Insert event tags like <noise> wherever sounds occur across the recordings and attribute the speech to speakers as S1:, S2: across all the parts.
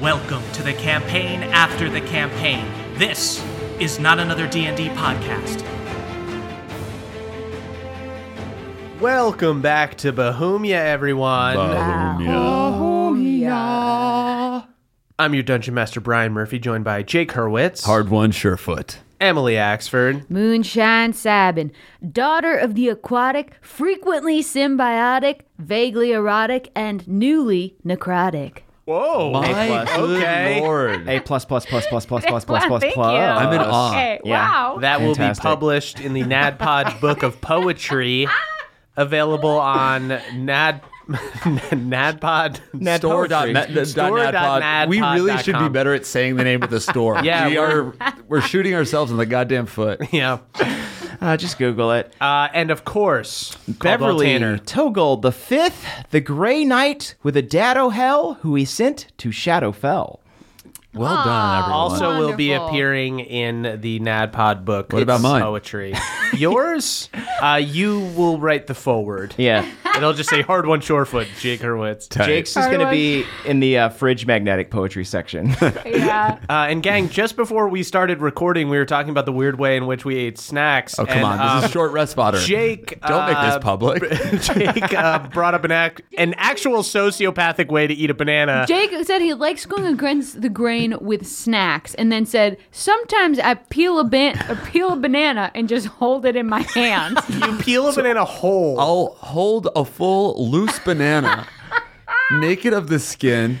S1: Welcome to the campaign after the campaign. This is not another D&D podcast.
S2: Welcome back to Bohemia, everyone. I'm your Dungeon Master Brian Murphy, joined by Jake Hurwitz,
S3: Hard one, surefoot.
S2: Emily Axford,
S4: Moonshine Sabin, daughter of the aquatic, frequently symbiotic, vaguely erotic, and newly necrotic.
S2: Whoa.
S3: My good
S2: Okay.
S3: lord.
S5: A plus plus plus plus plus plus plus
S6: <laughs> Wow,
S5: plus
S6: thank
S5: plus.
S6: you.
S3: I'm in awe.
S6: Okay,
S5: Yeah.
S6: wow.
S2: That will be
S5: Fantastic.
S2: published in the <laughs> NADPOD Book of Poetry, available on Nad. <laughs> NADPOD store dot-
S3: Na- na-
S2: store
S3: dot
S2: dot
S3: nadpod. We really should be
S2: nadpod.com.
S3: better at saying the
S5: <laughs>
S3: name of the store.
S2: Yeah,
S3: we
S2: we're-
S3: are. We're shooting ourselves in the goddamn
S5: <laughs>
S3: foot.
S2: Yeah.
S5: Uh, just Google it.
S2: Uh, and of course, Caldwell
S5: Beverly
S2: Tanner.
S5: Togold the fifth, the Grey Knight with a dad o' hell, who he sent to Shadowfell.
S3: Well done, everyone.
S2: also will be
S6: Wonderful.
S2: appearing in the NADPOD book.
S3: What about
S2: It's
S3: mine?
S2: Poetry. Yours,
S3: <laughs>
S2: uh, you will write the forward.
S5: <laughs> Yeah,
S2: It'll just say hard one shorefoot, Jake Hurwitz.
S3: Tight.
S5: Jake's is going to be in the uh, fridge magnetic poetry section. <laughs>
S6: Yeah.
S2: Uh, and gang, just before we started recording, we were talking about the weird way in which we ate snacks.
S3: Oh come
S2: and,
S3: on! This
S2: um,
S3: is short rest fodder.
S2: Jake,
S3: don't make
S2: uh,
S3: this public.
S2: <laughs> Jake uh, brought up an ac- an actual sociopathic way to eat a banana.
S6: Jake said he likes going against the grain with snacks, and then said, "Sometimes I peel a ban- uh, peel a banana and just hold it in my hand."
S3: <laughs>
S2: you peel a banana whole.
S3: I'll hold a full loose banana, naked of the skin,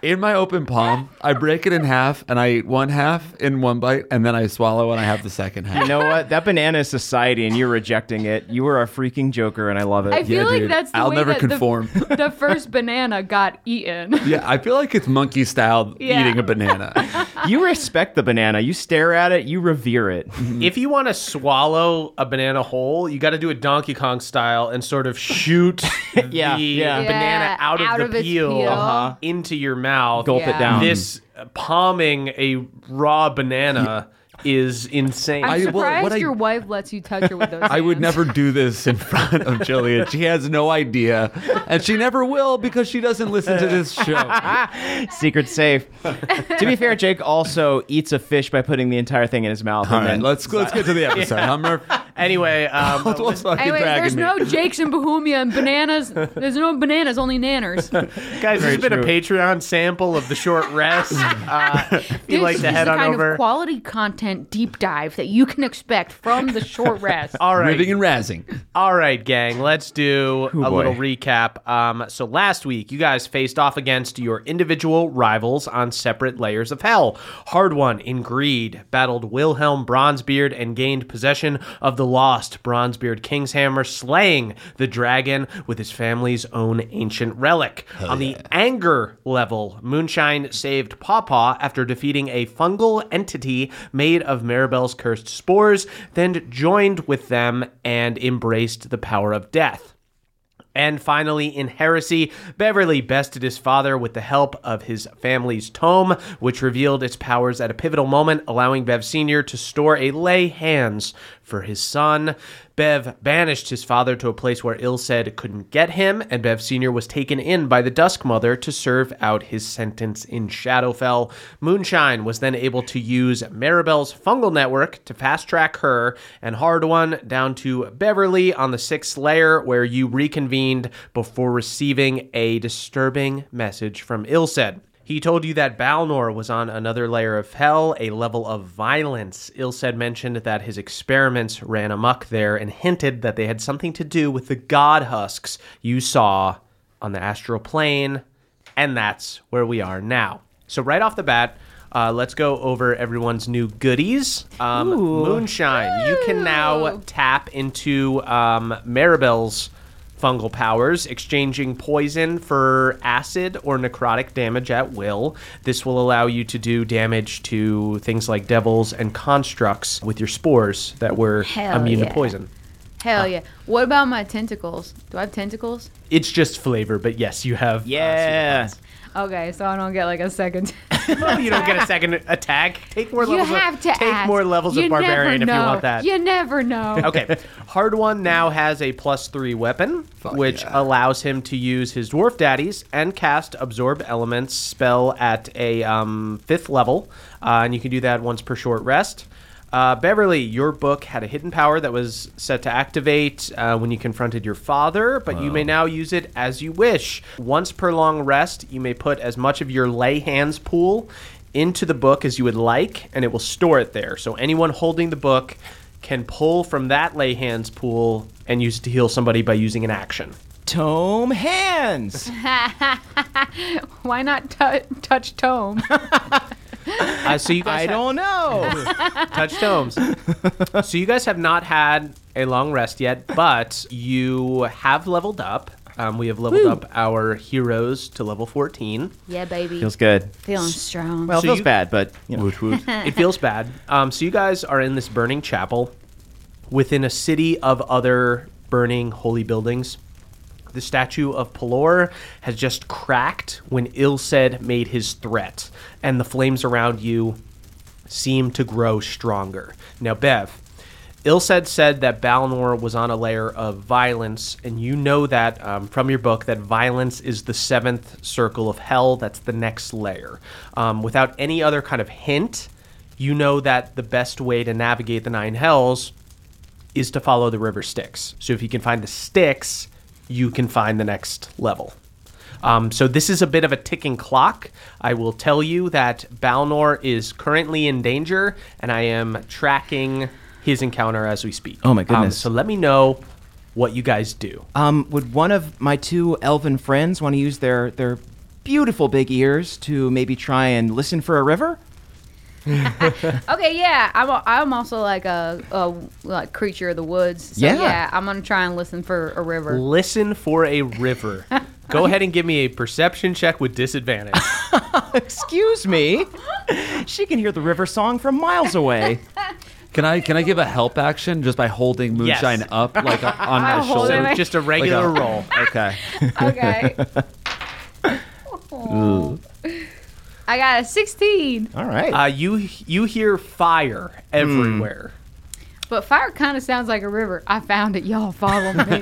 S3: in my open palm. I break it in half, and I eat one half in one bite, and then I swallow, and I have the second half.
S5: you know what? That banana is society, and you're rejecting it. You are a freaking joker, and I love it.
S6: I
S3: Yeah,
S6: feel like
S3: dude.
S6: that's the
S3: I'll
S6: way
S3: never
S6: that the-
S3: conform.
S6: <laughs> The, first banana got eaten.
S3: Yeah, I feel like it's monkey style
S6: Yeah.
S3: eating a banana.
S5: you respect the banana. You stare at it. You revere
S6: <laughs>
S5: it.
S2: If you want to swallow a banana whole, you got to do it Donkey Kong style and sort of <laughs> shoot
S5: Yeah,
S2: the
S5: yeah.
S2: banana
S6: Yeah,
S2: out of
S6: out
S2: the
S6: of its
S2: peel,
S6: peel. Uh-huh.
S2: into your mouth.
S5: Gulp
S6: Yeah.
S5: it down.
S2: This uh, palming a raw banana is insane.
S6: I'm
S3: I- well,
S6: surprised
S3: what I-
S6: your wife lets you touch her with those.
S3: I would
S6: hands.
S3: never do this in front of Jillian. She has no idea, and she never will because she doesn't listen to this
S6: <laughs>
S3: show.
S5: Secret safe. to be fair, Jake also eats a fish by putting the entire thing in his mouth.
S3: All
S5: and
S3: right,
S5: then- uh,
S3: let's let's get to the episode. Hummer,
S2: anyway, um,
S3: what's fucking
S6: <laughs> Anyway,
S3: dragging
S6: there's
S3: me? <laughs>
S6: no Jakes and Bohemia and bananas. There's no bananas, only
S3: <laughs>
S6: nanners.
S2: guys, this has been a Patreon sample of the short <laughs> rest. Uh, if you'd
S6: This
S2: like
S6: is
S2: to head
S6: the
S2: on
S6: kind
S2: over.
S6: of quality content deep dive that you can expect from the
S3: <laughs>
S6: short rest.
S2: all right,
S3: Ribbing and razzing.
S2: All right, gang, let's do a
S5: boy.
S2: little recap. Um, so last week, you guys faced off against your individual rivals on separate layers of hell. Hard One in greed battled Wilhelm Bronzebeard and gained possession of the lost Bronzebeard Kingshammer, slaying the dragon with his family's own ancient relic. on the anger level, Moonshine saved Pawpaw after defeating a fungal entity made of Maribel's cursed spores, then joined with them and embraced the power of death. And finally, in Heresy, Beverly bested his father with the help of his family's tome, which revealed its powers at a pivotal moment, allowing Bev Sr. to store a lay hands for his son. Bev banished his father to a place where Ilsed couldn't get him, and Bev Sr. was taken in by the Dusk Mother to serve out his sentence in Shadowfell. Moonshine was then able to use Maribel's fungal network to fast track her and Hard One down to Beverly on the sixth layer, where you reconvened before receiving a disturbing message from Ilsed. He told you that Balnor was on another layer of hell, a level of violence. Ilsed mentioned that his experiments ran amok there and hinted that they had something to do with the god husks you saw on the astral plane. And that's where we are now. So, right off the bat, uh, let's go over everyone's new goodies. Um, Moonshine, you can now tap into um, Maribel's fungal powers, exchanging poison for acid or necrotic damage at will. This will allow you to do damage to things like devils and constructs with your spores that were
S4: Hell
S2: immune to
S4: yeah.
S2: poison.
S6: Hell yeah. What about my tentacles? Do I have tentacles?
S2: It's just flavor, but yes, you have. uh,
S5: Yeah.
S6: Okay, so I don't get like a second. <laughs>
S2: no, <laughs> you don't get a second attack. Take more
S6: you
S2: levels.
S6: have
S2: of,
S6: to
S2: take
S6: ask.
S2: more levels
S6: You
S2: of
S6: never
S2: barbarian if you
S6: know.
S2: want that.
S6: You never know.
S2: <laughs> okay. Hard one now has a plus three weapon, which allows him to use his dwarf daddies and cast absorb elements spell at a um, fifth level, uh, and you can do that once per short rest. Uh, Beverly, your book had a hidden power that was set to activate uh, when you confronted your father, but you may now use it as you wish. Once per long rest, you may put as much of your lay hands pool into the book as you would like, and it will store it there. So anyone holding the book can pull from that lay hands pool and use it to heal somebody by using an action.
S5: Tome hands.
S6: Why not t- touch Tome?
S2: Uh, so you guys
S5: <laughs> I
S2: <laughs>
S5: don't know. <laughs>
S2: touch tomes. so you guys have not had a long rest yet, but you have leveled up. Um, we have leveled up our heroes to level 14.
S4: Yeah, baby.
S5: Feels good.
S4: Feeling strong.
S5: Well, it
S2: So
S5: feels
S2: you-
S5: bad, but you know.
S2: it feels bad. Um, so you guys are in this burning chapel within a city of other burning holy buildings. The statue of Pelor has just cracked when Ilsed made his threat, and the flames around you seem to grow stronger. Now, Bev, Ilsed said that Balnor was on a layer of violence, and you know that um, from your book that violence is the seventh circle of hell. That's the next layer. Um, without any other kind of hint, you know that the best way to navigate the nine hells is to follow the river Styx. So if you can find the Styx, you can find the next level. Um, so this is a bit of a ticking clock. I will tell you that Balnor is currently in danger, and I am tracking his encounter as we speak.
S5: Oh my
S2: Um,
S5: goodness.
S2: so let me know what you guys do.
S5: Um, would one of my two elven friends want to use their their beautiful big ears to maybe try and listen for a river?
S6: <laughs> Okay, yeah, I'm. A, I'm also like a, a like creature of the woods. So
S5: Yeah.
S6: yeah. I'm gonna try and listen for a
S2: <laughs>
S6: river.
S2: Listen for a
S5: <laughs>
S2: river. Go ahead and give me a perception check with disadvantage.
S5: Excuse me. she can hear the river song from miles away.
S3: Can I can I give a help action just by holding
S2: Yes.
S3: moonshine up like on
S6: <laughs>
S3: my
S6: hold
S3: shoulder?
S6: it
S2: so
S6: like-
S2: just a regular
S3: Like a-
S2: roll.
S3: Okay.
S2: <laughs>
S6: Okay. Aw. I got a 16,
S5: All right.
S2: Uh, you you hear fire
S5: Hmm.
S2: everywhere.
S6: but fire kind of sounds like a river. I found it, y'all.
S2: <laughs>
S6: Follow me.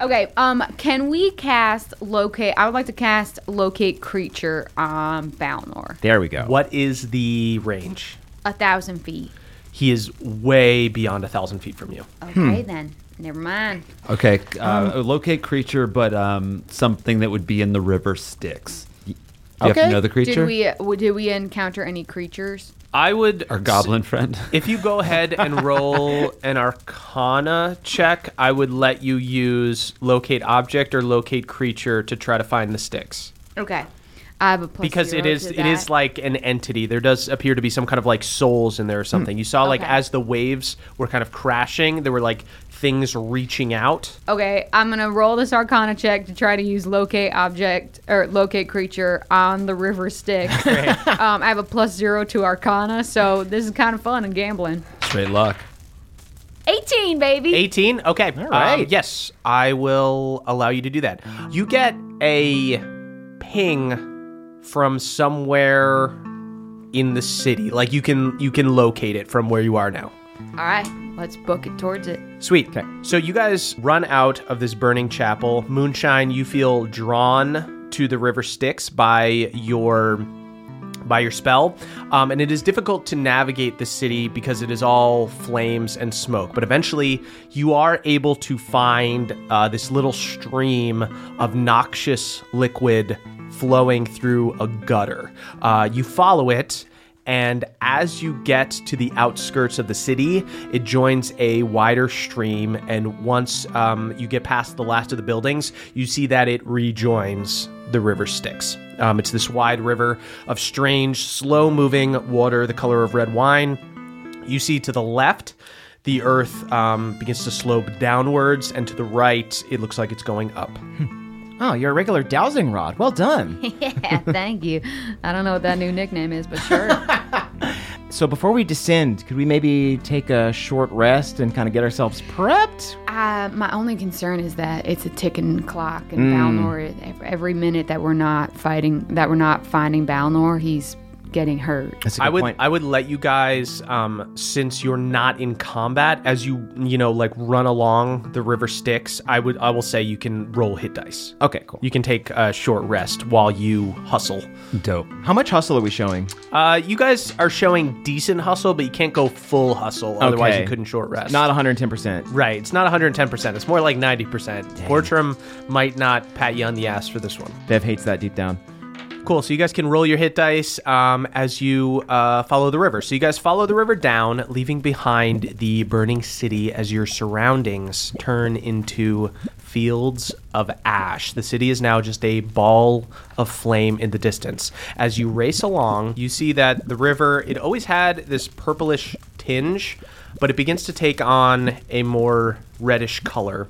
S6: okay. Um, can we cast locate? I would like to cast locate creature on Balnor.
S5: there we go.
S2: What is the range?
S6: A thousand feet.
S2: He is way beyond a thousand feet from you.
S4: Okay,
S6: Then never mind.
S3: Okay.
S6: Um,
S3: Uh, locate creature, but um, something that would be in the river Styx. Do you have
S5: Okay.
S3: to know the creature?
S6: Did we uh, w- did we encounter any creatures?
S2: I would
S3: Our goblin <laughs> friend.
S2: If you go ahead
S3: <laughs>
S2: and roll an Arcana check, I would let you use locate object or locate creature to try to find the sticks
S6: Okay, I have a plus
S2: because it
S6: zero
S2: is
S6: to
S2: it is
S6: that.
S2: like an entity. There does appear to be some kind of like souls in there
S3: Hmm.
S2: or something. You saw like
S6: Okay.
S2: as the waves were kind of crashing, there were like things reaching out.
S6: okay. I'm gonna roll this Arcana check to try to use locate object or locate creature on the river
S5: <laughs>
S6: stick. um, I have a plus zero to Arcana, so this is kind of fun and gambling.
S3: Straight luck.
S6: 18, baby.
S2: 18? Okay. All
S7: right.
S2: yes, I will allow you to do that. You get a ping from somewhere in the city. Like you can you can locate it from where you are now.
S6: All right, let's book it towards it. <laughs>
S2: Sweet. Okay. So you guys run out of this burning chapel. Moonshine, you feel drawn to the river Styx by your by your spell, um, and it is difficult to navigate the city because it is all flames and smoke. But eventually, you are able to find uh, this little stream of noxious liquid flowing through a gutter. Uh, you follow it. And as you get to the outskirts of the city, it joins a wider stream. And once um, you get past the last of the buildings, you see that it rejoins the river Styx. Um, it's this wide river of strange, slow moving water, the color of red wine. You see to the left, the earth um, begins to slope downwards, and to the right, it looks like it's going up.
S5: Oh, you're a regular dowsing rod. Well done.
S6: Yeah, thank you. I don't know what that new nickname is, but sure.
S5: so before we descend, could we maybe take a short rest and kind of get ourselves prepped?
S6: <laughs> uh, my only concern is that it's a ticking clock, and
S5: Mm.
S6: Balnor, ev- every minute that we're not fighting, that we're not finding Balnor, he's getting hurt.
S5: That's a good
S2: I would
S5: point.
S2: I would let you guys um, since you're not in combat as you you know like run along the river Styx. I would I will say you can roll hit dice.
S5: okay, cool.
S2: You can take a short rest while you hustle.
S3: Dope.
S5: How much hustle are we showing?
S2: Uh, you guys are showing decent hustle, but you can't go full hustle. Otherwise, you
S5: Okay.
S2: couldn't short rest.
S5: Not 110%.
S2: right. It's not 110. percent It's more like 90. percent Bortram might not pat you on the ass for this one.
S5: Bev hates that deep down.
S2: Cool. So you guys can roll your hit dice um, as you uh, follow the river. So you guys follow the river down, leaving behind the burning city as your surroundings turn into fields of ash. The city is now just a ball of flame in the distance. As you race along, you see that the river, it always had this purplish tinge, but it begins to take on a more reddish color,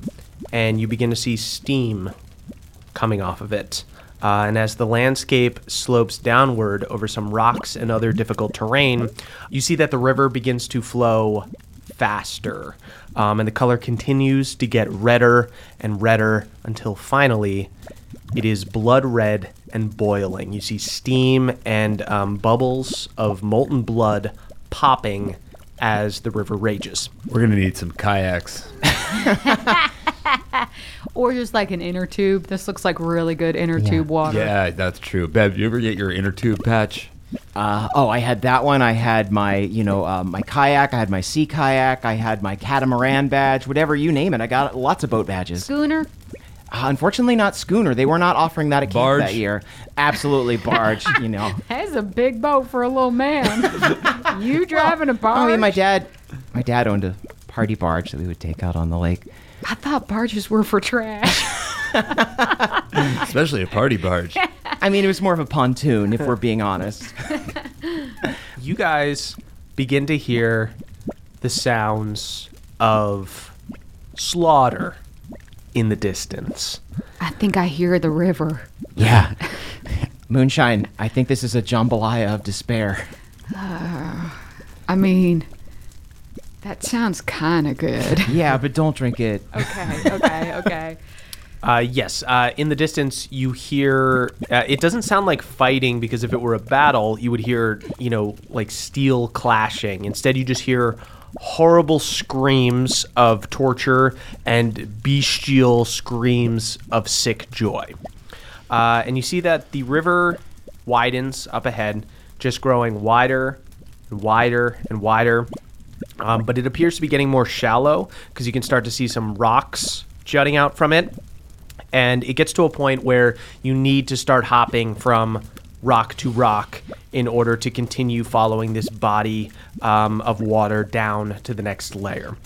S2: and you begin to see steam coming off of it. Uh, and as the landscape slopes downward over some rocks and other difficult terrain, you see that the river begins to flow faster. Um, and the color continues to get redder and redder until finally it is blood red and boiling. You see steam and um, bubbles of molten blood popping as the river rages.
S3: We're gonna need some kayaks.
S6: Or just like an inner tube. This looks like really good inner tube water.
S3: Yeah, that's true. Bev, you ever get your inner tube patch?
S5: Uh, oh, I had that one. I had my, you know, uh, my kayak. I had my sea kayak. I had my catamaran badge. Whatever you name it, I got lots of boat badges.
S6: Schooner.
S5: Uh, unfortunately, not schooner. They were not offering that at camp
S3: Barge?
S5: that year. Absolutely barge. you know.
S6: That is a big boat for a little <laughs> man. you driving a barge?
S5: Oh, I mean, my dad, my dad owned a party barge that we would take out on the lake.
S6: I thought barges were for trash.
S3: Especially a party barge.
S5: I mean, it was more of a pontoon, if we're being honest.
S2: you guys begin to hear the sounds of slaughter in the distance.
S6: <laughs> I think I hear the river.
S5: Yeah. Moonshine, I think this is a jambalaya of despair.
S6: I mean, that sounds kind of good.
S5: Yeah, but don't drink it.
S6: okay, okay, okay.
S2: Uh, yes, uh, in the distance you hear. Uh, it doesn't sound like fighting because if it were a battle, you would hear you know like steel clashing. Instead, you just hear horrible screams of torture and bestial screams of sick joy. Uh, and you see that the river widens up ahead, just growing wider and wider and wider. Um, but it appears to be getting more shallow because you can start to see some rocks jutting out from it. And it gets to a point where you need to start hopping from rock to rock in order to continue following this body um, of water down to the next layer.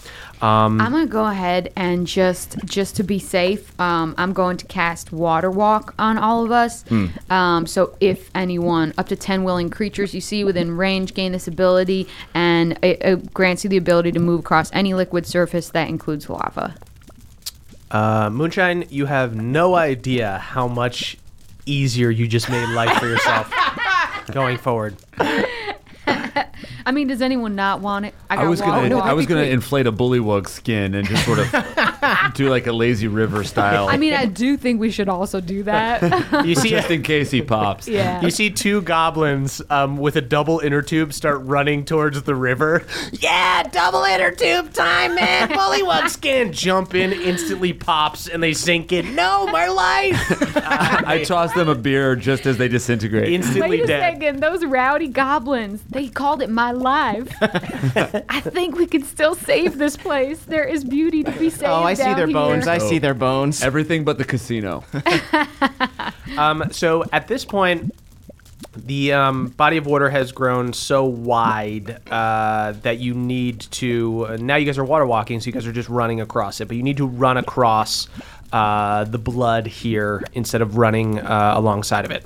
S3: Mm.
S2: Um,
S6: I'm gonna go ahead and just just to be safe, um, I'm going to cast Water Walk on all of us.
S3: Mm.
S6: Um, so if anyone, up to ten willing creatures you see within range, gain this ability, and it, it grants you the ability to move across any liquid surface that includes lava.
S2: uh, Moonshine, you have no idea how much easier you just made life for yourself going forward.
S6: I mean, does anyone not want it?
S3: I
S6: got
S3: was gonna,
S6: water.
S3: I was gonna inflate a bullywug skin and just sort
S6: <laughs>
S3: of do like a lazy river style.
S6: I mean, I do think we should also
S3: <laughs>
S6: do that. <laughs>
S2: You see,
S3: just in case he pops.
S6: yeah.
S2: you see two goblins um, with a double inner tube start running towards the river. Yeah, double inner tube time, man! Bullywug skin! Jump in, instantly pops, and they sink in. No, my life!
S3: I toss them a beer just as they disintegrate.
S2: instantly
S6: Wait a
S2: dead.
S6: second, those rowdy goblins, they called it
S2: <laughs>
S6: my life. I think we can still save this place. There is beauty to be saved.
S5: Oh, I see
S6: down
S5: their
S6: here.
S5: bones. I see their bones.
S3: Everything but the casino.
S2: Um, so at this point, the um, body of water has grown so wide uh, that you need to. Uh, now you guys are water walking, so you guys are just running across it, but you need to run across uh, the blood here instead of running uh, alongside of it.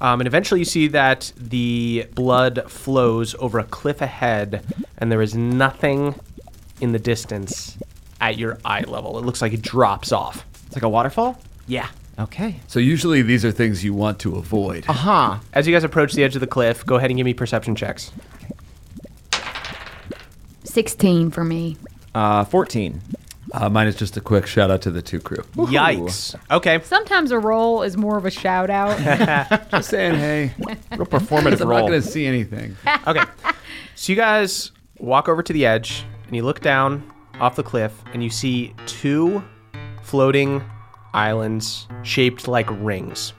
S2: Um, and eventually you see that the blood flows over a cliff ahead, and there is nothing in the distance at your eye level. It looks like it drops off.
S5: It's like a waterfall?
S2: Yeah.
S5: Okay.
S3: So usually these are things you want to avoid.
S5: Huh.
S2: As you guys approach the edge of the cliff, go ahead and give me perception checks.
S6: 16 for me.
S5: Uh, 14.
S3: Uh, mine is just a quick shout out to the two crew.
S2: Yikes. Okay.
S6: Sometimes a roll is more of a
S2: <laughs>
S6: shout out.
S3: Just saying, hey, <laughs>
S5: Real performative
S3: I'm
S5: role.
S3: not gonna see anything.
S2: Okay. so you guys walk over to the edge and you look down off the cliff and you see two floating islands shaped like rings.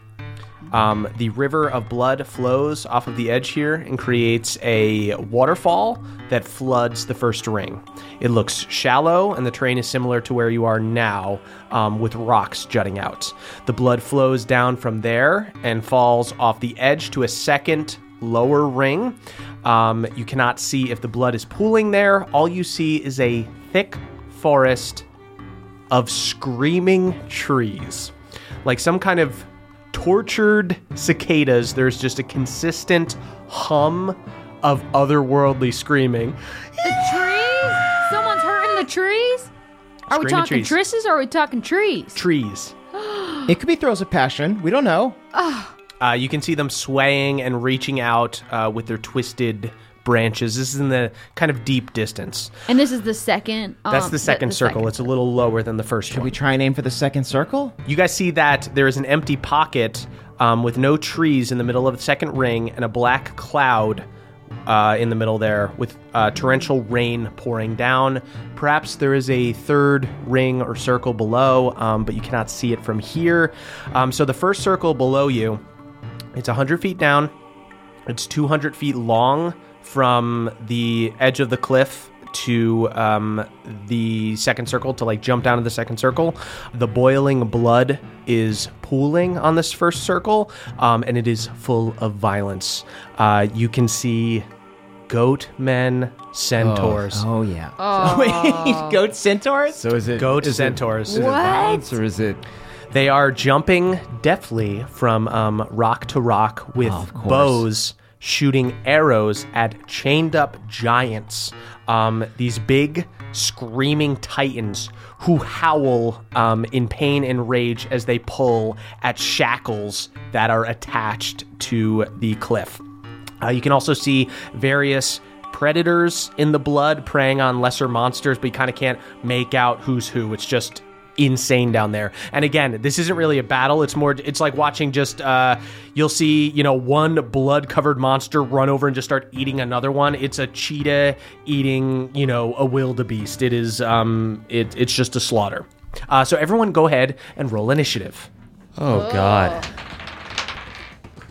S2: Um, the river of blood flows off of the edge here and creates a waterfall that floods the first ring. It looks shallow, and the terrain is similar to where you are now, um, with rocks jutting out. The blood flows down from there and falls off the edge to a second lower ring. Um, you cannot see if the blood is pooling there. All you see is a thick forest of screaming trees. Like some kind of tortured cicadas, there's just a consistent hum of otherworldly screaming.
S4: Trees? Someone's hurting the trees? Are we
S2: Screaming
S4: talking
S2: trees.
S4: trisses or are we talking trees?
S2: Trees.
S5: It could be throws of passion. We don't know.
S2: Uh, you can see them swaying and reaching out uh, with their twisted branches. This is in the kind of deep distance.
S4: And this is the second. Um,
S2: That's the second circle. It's a little lower than the first one.
S5: We try and aim for the second circle.
S2: You guys see that there is an empty pocket um, with no trees in the middle of the second ring and a black cloud uh, in the middle there with uh, torrential rain pouring down. Perhaps there is a third ring or circle below, um, but you cannot see it from here. Um, so the first circle below you, it's 100 feet down, it's 200 feet long from the edge of the cliff to um, the second circle to like jump down to the second circle. The boiling blood is pooling on this first circle, um, and it is full of violence. Uh, you can see goat men, centaurs.
S5: Oh, yeah. Wait, goat centaurs?
S3: So is it
S2: Goat
S3: is it-
S2: centaurs.
S3: is it violence or is it?
S2: They are jumping deftly from um, rock to rock with
S5: course.
S2: bows, shooting arrows at chained up giants. Um, these big, screaming titans who howl um, in pain and rage as they pull at shackles that are attached to the cliff. Uh, you can also see various predators in the blood preying on lesser monsters, but you kind of can't make out who's who. It's just insane down there. And again, this isn't really a battle. It's more, it's like watching just, uh, you'll see, you know, one blood covered monster run over and just start eating another one. It's a cheetah eating, you know, a wildebeest. It is, um, it, it's just a slaughter. Uh, so everyone go ahead and roll initiative.
S3: Oh God.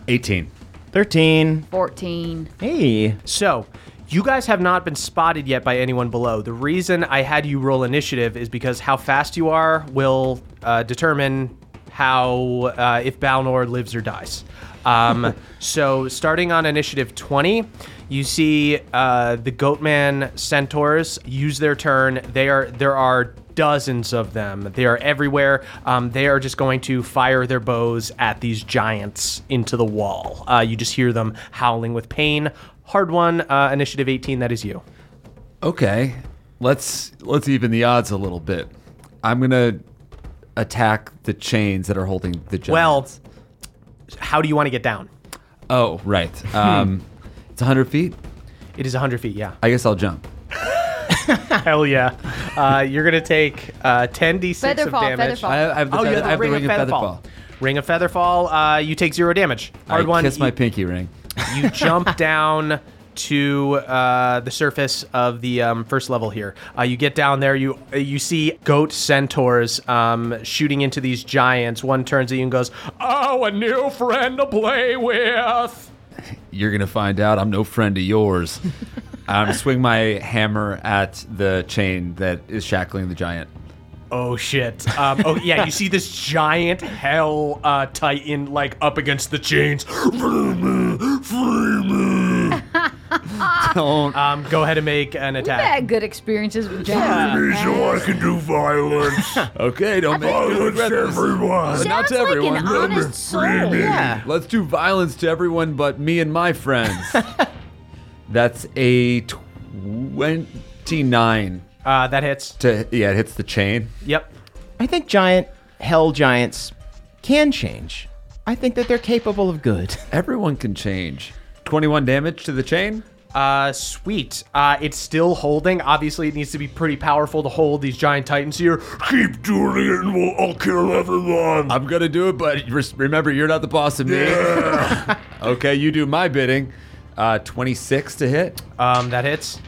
S3: Eighteen.
S5: 13.
S4: 14.
S5: Hey.
S2: So, you guys have not been spotted yet by anyone below. The reason I had you roll initiative is because how fast you are will uh, determine how uh, if Balnor lives or dies. Um, so, starting on initiative 20, you see uh, the Goatman centaurs use their turn. They are there are dozens of them. They are everywhere. Um, they are just going to fire their bows at these giants into the wall. Uh, you just hear them howling with pain. Hard one, uh, initiative 18. That is you.
S3: Okay, let's let's even the odds a little bit. I'm gonna attack the chains that are holding the giants.
S2: Well, how do you want to get down?
S3: Hmm. oh right. Um, it's 100 feet.
S2: It is 100 feet, yeah.
S3: I guess I'll jump.
S2: <laughs> Hell yeah. Uh, you're going to take uh, 10d6 of
S6: Featherfall,
S2: damage.
S6: featherfall.
S3: I have, I have the,
S2: Oh, you
S3: feather-
S2: have the
S3: I have
S2: ring,
S3: the
S2: of featherfall.
S3: featherfall.
S2: Ring of featherfall. Uh, you take zero damage. Hard
S3: I
S2: one.
S3: kiss
S2: you,
S3: my pinky ring. <laughs>
S2: you jump down to uh, the surface of the um, first level here. Uh, you get down there. You uh, you see goat centaurs um, shooting into these giants. One turns at you and goes, "Oh, a new friend to play with."
S3: You're gonna find out I'm no friend of yours. I'm swing my hammer at the chain that is shackling the giant.
S2: Oh shit! Um, oh yeah, you see this giant hell uh, titan like up against the chains.
S3: Don't
S2: Um, go ahead and make an
S6: We've
S2: attack.
S6: had good experiences with Jackson.
S3: can do violence. <laughs> okay, don't make me regret this. But not
S4: Sounds
S3: to
S4: like an
S3: everyone.
S4: honest soul.
S3: Yeah. Let's do violence to everyone but me and my friends. That's a twenty-nine.
S2: Uh, that hits.
S3: To yeah, it hits the chain.
S2: Yep.
S5: I think giant hell giants can change. I think that they're capable of good. <laughs>
S3: Everyone can change. Twenty-one damage to the chain.
S2: Uh, sweet. Uh, it's still holding. Obviously, it needs to be pretty powerful to hold these giant titans here.
S3: Keep doing it, and we'll, I'll kill everyone. I'm gonna do it, but res- remember, you're not the boss of me. <laughs> okay, you do my bidding. Uh, 26 to hit,
S2: Um, that hits.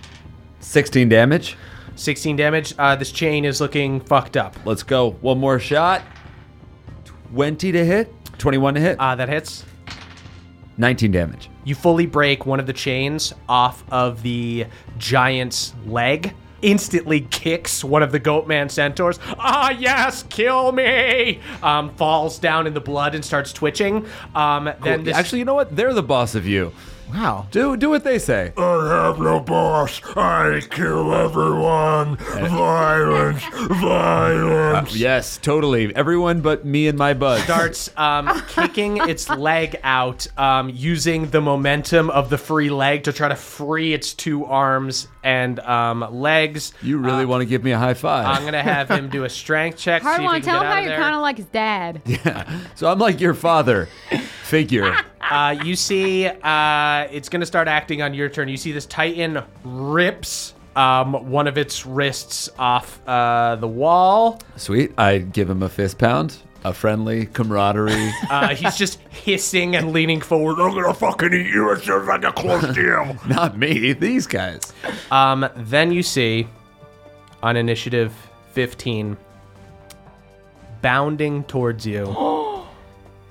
S3: 16 damage.
S2: 16 damage. Uh, this chain is looking fucked up.
S3: Let's go. One more shot. 20 to hit, 21 to hit,
S2: Uh, that hits.
S3: 19 damage.
S2: You fully break one of the chains off of the giant's leg. Instantly kicks one of the Goatman centaurs. Ah, yes, kill me! Um, falls down in the blood and starts twitching. Um, then this,
S3: Actually, you know what? They're the boss of you.
S5: Wow.
S3: Do do what they say.
S8: I have no boss. I kill everyone.
S3: <laughs>
S8: Violence, violence.
S3: Uh, Yes, totally. Everyone but me and my bud.
S2: <laughs> starts um, kicking its leg out, um, using the momentum of the free leg to try to free its two arms and um, legs.
S3: You really want to give me a high
S2: I'm
S3: 5
S2: gonna have him do a strength check. see
S6: Hard
S2: if
S6: one.
S2: he can
S6: Tell
S2: get out
S6: him how
S2: of
S6: you're
S2: there.
S6: kind of like his dad.
S3: so I'm like your father figure.
S2: Uh, you see, uh, it's going to start acting on your turn. You see this Titan rips um, one of its wrists off uh, the wall.
S3: Sweet. I give him a fist pound, a friendly camaraderie.
S2: Uh, he's just hissing and leaning forward.
S8: I'm gonna fucking eat you as soon as I get close to you.
S3: Not me, these guys.
S2: Um, then you see, on initiative 15, bounding towards you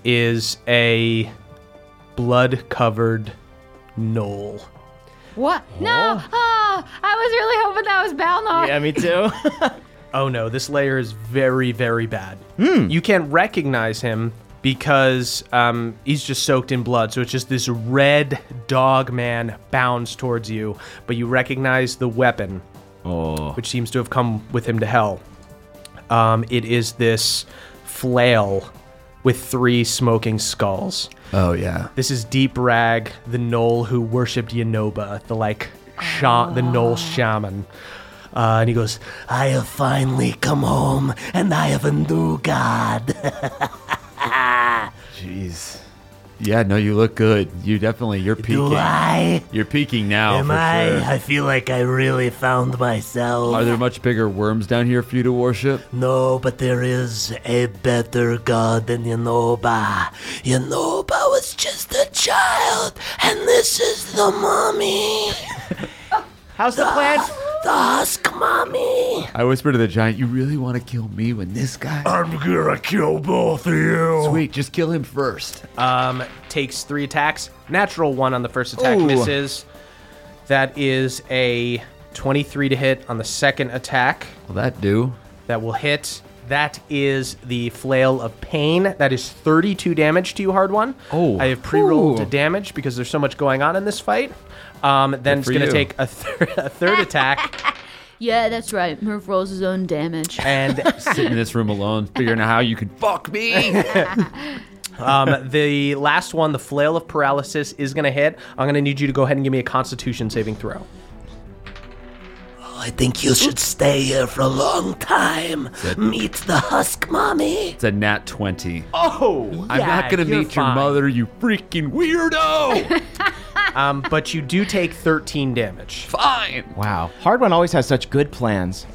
S2: is a blood covered knoll.
S6: What? No. Ah, I was really hoping that was Balnor.
S5: Yeah, me too.
S2: Oh no, this layer is very, very bad. You can't recognize him because um, he's just soaked in blood. So it's just this red dog man bounds towards you, but you recognize the weapon, which seems to have come with him to hell. Um, it is this flail with three smoking skulls.
S3: Oh yeah.
S2: This is Deep Rag, the Knoll who worshipped Yanoba, the like sha-
S5: Ah.
S2: the Knoll shaman. Uh, and he goes, I have finally come home and I have a new god. <laughs>
S3: Jeez. Yeah, no, you look good. You definitely you're peaking.
S8: I?
S3: You're peaking now. for sure.
S8: I feel like I really found myself.
S3: Are there much bigger worms down here for you to worship?
S8: No, but there is a better god than Yanoba. Yanoba was just a
S2: <laughs>
S8: child, and this is the mommy.
S5: How's the plant?
S8: The husk mommy.
S3: I whisper to the giant, "You really want to kill me when this guy?"
S8: <laughs> I'm gonna kill both of you.
S3: Sweet, just kill him first.
S2: Um, <laughs> takes three attacks. Natural one on the first attack misses. That is a 23 to hit on the second attack.
S3: Will that do?
S2: That will hit. That is the Flail of Pain. That is 32 damage to you, Hard One.
S3: Oh.
S2: I have pre rolled
S3: Ooh.
S2: the damage because there's so much going on in this fight. Um, then it's
S3: for
S2: going to
S3: you.
S2: take a, thir- <laughs> a third attack,
S4: Yeah, that's right. Murph rolls his own damage.
S2: and
S3: Sit in this room alone, figuring out how you can fuck me.
S2: um, the last one, the Flail of Paralysis, is going to hit. I'm going to need you to go ahead and give me a Constitution saving throw.
S8: I think you should stay here for a long time. Meet the husk mommy.
S3: It's a nat twenty.
S2: Oh,
S3: I'm not gonna meet your mother, you freaking weirdo.
S2: Um, but you do take 13 damage.
S3: Fine.
S5: Wow. Hard one always has such good plans.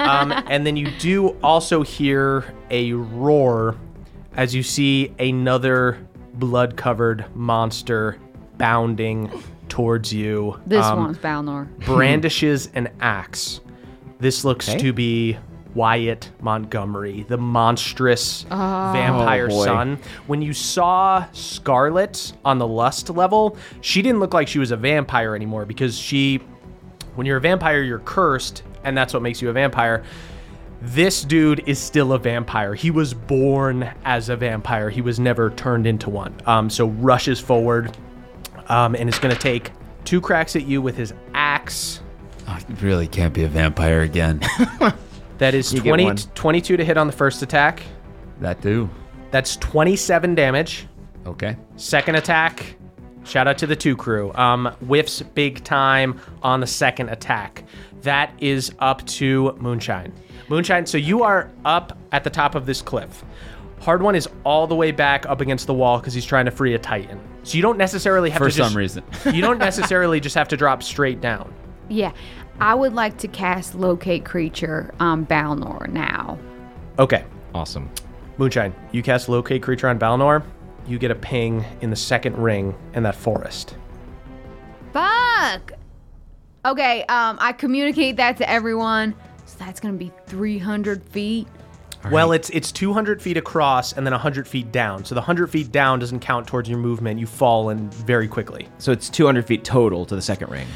S2: Um, <laughs> and then you do also hear a roar as you see another blood covered monster bounding towards you.
S6: This
S2: Um,
S6: one's Balnor.
S2: brandishes an axe. This looks
S5: Okay.
S2: to be Wyatt Montgomery, the monstrous vampire
S5: Oh, boy.
S2: son. When you saw Scarlet on the lust level, she didn't look like she was a vampire anymore because she, when you're a vampire, you're cursed, and that's what makes you a vampire. This dude is still a vampire. He was born as a vampire. He was never turned into one. Um, so rushes forward, um, and is going to take two cracks at you with his axe.
S3: I really can't be a vampire again.
S2: That is
S5: get
S2: 20,
S5: one.
S2: 22 to hit on the first attack.
S3: that do.
S2: That's 27 damage.
S3: Okay.
S2: Second attack, shout out to the two crew. Um, whiffs big time on the second attack. That is up to Moonshine. Moonshine, so you are up at the top of this cliff. Hard one is all the way back up against the wall because he's trying to free a Titan. So you don't necessarily have
S3: For
S2: to just-
S3: some reason.
S2: <laughs> you don't necessarily just have to drop straight down.
S6: Yeah. I would like to cast Locate Creature on Balnor now.
S2: Okay.
S5: Awesome.
S2: Moonshine, you cast Locate Creature on Balnor. You get a ping in the second ring in that forest.
S6: Fuck! Okay, um, I communicate that to everyone. So that's gonna be 300 feet.
S2: Well, it's it's 200 feet across and then 100 feet down. So the 100 feet down doesn't count towards your movement. You fall in very quickly.
S5: So it's 200 feet total to the second ring.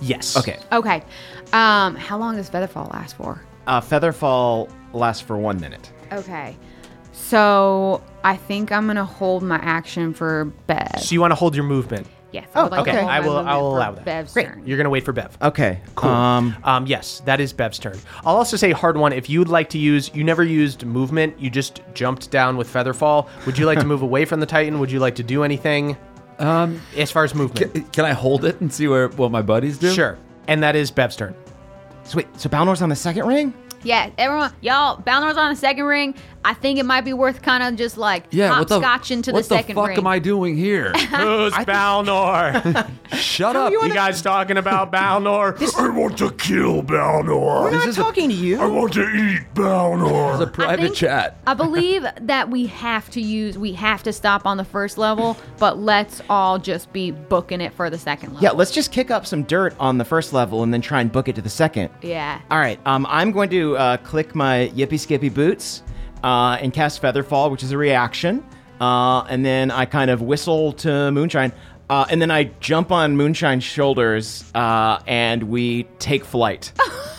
S2: Yes.
S5: Okay.
S6: Okay. Um, how long does Featherfall last for?
S5: Uh, Featherfall lasts for one minute.
S6: Okay. So I think I'm gonna hold my action for Bev.
S2: So you want to hold your movement.
S6: yes. I would like to
S2: Oh, okay,
S6: hold
S2: I
S6: my
S2: will- I
S6: movement
S2: will
S6: for
S2: allow that.
S6: Bev's turn.
S2: You're gonna wait for Bev.
S5: Okay. Cool. Um,
S2: Um, yes, that is Bev's turn. I'll also say hard one. If you would like to use, you never used movement. You just jumped down with Featherfall. Would you like to move away from the Titan? Would you like to do anything? Um, as far as movement,
S3: Can, can I hold it and see where what my buddies do?
S2: sure. And that is Bev's turn.
S5: so wait, so Balnor's on the second ring?
S6: Yeah, everyone, y'all, Balnor's on a second ring. I think it might be worth kind of just like
S3: Yeah. What the,
S6: hopscotching to
S3: what
S6: the second
S3: fuck
S6: ring.
S3: am I doing
S2: <laughs>
S3: here?
S2: Who's Balnor?
S3: <laughs> Shut up.
S2: you guys talking about <laughs> Balnor?
S8: I want to kill Balnor.
S5: I'm not talking to you.
S8: want to eat Balnor.
S3: It's a private
S6: think-
S3: chat.
S6: I believe <laughs> that we have to use, we have to stop on the first level, but let's all just be booking it for the second
S5: yeah,
S6: level.
S5: let's just kick up some dirt on the first level and then try and book it to the second.
S6: Yeah.
S3: Uh,
S5: All right. Um, I'm going to uh, click my Yippy Skippy boots uh, and cast Featherfall, which is a reaction. Uh, and then I kind of whistle to Moonshine. Uh, and then I jump on Moonshine's shoulders uh, and we take flight.
S8: Oh.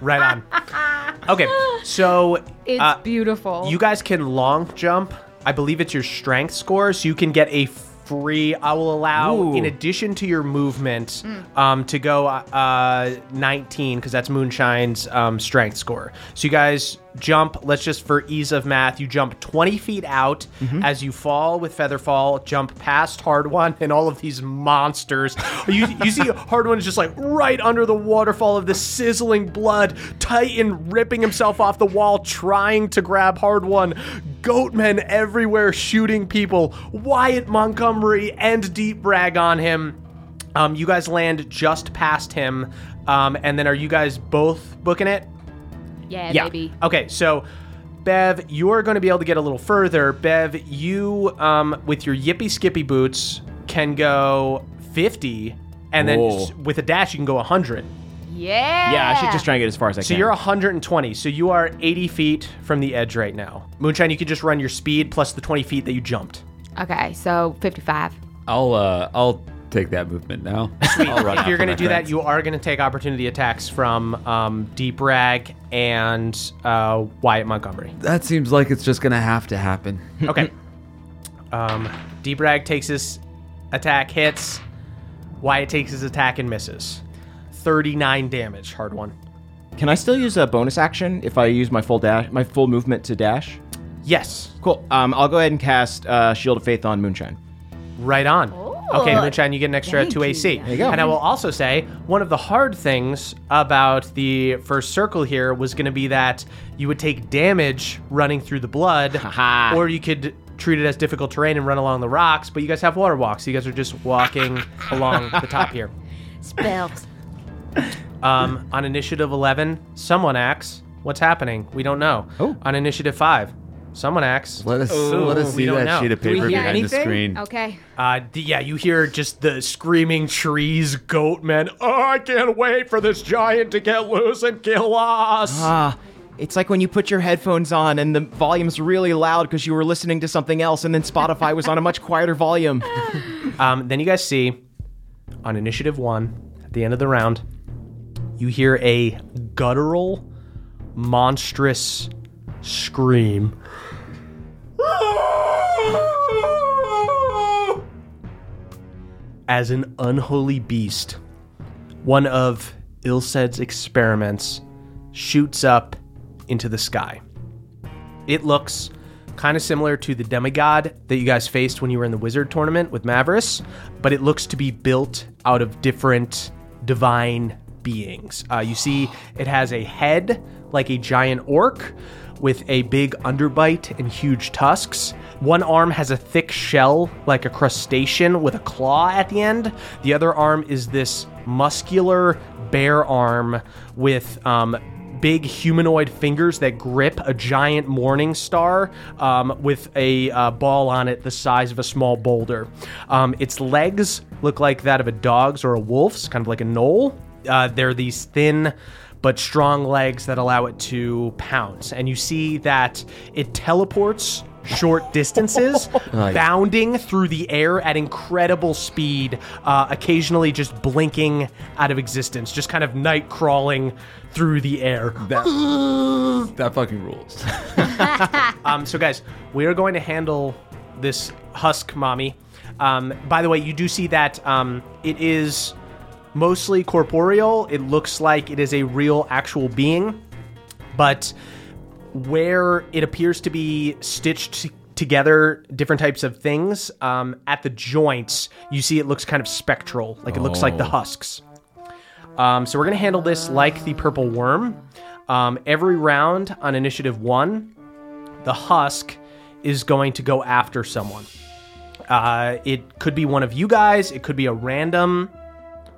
S2: right on.
S6: <laughs>
S2: Okay, so
S6: It's
S2: uh,
S6: beautiful.
S2: You guys can long jump. I believe it's your strength score, so you can get a free. I will allow,
S5: Ooh.
S2: in addition to your movement,
S6: Mm.
S2: um, to go uh, 19 because that's Moonshine's um, strength score. So you guys jump. Let's just for ease of math, you jump 20 feet out
S6: Mm-hmm.
S2: as you fall with Featherfall. Jump past Hard One and all of these monsters. you you see Hard One is just like right under the waterfall of the sizzling blood. Titan ripping himself off the wall, trying to grab Hard One. Goatmen everywhere shooting people. Wyatt Montgomery and Deep Brag on him. Um, you guys land just past him. Um, and then are you guys both booking it?
S6: yeah, baby.
S3: Uh,
S2: Okay, so Bev, you're going to be able to get a little further. Bev, you um, with your yippy skippy boots can go 50, and then
S3: Whoa.
S2: s- with a dash you can go 100.
S6: Yeah.
S5: yeah, I should just try and get as far as I
S2: So
S5: can.
S2: you're 120. So you are 80 feet from the edge right now. Moonshine, you can just run your speed plus the 20 feet that you jumped.
S6: Okay, so 55.
S3: I'll uh I'll take that movement now. I'll run
S2: If you're
S3: after
S2: going to
S3: my
S2: do that,
S3: friends.
S2: you are going to take opportunity attacks from um, Deep Rag and uh, Wyatt Montgomery.
S3: That seems like it's just gonna have to happen.
S2: Okay. um, Debrag takes his attack, hits. Wyatt takes his attack and misses. 39 damage, hard one.
S5: can I still use a bonus action if I use my full dash, my full movement to dash?
S2: Yes,
S5: Cool. Um, I'll go ahead and cast uh, Shield of Faith on Moonshine.
S2: right on. okay,
S6: Ooh.
S2: Moonshine, you get an extra
S6: Thank
S2: 2 AC.
S6: you.
S5: Oh. you go.
S2: And I will also say, one of the hard things about the first circle here was going to be that you would take damage running through the blood,
S5: <laughs> Haha.
S2: or you could treat it as difficult terrain and run along the rocks, but you guys have water walks. So you guys are just
S5: <laughs>
S2: walking along the top here.
S4: Spells.
S2: Um, on initiative 11, someone acts. What's happening? We don't know.
S7: Oh.
S2: On initiative 5, someone acts.
S3: Let us
S2: Ooh,
S3: let
S2: we
S3: us see
S2: don't
S3: that
S2: know.
S3: sheet of
S2: Do we
S3: paper
S2: hear
S3: behind
S2: anything?
S3: the screen.
S6: Okay.
S2: Uh, d- yeah, you hear just the screaming trees, goat men. Oh, I can't wait for this giant to get loose and kill us.
S5: Ah, it's like when you put your headphones on and the volume's really loud because you were listening to something else, and then Spotify was on a much quieter volume.
S2: Um, then you guys see on initiative one, at the end of the round, you hear a guttural, monstrous scream. As an unholy beast, one of Ilsed's experiments shoots up into the sky. It looks kind of similar to the demigod that you guys faced when you were in the wizard tournament with Maverus, but it looks to be built out of different divine beings. Uh, you see, it has a head like a giant orc with a big underbite and huge tusks. One arm has a thick shell like a crustacean with a claw at the end. The other arm is this muscular bear arm with um, big humanoid fingers that grip a giant morning star um, with a uh, ball on it the size of a small boulder. Um, its legs look like that of a dog's or a wolf's, kind of like a knoll. Uh, they're these thin but strong legs that allow it to pounce. And you see that it teleports short distances, bounding through the air at incredible speed, uh, occasionally just blinking out of existence, just kind of night crawling through the air.
S3: That,
S2: <laughs>
S3: that fucking rules. <laughs>
S2: Um, so, guys, we are going to handle this husk mommy. Um, by the way, you do see that um, it is mostly corporeal. It looks like it is a real, actual being, but where it appears to be stitched t- together different types of things um, at the joints you see it looks kind of spectral like it looks like the husks um, so we're going to handle this like the purple worm um, every round on initiative one the husk is going to go after someone uh, it could be one of you guys it could be a random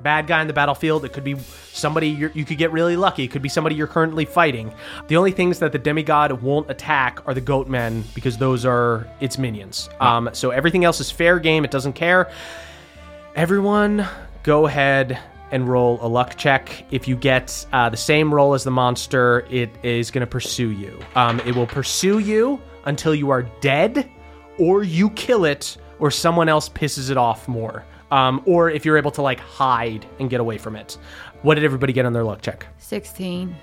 S2: bad guy in the battlefield. It could be somebody you're, you could get really lucky. It could be somebody you're currently fighting. The only things that the demigod won't attack are the goat men because those are its minions. Um, so everything else is fair game. It doesn't care. Everyone, go ahead and roll a luck check. If you get uh, the same roll as the monster, it is going to pursue you. Um, it will pursue you until you are dead, or you kill it, or someone else pisses it off more. Um, or if you're able to like hide and get away from it. What did everybody get on their luck check?
S6: 16.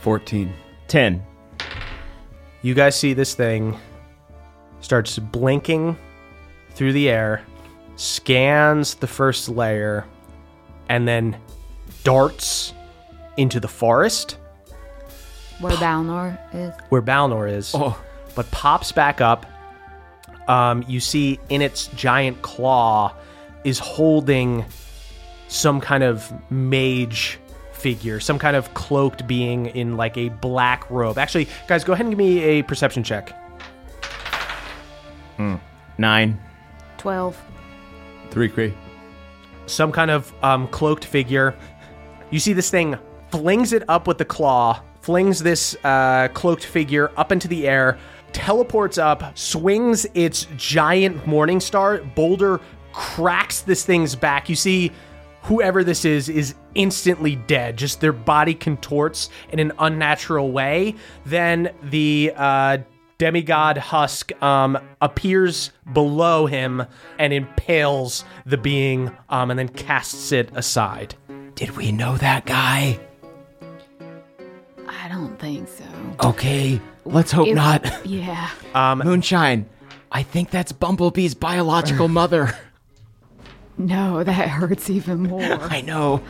S3: 14.
S5: 10.
S2: You guys see this thing starts blinking through the air, scans the first layer, and then darts into the forest
S4: Where Balnor is.
S2: where Balnor is, but pops back up. Um, you see in its giant claw is holding some kind of mage figure, some kind of cloaked being in like a black robe. Actually, guys, go ahead and give me a perception check.
S5: 9.
S4: 12.
S3: Three Cree.
S2: some kind of um, cloaked figure. You see this thing flings it up with the claw, flings this uh, cloaked figure up into the air, teleports up, swings its giant morning star boulder, cracks this thing's back. You see whoever this is is instantly dead. Just their body contorts in an unnatural way. Then the uh, demigod husk um, appears below him and impales the being um, and then casts it aside.
S8: Did we know that guy?
S4: I don't think so.
S8: Okay, let's hope
S4: If-
S8: not.
S4: Yeah.
S5: <laughs> Moonshine, I think that's Bumblebee's <laughs> biological mother.
S6: No, that hurts even more.
S5: I know.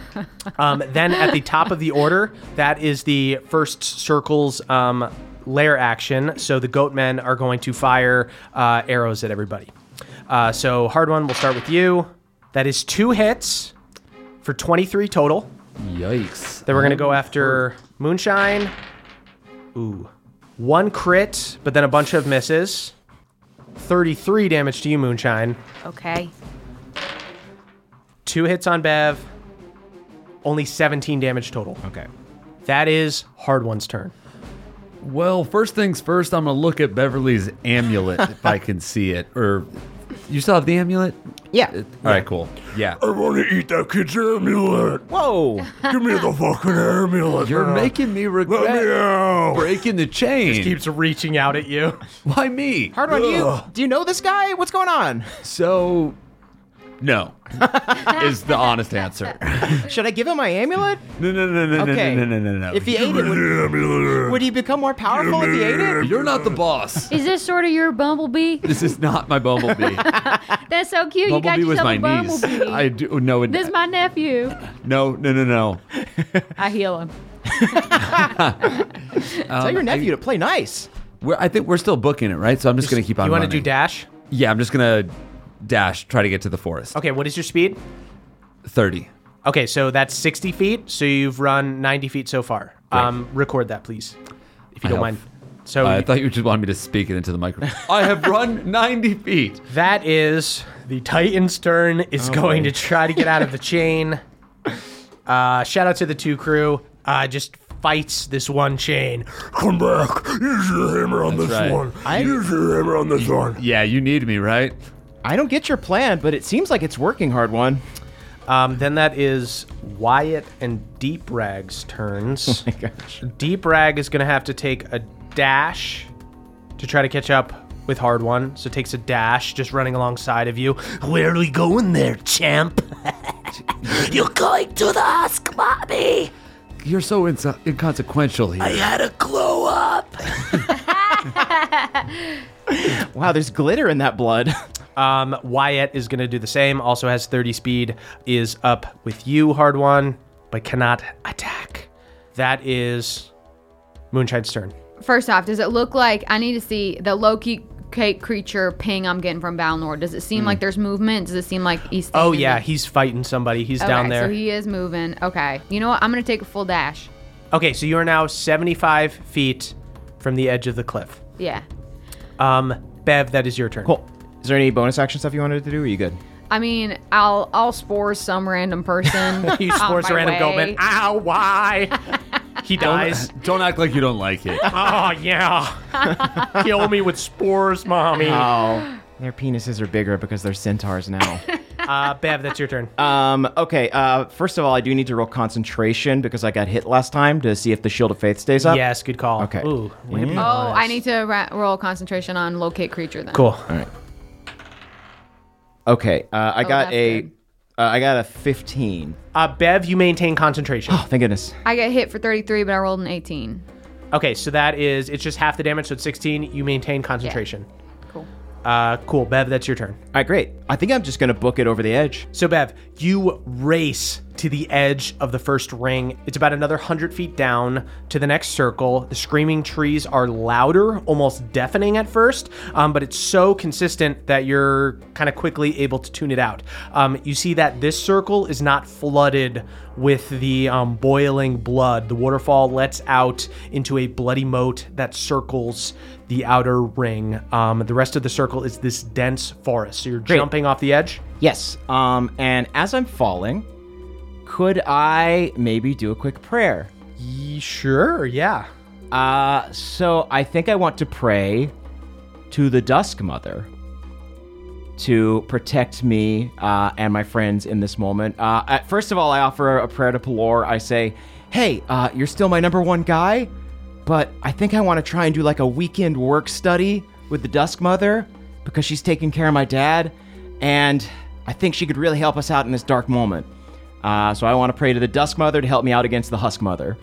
S2: Um, then at the top of the order, that is the first circle's um, lair action. So the goat men are going to fire uh, arrows at everybody. Uh, so hard one, we'll start with you. That is two hits for 23 total.
S3: Yikes.
S2: Then we're gonna go after Moonshine. Ooh. One crit, but then a bunch of misses. 33 damage to you, Moonshine.
S6: Okay.
S2: Two hits on Bev. Only 17 damage total.
S5: Okay.
S2: That is Hard One's turn.
S3: Well, first things first, I'm gonna look at Beverly's amulet if I can see it. Or you still have the amulet?
S5: Yeah.
S3: All right, cool. Yeah.
S8: I want to eat that kid's amulet.
S5: Whoa.
S8: Give me the fucking amulet.
S3: You're
S8: man.
S3: making me regret
S8: Let me out.
S3: breaking the chain.
S2: Keeps reaching out at you.
S3: Why me?
S5: Hard one. Do you do you know this guy? What's going on?
S3: So,
S5: <laughs>
S3: no, is the honest answer.
S5: Should I give him my amulet?
S3: No, no, no, no,
S5: Okay.
S3: no, no, no, no, no.
S5: If he ate it, would,
S8: Amulet.
S5: would he become more powerful if he ate it?
S3: You're not the boss.
S4: Is this sort of your bumblebee?
S3: this is not my
S5: <laughs>
S3: bumblebee.
S4: That's so cute. you got
S3: bumblebee was
S4: yourself
S3: my
S4: a
S3: niece.
S4: bumblebee.
S3: I do no, it,
S4: This is my nephew.
S3: no, no, no, no.
S6: I heal him.
S5: Tell
S3: Um,
S5: your
S3: I-
S5: nephew to play nice.
S3: We're, I think we're still booking it, right? So I'm just gonna keep on.
S2: You
S3: want
S2: to do dash?
S3: Yeah, I'm just gonna dash, try to get to the forest.
S2: Okay, what is your speed?
S3: Thirty.
S2: Okay, so that's 60 feet. So you've run 90 feet so far. Um, record that, please, if you don't
S3: I have-
S2: mind. So
S3: I
S2: you-
S3: thought you just wanted me to speak it into
S2: <laughs>
S3: the microphone. I have run 90 feet.
S2: that is the Titan's turn is going to try to get out of the chain. Uh, shout out to the two crew. Uh, just fights this one chain.
S8: Come back. Use your hammer on this
S3: right.
S8: one. Use your hammer on this one.
S3: Yeah, you need me, right?
S5: I don't get your plan, but it seems like it's working, hard one.
S2: Um, then that is Wyatt and Deep Rag's turns.
S5: Gosh.
S2: Deep Rag is going to have to take a dash to try to catch up with Hard One. So it takes a dash, just running alongside of you.
S8: Where are we going there,
S2: <laughs>
S8: champ? You're going to the ask mommy.
S3: You're so inso- inconsequential here.
S8: I had a glow up.
S5: Wow, there's glitter in that <laughs> blood.
S2: Um, Wyatt is going to do the same. Also has 30 speed. Is up with you, Hard One, but cannot attack. That is Moonshine's turn.
S6: First off, does it look like I need to see the Loki cake creature ping I'm getting from Balnor? Does it seem like there's movement? Does it seem like he's
S2: Oh
S6: standing
S2: yeah,
S6: there?
S2: he's fighting somebody. He's
S6: okay,
S2: down there.
S6: So he is moving. Okay. You know what? I'm gonna take a full dash.
S2: okay, so you are now 75 feet from the edge of the cliff.
S6: Yeah.
S2: Um, Bev, that is your turn. <laughs>
S5: Cool. Is there any bonus action stuff you wanted to do? Or are you good?
S6: I mean, I'll I'll spore some random
S2: <laughs>
S6: person. <laughs>
S2: He
S6: on
S2: scores a
S6: Oh, my
S2: random
S6: way.
S2: Goldman. Ow,
S6: <laughs>
S2: why? he dies.
S3: Don't act like you don't like
S2: <laughs>
S3: it.
S2: oh,
S8: <laughs>
S2: yeah. Kill me with spores, mommy.
S5: Oh, their penises are bigger because they're centaurs <laughs> now.
S2: Uh, Bev, that's your turn.
S5: um, okay. Uh, first of all, I do need to roll concentration because I got hit last time to see if the shield of faith stays up.
S2: yes, good call.
S5: Okay.
S2: Ooh, way to be
S6: Oh,
S2: honest.
S6: I need to ra- roll concentration on locate creature then.
S2: Cool.
S5: Okay. Uh, I got
S6: Oh, that's
S5: a. Uh,
S6: good.
S5: I got a 15.
S2: Uh, Bev, you
S7: <gasps>
S2: maintain concentration.
S5: Oh, thank goodness.
S6: I get hit for 33, but I rolled an 18.
S2: okay, so that is, it's just half the damage, so it's 16. You maintain concentration.
S6: Cool.
S2: Uh, cool. Bev, that's your turn.
S5: All right, great. I think I'm just gonna book it over the edge.
S2: So, Bev, you race to the edge of the first ring. It's about another 100 feet down to the next circle. The screaming trees are louder, almost deafening at first, um, but it's so consistent that you're kind of quickly able to tune it out. Um, you see that this circle is not flooded with the um, boiling blood. The waterfall lets out into a bloody moat that circles the outer ring. Um, the rest of the circle is this dense forest. So, you're jumping off the edge.
S5: Yes. Um, and as I'm falling, could I maybe do a quick prayer?
S2: Ye- Sure, yeah.
S5: Uh, so I think I want to pray to the Dusk Mother to protect me uh, and my friends in this moment. Uh, I- first of all, I offer a prayer to Pelor. I say, "Hey, uh, you're still my number one guy, but I think I want to try and do like a weekend work study with the Dusk Mother because she's taking care of my dad, and I think she could really help us out in this dark moment." Uh, so I want to pray to the Dusk Mother to help me out against the Husk Mother.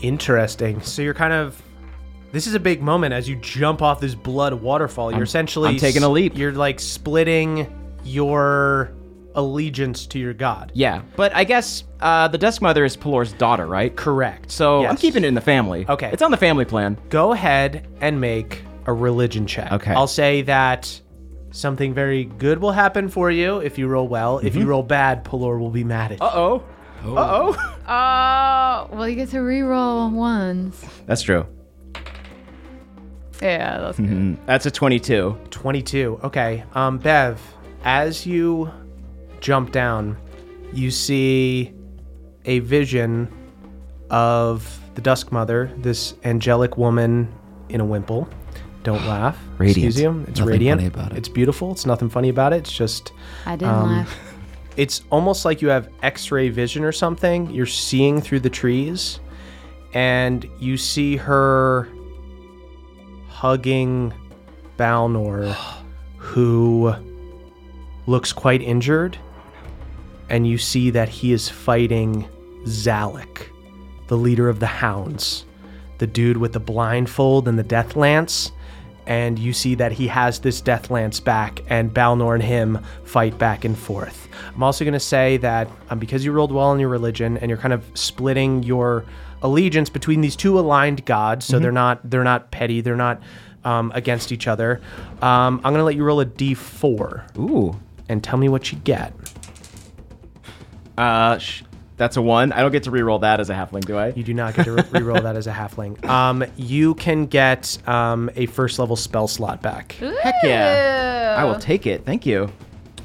S2: Interesting. So you're kind of this is a big moment as you jump off this blood waterfall. You're essentially
S5: I'm taking a leap.
S2: You're like splitting your allegiance to your god.
S5: Yeah, but I guess uh, the Dusk Mother is Pelor's daughter, right?
S2: Correct.
S5: So I'm
S2: Yes.
S5: keeping it in the family.
S2: Okay.
S5: It's on the family plan.
S2: Go ahead and make a religion check.
S5: Okay.
S2: I'll say that something very good will happen for you if you roll well. If
S5: Mm-hmm.
S2: you roll bad, Pelor will be mad at you.
S5: Uh-oh. Uh-oh.
S6: Uh, Oh, well, you get to reroll ones.
S5: That's true.
S6: Yeah, that's good.
S5: That's a 22.
S2: 22. Okay. Um, Bev, as you jump down, you see a vision of the Dusk Mother, this angelic woman in a wimple. Don't laugh.
S7: Radiant.
S2: Excuse you. It's
S3: Nothing
S2: radiant.
S3: funny about it.
S2: It's beautiful. It's nothing funny about it. It's just
S4: I didn't laugh.
S2: it's almost like you have x-ray vision or something you're seeing through the trees and you see her hugging balnor who looks quite injured and you see that he is fighting zalek the leader of the hounds the dude with the blindfold and the death lance and you see that he has this death lance back and balnor and him fight back and forth i'm also going to say that um, because you rolled well on your religion and you're kind of splitting your allegiance between these two aligned gods so they're not they're not petty they're not um, against each other um, i'm going to let you roll a d4
S5: Ooh.
S2: and tell me what you get
S5: Uh, sh- that's a one. I don't get to re-roll that as a halfling, do I?
S2: you do not get to re- reroll that as a halfling um, you can get um, a first level spell slot back
S5: Heck yeah! I will take it. Thank you.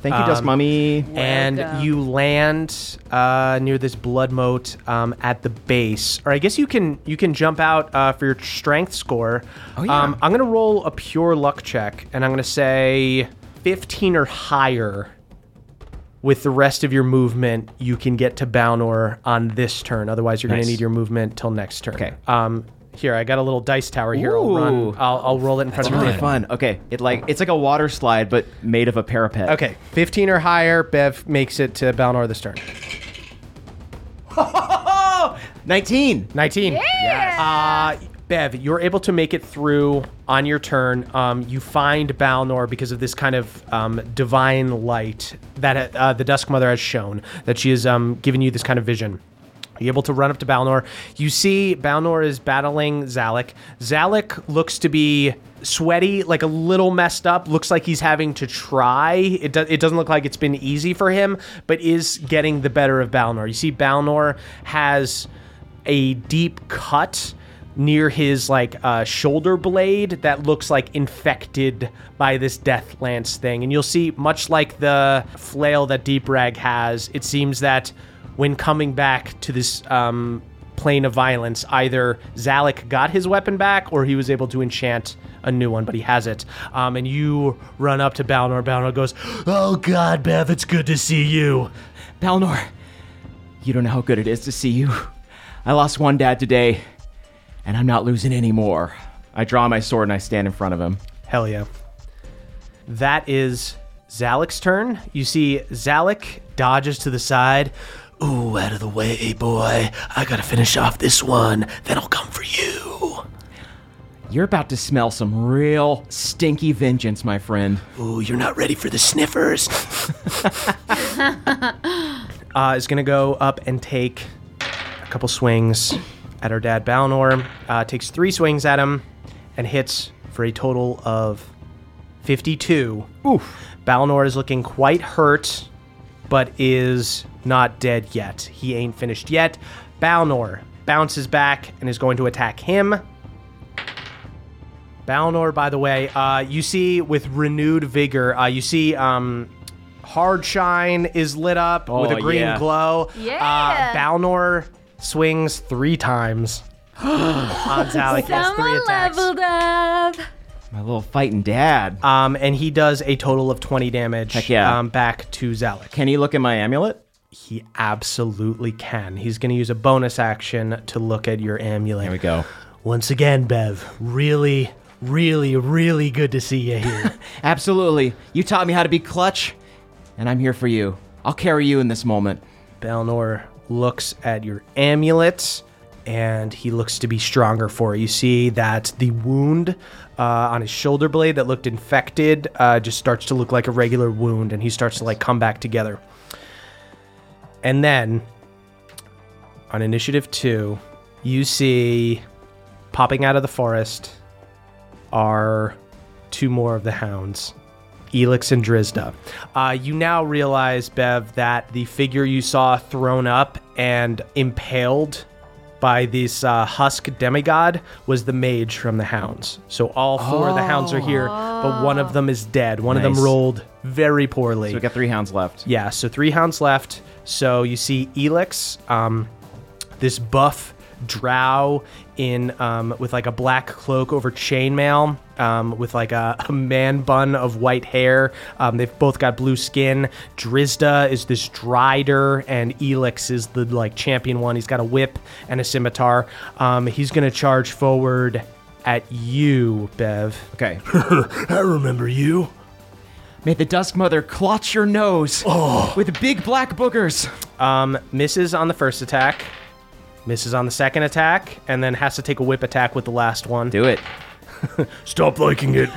S5: Thank you,
S2: Um,
S5: Dust Mummy.
S2: and
S6: Welcome.
S2: you land uh, near this blood moat um, at the base. Or I guess you can you can jump out uh, for your strength score. Oh, yeah. um, I'm gonna roll a pure luck check, and I'm gonna say 15 or higher. With the rest of your movement, you can get to Balnor on this turn. Otherwise, you're
S5: Nice.
S2: gonna need your movement till next turn.
S5: Okay.
S2: Um, here, I got a little dice tower here. I'll run.
S5: Ooh.
S2: I'll, I'll roll it in front
S5: It's
S2: of you.
S5: really fun. Okay, it like it's like a water slide, but made of a parapet.
S2: Okay, 15 or higher, Bev makes it to Balnor this turn.
S5: nineteen.
S2: 19. Uh, Bev, you're able to make it through on your turn. Um, you find Balnor because of this kind of um, divine light that uh, the Dusk Mother has shown, that she has um, given you this kind of vision. You're able to run up to Balnor. You see Balnor is battling Zalek. Zalek looks to be sweaty, like a little messed up. Looks like he's having to try. It, do- it doesn't look like it's been easy for him, but is getting the better of Balnor. You see Balnor has a deep cut near his like uh, shoulder blade that looks like infected by this death lance thing and you'll see much like the flail that deep rag has it seems that when coming back to this um, plane of violence either zalek got his weapon back or he was able to enchant a new one but he has it um, and you run up to balnor balnor goes oh god bev it's good to see you
S5: Balnor, you don't know how good it is to see you. <laughs> I lost one dad today, and I'm not losing any more. I draw my sword and I stand in front of him.
S2: Hell yeah. That is Zalek's turn. You see Zalek dodges to the side.
S8: Ooh, out of the way, boy. I gotta finish off this one, then I'll come for you.
S5: You're about to smell some real stinky vengeance, my friend.
S8: Ooh, you're not ready for the sniffers. <laughs>
S2: Uh, is going to go up and take a couple swings at our dad Balnor. Uh, takes three swings at him and hits for a total of 52. Oof. Balnor is looking quite hurt, but is not dead yet. He ain't finished yet. Balnor bounces back and is going to attack him. Balnor, by the way, uh, you see with renewed vigor, uh, you see um, Hard Shine is lit up with a
S5: Oh,
S2: green
S5: yeah.
S2: glow.
S4: Yeah.
S2: Uh, Balnor swings three
S5: <gasps>
S2: times on Zalek. That's three
S4: Someone
S2: attacks.
S4: leveled up.
S5: My little fighting dad.
S2: Um, and he does a total of 20 damage
S5: Heck yeah.
S2: um, back to Zalek.
S5: Can he look at my amulet?
S2: He absolutely can. He's going to use a bonus action to look at your amulet.
S5: There we go.
S2: Once again, Bev, really, really, really good to see you here.
S5: Absolutely. You taught me how to be clutch, and I'm here for you. I'll carry you in this moment.
S2: Balnor looks at your amulet and he looks to be stronger for it. You see that the wound uh, on his shoulder blade that looked infected uh, just starts to look like a regular wound and he starts to like come back together. And then on initiative two, you see popping out of the forest are two more of the hounds. Elix and Drizda. Uh, you now realize, Bev, that the figure you saw thrown up and impaled by this uh, husk demigod was the mage from the hounds. So all four of the hounds are here, but one of them is dead. One of them
S5: Nice.
S2: rolled very poorly.
S5: So we got three hounds left.
S2: Yeah, so three hounds left. So you see Elix, um, this buff drow in um, with like a black cloak over chainmail, um, with like a, <laughs> a man bun of white hair. Um, they've both got blue skin. Drizda is this drider, and Elix is the like champion one. He's got a whip and a scimitar. Um, he's gonna charge forward at you, Bev.
S5: <laughs> Okay.
S8: I remember you.
S5: May the Dusk Mother clutch your nose with big black boogers.
S2: Um, misses on the first attack, misses on the second attack, and then has to take a whip attack with the last one.
S5: Do it.
S8: Stop liking it.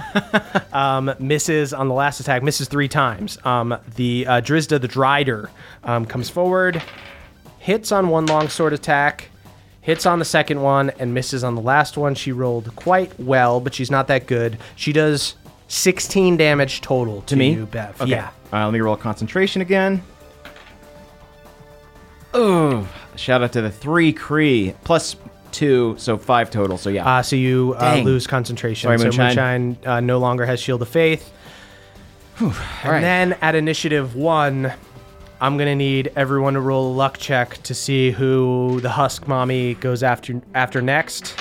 S2: Misses on the last attack, misses three times. Um, the uh, Drizda, the Drider, um, comes forward, hits on one longsword attack, hits on the second one, and misses on the last one. She rolled quite well, but she's not that good. She does 16 damage total to,
S5: To me?
S2: you, Bev.
S5: Okay.
S2: Yeah.
S5: Uh, let me roll concentration again. Oh, shout out to the three Cree. Plus two, so five total. So yeah.
S2: Uh, so you uh,
S5: Dang.
S2: lose concentration.
S5: Sorry,
S2: so
S5: Moonshine.
S2: Moonshine uh, no longer has Shield of Faith. and
S5: right.
S2: then at initiative one, I'm gonna need everyone to roll a luck check to see who the Husk Mommy goes after after next.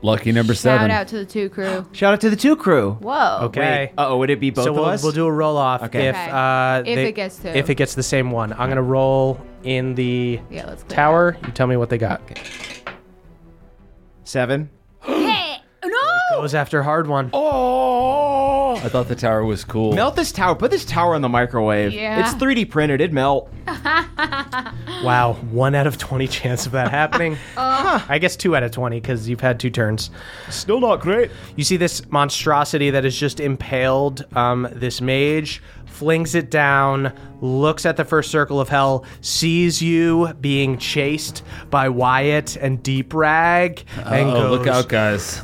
S3: Lucky number
S6: Shout
S3: seven.
S6: out to the two crew.
S5: shout out to the two crew.
S6: <gasps> Whoa.
S2: Okay.
S5: Uh oh, would it be both
S2: so
S5: of
S2: we'll,
S5: us?
S2: we'll do a roll off
S5: Okay.
S2: if
S6: Okay.
S2: uh,
S6: If it gets two.
S2: if it gets the same one. I'm gonna roll in the
S6: Yeah, let's clear
S2: tower. You tell me what they got.
S5: Seven.
S6: Hey, no.
S2: Goes after hard one.
S3: I thought the tower was cool.
S5: Melt this tower. Put this tower in the microwave.
S6: Yeah.
S5: It's 3D printed. It'd melt.
S2: Wow, one out of 20 chance of that happening. Huh, I guess two out of 20 because you've had two turns.
S5: Still not great.
S2: You see this monstrosity that has just impaled um, this mage, flings it down, looks at the first circle of hell, sees you being chased by Wyatt and Deep Rag, and goes,
S3: Oh, look out, guys.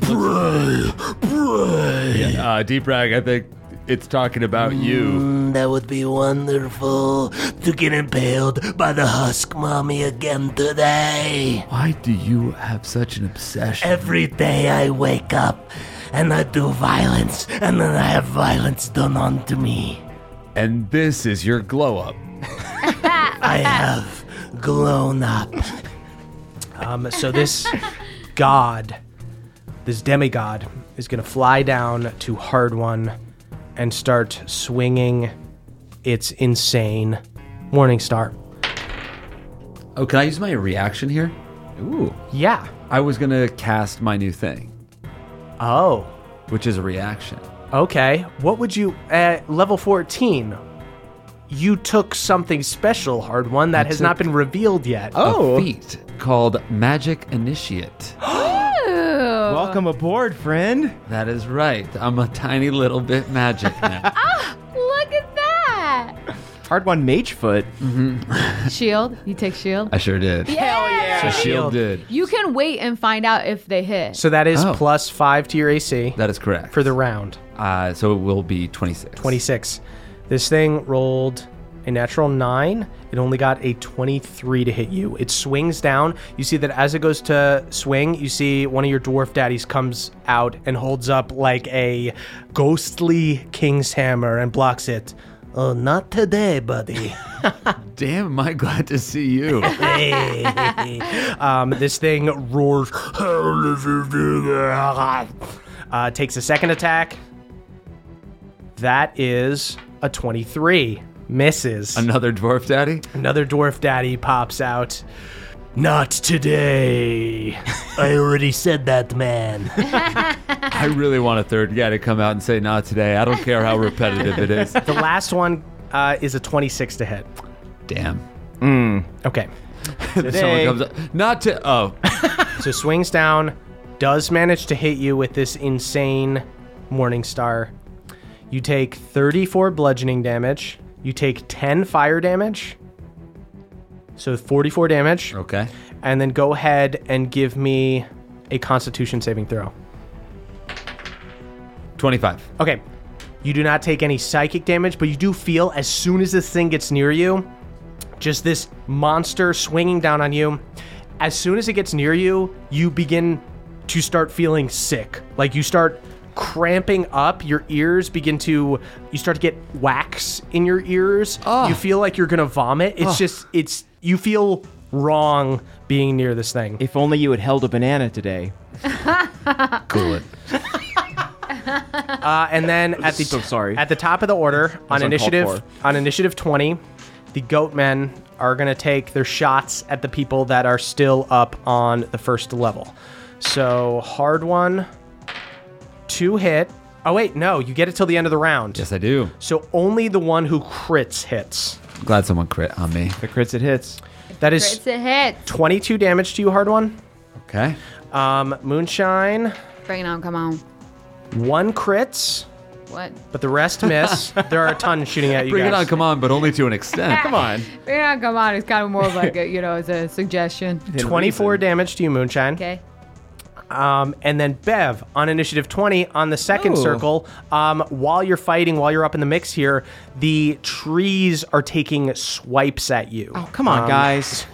S3: Yeah, uh, Deep Rag, I think it's talking about you.
S8: Mm, That would be wonderful to get impaled by the husk mommy again today.
S3: Why do you have such an obsession?
S8: Every day I wake up and I do violence and then I have violence done onto me.
S3: And this is your glow up.
S8: I have grown up.
S2: Um, so this god, this demigod, is going to fly down to Hard One and start swinging its insane Morning Star.
S3: Oh, can I use my reaction here? Ooh.
S2: Yeah.
S3: I was going to cast my new thing,
S2: Oh.
S3: which is a reaction.
S2: Okay. What would you at level 14? You took something special, Hard One, that has not been revealed yet.
S3: A feat called Magic
S2: <gasps>
S3: Initiate.
S5: Welcome aboard, friend.
S3: That is right. I'm a tiny little bit magic
S2: <laughs>
S3: now.
S6: Look at that.
S5: Hard one, mage foot.
S6: <laughs> Shield. You take shield.
S3: I sure did.
S6: Hell yeah.
S3: So shield E did.
S6: You can wait and find out if they hit.
S2: So that is
S3: Oh.
S2: plus 5 to your AC
S3: That is correct.
S2: for the round.
S3: uh, so it will be 26.
S2: 26. This thing rolled a natural 9. It only got a 23 to hit you. It swings down. You see that as it goes to swing, you see one of your dwarf daddies comes out and holds up like a ghostly king's hammer and blocks it.
S8: Oh, not today, buddy.
S3: Damn, am I glad to see you.
S2: <laughs> Um, this thing roars. Uh, takes a second attack. That is a 23. Misses.
S3: Another dwarf daddy?
S2: Another dwarf daddy pops out. Not today.
S8: <laughs> I already said that, man.
S3: I really want a third guy to come out and say, not today. I don't care how repetitive
S2: <laughs>
S3: it is.
S2: The last one uh, is a 26 to hit.
S3: Damn.
S2: Okay.
S3: Someone comes up. Not to. Oh.
S2: So swings down, does manage to hit you with this insane Morning Star. You take 34 bludgeoning damage. You take 10 fire damage. So 44 damage.
S8: Oh.
S3: Okay.
S2: And then go ahead and give me a constitution saving throw.
S3: 25.
S2: Okay. You do not take any psychic damage, but you do feel as soon as this thing gets near you, just this monster swinging down on you. As soon as it gets near you, you begin to start feeling sick. Like you start cramping up, your ears begin to you start to get wax in your ears. You feel like you're going to vomit. It's just it's you feel wrong being near this thing.
S5: If only you had held a banana today.
S2: <gasps>
S3: Cool it.
S2: Uh, and then at the
S5: So oh, sorry.
S2: at the top of the order on
S5: uncalled
S2: initiative on initiative 20, the goat men are going to take their shots at the people that are still up on the first level. So hard one, two hit. Oh wait, no, you get it till the end of the round.
S3: Yes, I do.
S2: So only the one who crits hits.
S3: I'm glad someone crit on me.
S5: If it crits, it hits.
S2: That is
S6: It's a hit.
S2: 22 damage to you, hard one.
S3: Okay.
S2: Um, moonshine,
S6: Bring it on, come on.
S2: one crits,
S6: What?
S2: but the rest
S3: <laughs>
S2: miss. there are a ton shooting at you
S3: Bring it
S2: guys.
S3: on, come on, but only to
S2: <laughs>
S3: an extent. Come on.
S6: Bring it on, come on. It's kind of more of like a, you know, it's a suggestion.
S2: 24 damage to you, Moonshine.
S6: Okay.
S2: Um, and then Bev on initiative 20 on the second
S5: Ooh.
S2: circle. Um, while you're fighting, while you're up in the mix here, the trees are taking swipes at you. Um,
S5: Oh, come on,
S2: <laughs>
S5: guys.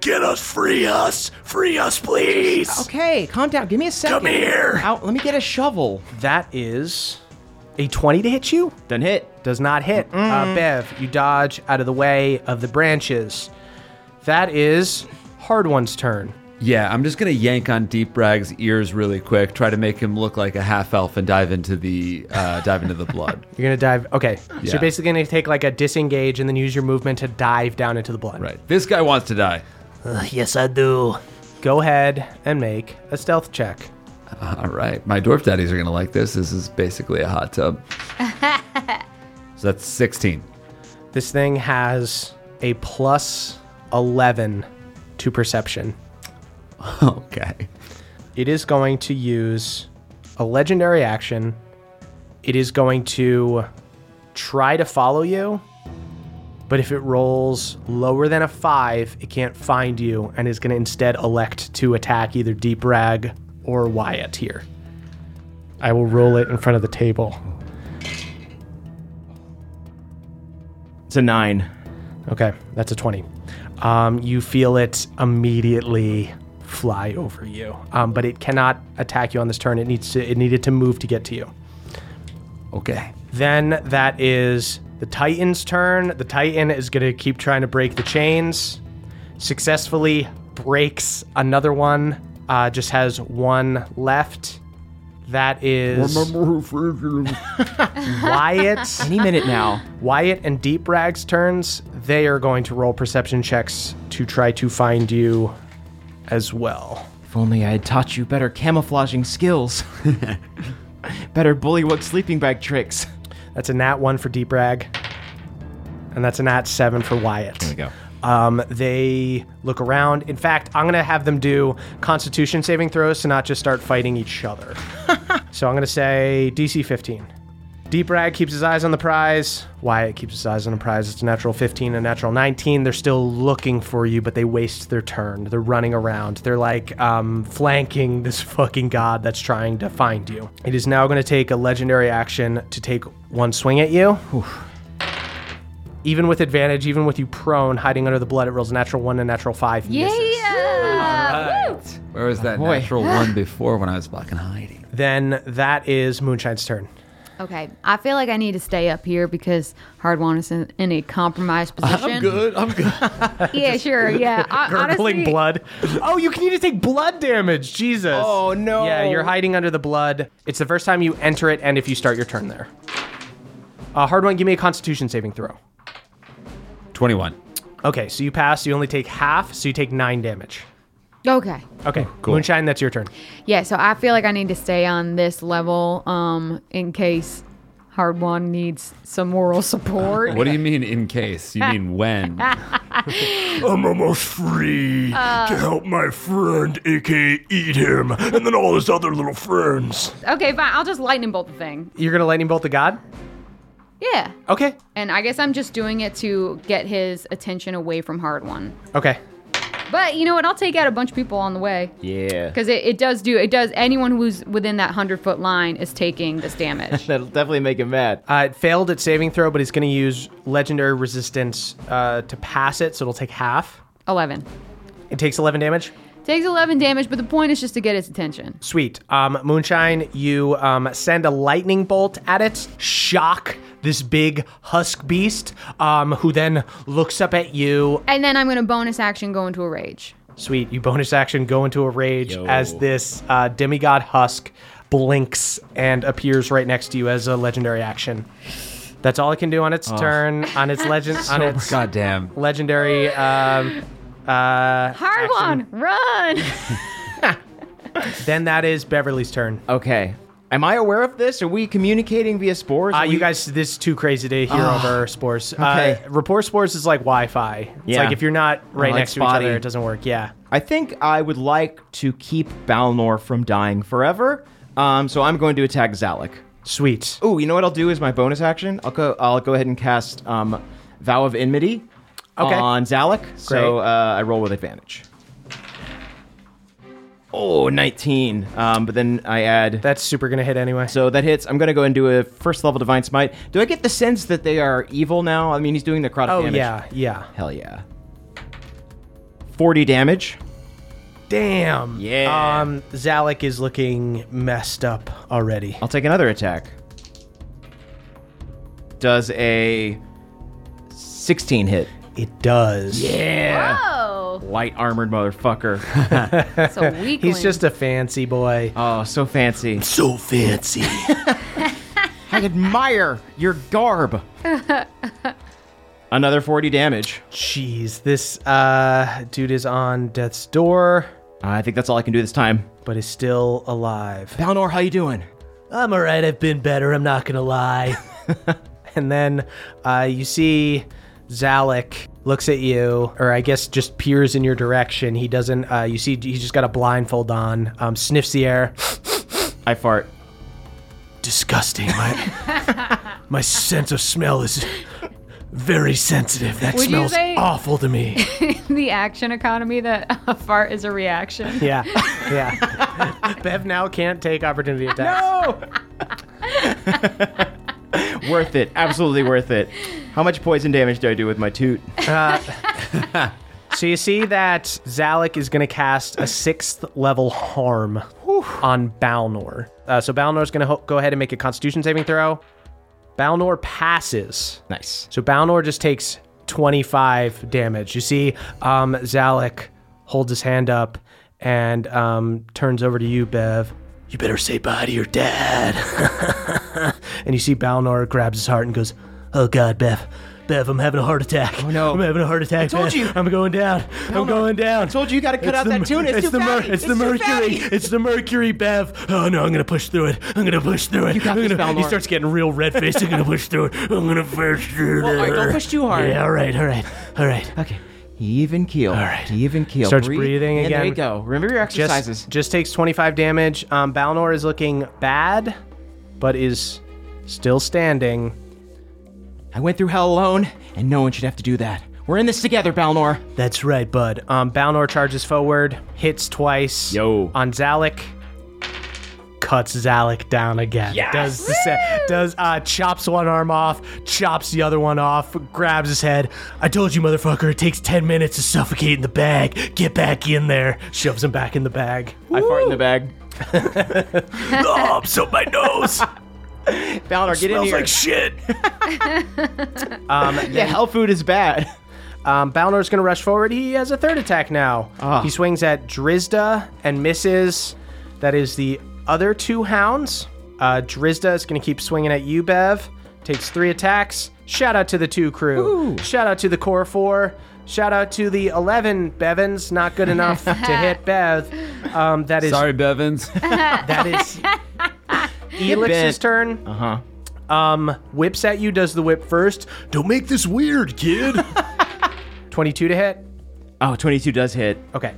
S8: Get us, free us, free us, please.
S5: Okay, calm down. Give me a second.
S8: Come here.
S5: Ow, let me get a shovel.
S2: That is a 20 to hit you.
S5: Done hit.
S2: Does not hit. Uh, Bev, you dodge out of the way of the branches. That is Hard One's turn.
S3: Yeah, I'm just gonna yank on Deep Brag's ears really quick, try to make him look like a half elf and dive into the uh, dive into the blood.
S2: You're going to dive. Okay. So
S3: Yeah.
S2: you're basically going to take like a disengage and then use your movement to dive down into the blood.
S3: <laughs> Right. This guy wants to die.
S8: Uh, yes, I do.
S2: Go ahead and make a stealth check.
S3: Uh, All right. My dwarf daddies are gonna like this. This is basically a hot tub. <laughs> so that's 16.
S2: This thing has a plus 11 to perception.
S3: <laughs> Okay.
S2: It is going to use a legendary action. It is going to try to follow you, but if it rolls lower than a 5, it can't find you and is going to instead elect to attack either Deep Rag or Wyatt here. I will roll it in front of the table.
S5: It's a nine.
S2: Okay, that's a 20. Um, you feel it immediately fly over you, um, but it cannot attack you on this turn. It needs to. It needed to move to get to you.
S3: Okay.
S2: Then that is the Titan's turn. The Titan is going to keep trying to break the chains. Successfully breaks another one. Uh, just has one left. That is Wyatt.
S5: Any minute now.
S2: Wyatt and Deep Rag's turns, they are going to roll perception checks to try to find you as well.
S5: If only I had taught you better camouflaging <laughs> skills. better bullywug sleeping bag tricks.
S2: That's a nat 1 for Deep Rag, and that's a nat 7 for Wyatt. There we go. Um, they look around. In fact, I'm going to have them do constitution saving throws to not just start fighting each other. so I'm going to say DC 15. Deep Rag keeps his eyes on the prize. Wyatt keeps his eyes on the prize. It's a natural 15 and a natural 19. They're still looking for you, but they waste their turn. They're running around. They're like um, flanking this <laughs> fucking god that's trying to find you. It is now going to take a legendary action to take one swing at you. Even with advantage, even with you prone, hiding under the blood, it rolls a natural one and a natural five.
S6: Yeah.
S2: misses.
S6: Woo.
S3: Where was that <gasps> natural one before when I was fucking hiding?
S2: Then that is Moonshine's turn.
S6: Okay. I feel like I need to stay up here because Hardwan is in, in a compromised position.
S3: I'm good. I'm good.
S6: Yeah, sure. Yeah. I,
S2: Gurgling
S6: honestly,
S2: blood. Oh, you can even take blood damage. Jesus.
S5: Oh, no.
S2: Yeah, you're hiding under the blood. It's the first time you enter it, and if you start your turn there. Uh, hard one, give me a constitution saving throw.
S3: 21.
S2: Okay, so you pass. You only take half, so you take nine damage.
S6: Okay.
S5: Oh,
S2: Okay, Moonshine, that's your turn.
S6: Yeah, so I feel like I need to stay on this level um in case Hard One needs some moral support.
S3: What do you mean in case? You mean when?
S8: I'm almost free to help my friend, aka eat him, and then all his other little friends.
S6: okay, fine. I'll just lightning bolt the thing.
S2: You're going to lightning bolt the god?
S6: Yeah.
S2: Okay.
S6: And I guess I'm just doing it to get his attention away from Hard One.
S2: Okay.
S6: But you know what? I'll take out a bunch of people on the way.
S5: Yeah.
S6: Because it, it does do, it does, anyone who's within that 100 foot line is taking this damage.
S5: That'll definitely make him mad.
S2: Uh, it failed at saving throw, but he's going to use legendary resistance uh, to pass it, so it'll take half.
S6: 11.
S2: It takes 11 damage.
S6: Takes 11 damage, but the point is just to get its attention.
S2: Sweet. Um, Moonshine, you um, send a lightning bolt at it, shock this big husk beast, um, who then looks up at you.
S6: And then I'm going to bonus action go into a rage.
S2: Sweet. You bonus action go into a rage as this uh, demigod husk blinks and appears right next to you as a legendary action. That's all it can do on its turn, on its legend, on its
S3: Goddamn.
S2: legendary. Um, uh,
S6: Hard
S2: action.
S6: one,
S2: <laughs>
S6: run!
S2: Then that is Beverly's turn.
S5: Okay. Am I aware of this? Are we communicating via spores?
S2: Uh,
S5: Are
S2: you
S5: we- Ah,
S2: guys, this is too crazy to hear over spores.
S5: Okay.
S2: Uh, report spores is like Wi-Fi. It's
S5: Yeah.
S2: like if you're not right
S3: like
S2: next to each
S3: spotty.
S2: other, it doesn't work. Yeah.
S5: I think I would like to keep Balnor from dying forever. Um, so I'm going to attack Zalek.
S2: Sweet.
S5: Ooh, you know what I'll do is my bonus action. I'll go. I'll go ahead and cast um, Vow of Enmity
S2: Okay.
S5: on Zalek. So uh,
S2: Great.
S5: I roll with advantage. Oh, 19. Um, but then I add.
S2: That's super gonna hit anyway.
S5: so that hits. I'm going to go and do a first level divine smite. Do I get the sense that they are evil now? I mean, he's doing necrotic
S2: oh
S5: damage.
S2: yeah, yeah.
S5: Hell yeah. 40 damage.
S2: Damn.
S5: Yeah.
S2: Um, Zalek is looking messed up already.
S5: I'll take another attack. Does a 16 hit.
S2: It does.
S5: Yeah.
S6: Oh,
S5: Light armored motherfucker.
S6: it's a weakling.
S2: He's just a fancy boy.
S5: oh, so fancy.
S8: So fancy.
S5: I admire your garb. Another 40 damage.
S2: Jeez, this uh, dude is on death's door,
S5: I think that's all I can do this time.
S2: but is still alive.
S5: Balnor, how you doing?
S2: I'm all right. I've been better. I'm not gonna
S6: <laughs>
S2: lie. and then uh, you see Zalek looks at you, or I guess just peers in your direction. He doesn't. Uh, you see, he's just got a blindfold on. Um, sniffs the air. <gasps>
S5: I fart.
S8: Disgusting. My,
S6: <laughs>
S8: my sense of smell is very sensitive. That
S6: Would you
S8: smells
S6: say-
S8: awful to
S6: <laughs>
S8: me.
S6: <laughs> the action economy that a fart is a reaction.
S2: Yeah, yeah. <laughs> Bev now can't take opportunity attacks.
S5: <laughs> worth it. Absolutely worth it. How much poison damage do I do with my toot?
S2: So you see that Zalek is going to cast a sixth level harm on Balnor. Uh, so Balnor's going to ho- go ahead and make a Constitution saving throw. Balnor passes.
S5: Nice.
S2: So Balnor just takes 25 damage. You see, um, Zalek holds his hand up and um, turns over to you, Bev.
S8: You better say bye to your dad.
S2: <laughs> And you see Balnor grabs his heart and goes,
S8: Oh God, Bev. Bev, I'm having a heart attack. Oh
S5: no.
S8: I'm having a heart attack. I
S5: told you.
S8: I'm going down. I'm going down.
S5: Told you you got to cut out that tune. It's, too
S8: the
S5: fatty.
S8: it's, the
S5: too
S8: mercury.
S5: fatty.
S8: It's the mercury, Bev. Oh no, I'm gonna push through it. I'm gonna push through it.
S5: got
S8: I'm
S5: this,
S8: gonna- he
S5: Balnor.
S8: starts getting real red faced. I'm gonna push through it. I'm gonna push through
S5: Well, all right,
S8: it.
S5: don't push too hard.
S8: Yeah, all right, all right, all right.
S5: Okay. Even keel. All
S8: right.
S5: Even keel.
S2: Starts
S5: Breathe
S2: breathing
S5: in. There
S2: again.
S5: you go. Remember your exercises.
S2: just, just takes 25 damage. Um, Balnor is looking bad, but is still standing.
S5: I went through hell alone, and no one should have to do that. We're in this together,
S2: <laughs>
S5: Balnor.
S2: That's right, bud. Um, Balnor charges forward, hits twice
S5: Yo.
S2: on Zalek, cuts Zalek down again. Does the se- does uh, chops one arm off, chops the other one off, grabs his head.
S8: I told you, motherfucker. It takes ten minutes to suffocate in the bag. Get back in there.
S2: Shoves him back in the bag.
S5: I fart in the bag.
S8: oh, I'm so my nose.
S5: Balnor, get in
S8: Smells
S5: Um, here.
S8: like shit.
S5: <laughs> yeah, hell food is bad.
S2: Um, Balnor's going to rush forward. He has a third attack now. He swings at Drizda and misses. That is the other two hounds. Uh, Drizda is going to keep swinging at you, Bev. Takes three attacks. Shout out to the two crew. Shout out to the core four. Shout out to the 11 Bevins. Not good enough to hit Bev. Um, that is
S3: <laughs> Sorry, <laughs> Bevins.
S2: that is Elix's
S5: bent.
S2: turn. Uh huh. Um, whips at you. Does the whip first.
S8: Don't make this weird,
S2: <laughs>
S8: kid.
S2: 22 to hit.
S5: Oh, 22 does hit.
S2: Okay.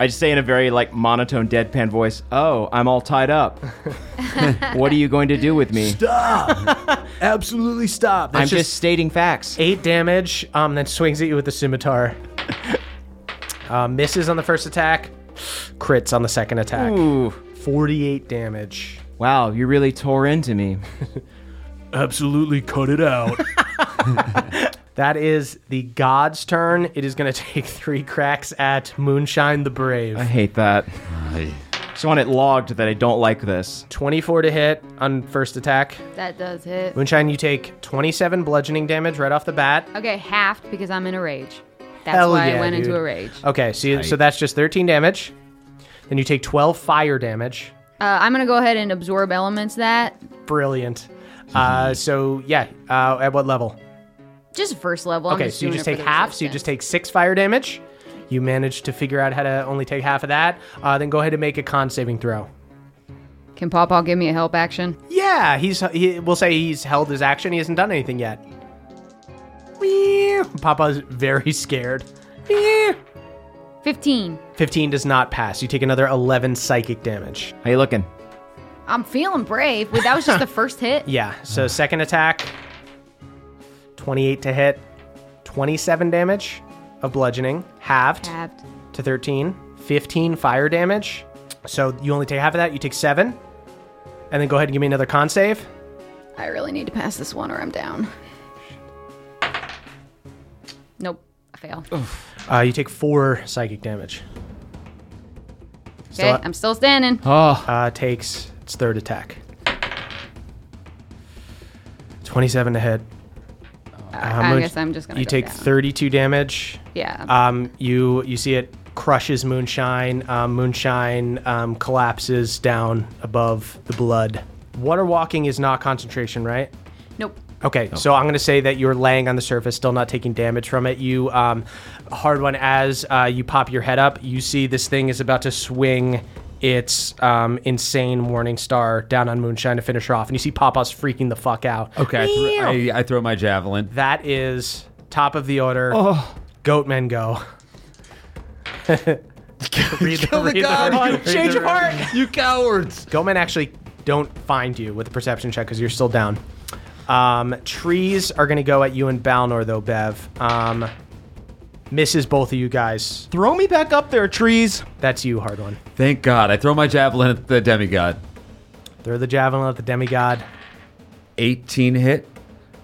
S5: I just say in a very like monotone, deadpan voice, "Oh, I'm all tied up. what are you going to do with me? <laughs>
S2: Absolutely stop.
S5: I'm just stating facts."
S2: eight damage, um, then swings at you with the
S5: <laughs>
S2: scimitar. uh, misses on the first attack, crits on the second attack.
S5: Ooh,
S2: 48 damage.
S5: wow, you really tore into me.
S8: Absolutely, cut it out.
S2: That is the god's turn. It is going to <laughs> take three cracks at Moonshine the Brave.
S5: I hate that. Just want it logged that I don't like this.
S2: 24 to hit on first attack.
S6: That does hit.
S2: Moonshine, you take 27 bludgeoning damage right off the bat.
S6: Okay, halved because I'm in a rage. That's
S2: Hell
S6: why
S2: yeah,
S6: I went into
S2: dude.
S6: a rage. Uh,
S2: Okay, so, you, so that's just 13 damage. Then you take 12 fire damage.
S6: Uh, I'm gonna go ahead and absorb elements that
S2: Brilliant.
S5: <laughs>
S2: Uh, so, yeah, uh, at what level?
S6: just first level. I'm
S2: okay, so you
S6: doing
S2: just
S6: it for
S2: take
S6: the
S2: half. So you just
S6: resistance.
S2: take six fire damage. You manage to figure out how to only take half of that. Uh, then go ahead and make a con saving throw.
S6: Can Pawpaw give me a help action?
S2: Yeah, he's he, we'll say he's held his action. He hasn't done anything yet. Meow. Papa's very scared. Meow.
S6: Fifteen.
S2: 15 does not pass. You take another 11 psychic damage.
S5: How you looking?
S6: I'm feeling brave. Wait, that was
S2: <laughs>
S6: just the first hit.
S2: Yeah, so <sighs> second attack 28 to hit, 27 damage of bludgeoning, halved
S6: Halved.
S2: to 13, 15 fire damage. So you only take half of that, you take 7. And then go ahead and give me another con save.
S6: I really need to pass this one or I'm down. Nope, I fail. Okay,
S2: Uh, you take 4 psychic damage. still up.
S6: I'm still standing.
S2: uh, takes its third attack. 27 to hit. Uh,
S6: I, I
S2: Moon-
S6: guess I'm just gonna.
S2: You
S6: go
S2: take
S6: down.
S2: 32 damage.
S6: Yeah.
S2: Um, you you see it crushes Moonshine. Um, Moonshine um, collapses down above the blood. Water walking is not concentration, right?
S6: nope.
S2: Okay, so I'm going to say that you're laying on the surface, still not taking damage from it. You, um, hard one, as uh, you pop your head up, you see this thing is about to swing its um, insane Morning Star down on Moonshine to finish her off. And you see Papa's freaking the fuck out.
S3: Okay, I, thro- I, I throw my javelin.
S2: That is top of the order. Goatmen go. read
S3: Kill the
S2: read
S7: Um,
S3: god!
S2: read
S3: you-
S2: the-
S3: You cowards!
S2: Goatmen actually don't find you with the perception check because you're still down. Um, trees are going to go at you and Balnor, though, Bev. Um, misses both of you guys.
S5: Throw me back up there, trees.
S2: That's you, hard one.
S3: Thank God. I throw my javelin at the demigod.
S2: Throw the javelin at the demigod.
S3: 18 hit.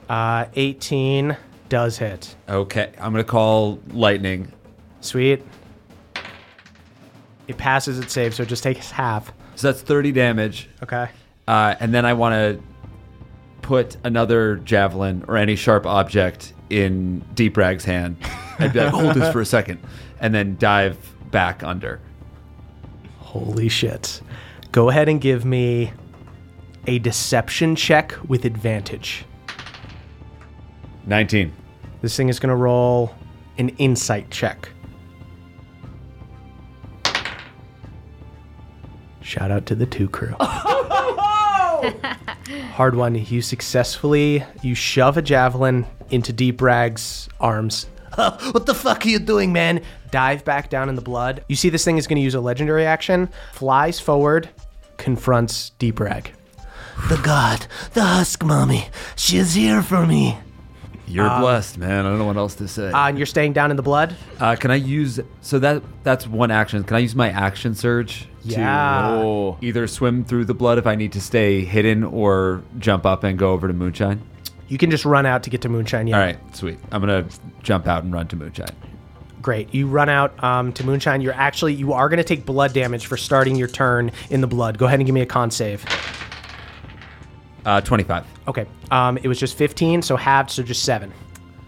S2: Uh, 18 does hit.
S3: Okay, I'm gonna call lightning.
S2: Sweet. It passes its save, so it just takes half.
S3: So that's 30 damage.
S2: Okay.
S3: Uh, and then I want to put another javelin or any sharp object in Deep Rag's hand. I'd be like, hold this for a second, and then dive back under.
S2: Holy shit. Go ahead and give me a deception check with advantage.
S3: 19.
S2: This thing is going to roll an insight check. Shout out to the two crew. Hard one. You successfully you shove a javelin into Deep Rag's arms. what the fuck are you doing, man? Dive back down in the blood. You see this thing is going to use a legendary action. Flies forward, confronts Deep Rag.
S8: The god, the husk mommy, she is here for me.
S3: You're blessed, man. I don't know what else to say.
S2: Uh, and you're staying down in the blood.
S3: Uh, can I use so that that's one action? Can I use my action surge
S2: Yeah.
S3: to either swim through the blood if I need to stay hidden, or jump up and go over to Moonshine?
S2: You can just run out to get to Moonshine. Yeah.
S3: All right, sweet. I'm gonna jump out and run to Moonshine.
S2: Great. You run out um, to Moonshine. You're actually you are going to take blood damage for starting your turn in the blood. Go ahead and give me a con save.
S3: Uh, 25.
S2: Okay. Um, it was just 15, so halved, so just seven,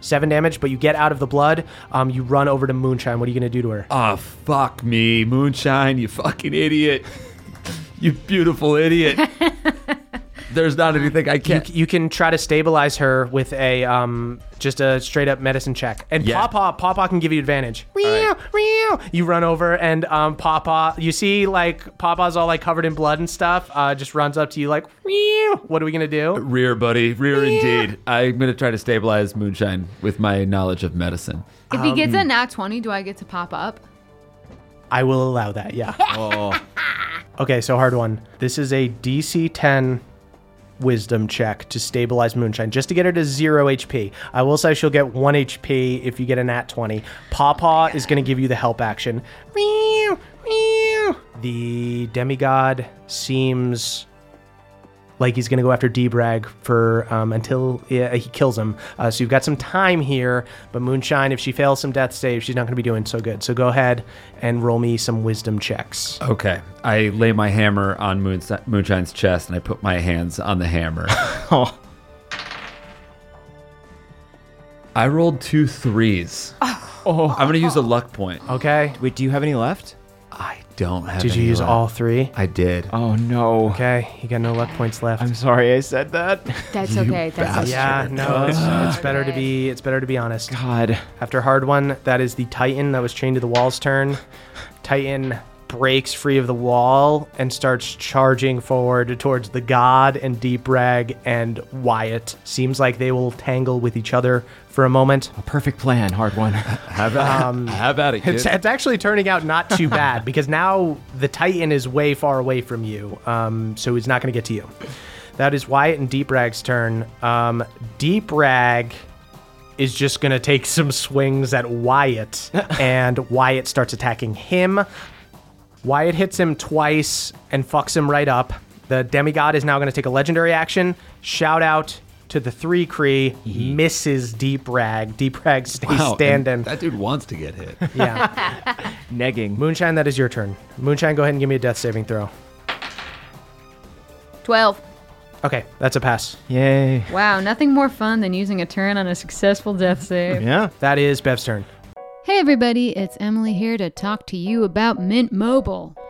S2: seven damage. But you get out of the blood. Um, you run over to Moonshine. What are you going to do to her?
S3: Oh, fuck me, Moonshine, you fucking idiot. you beautiful idiot. There's not anything I
S2: You,
S3: can't.
S2: you can try to stabilize her with a um, just a straight up medicine check, and
S3: Yeah.
S2: Papa Papa can give you advantage. Meow, meow. You run over and um, Papa, you see like Papa's all like covered in blood and stuff. Uh, just runs up to you like, meow. what are we gonna do?
S3: Rear, buddy. Rear indeed. I'm going to try to stabilize Moonshine with my knowledge of medicine.
S6: If he gets a
S9: Um,
S6: nat 20, do I get to pop up?
S2: I will allow that, yeah. Okay, so hard one. This is a DC 10 wisdom check to stabilize Moonshine, just to get her to zero HP. I will say she'll get one HP if you get an at 20. Pawpaw is going to give you the help action. Meow, meow. The demigod seems like he's going to go after Debrag for um, until yeah, he kills him. Uh, so you've got some time here, but Moonshine, if she fails some death save, she's not going to be doing so good. So go ahead and roll me some wisdom checks.
S10: Okay. I lay my hammer on Moonsi- Moonshine's chest and I put my hands on the
S2: <laughs>
S10: hammer.
S7: Oh,
S10: I rolled two threes. Oh. I'm going to use a luck point.
S2: Okay.
S7: wait, do you have any left?
S10: I don't have
S2: Oh. Did you
S10: any
S2: use
S10: left.
S2: all three?
S10: I did.
S7: Oh no.
S2: Okay, you got no luck points left.
S7: I'm sorry I said that.
S9: That's okay. That's okay.
S2: yeah, no, it's, <laughs> it's better to be it's better to be honest.
S7: God.
S2: After hard one, that is the Titan that was chained to the wall's turn. Titan breaks free of the wall and starts charging forward towards the god and Deep Rag and Wyatt. Seems like they will tangle with each other for a moment.
S7: Perfect plan, hard one.
S10: Have at,
S2: um,
S5: <laughs>
S10: have at it, kid.
S2: It's, it's actually turning out not
S10: <laughs>
S2: too bad because now the Titan is way far away from you, um, so he's not going to get to you. That is Wyatt and Deep Rag's turn. Um, Deep Rag is just going to take <laughs> some swings
S10: <laughs>
S2: at Wyatt, and Wyatt starts attacking him. Wyatt hits him twice and fucks him right up. The demigod is now going to take a legendary action. Shout out to the three Cree, Mrs. Deep Rag. Deep Rag stays
S10: Mm-hmm. Wow, and
S2: standing.
S10: That dude wants to get hit.
S2: yeah.
S9: <laughs>
S7: Negging.
S2: Moonshine, that is your turn. Moonshine, go ahead and give me a death saving throw.
S9: 12.
S2: Okay, that's a pass.
S7: Yay.
S9: Wow, nothing more fun than using a turn on a successful death save.
S7: Yeah.
S2: That is Bev's turn.
S9: Hey everybody, it's Emily here to talk to you about Mint Mobile.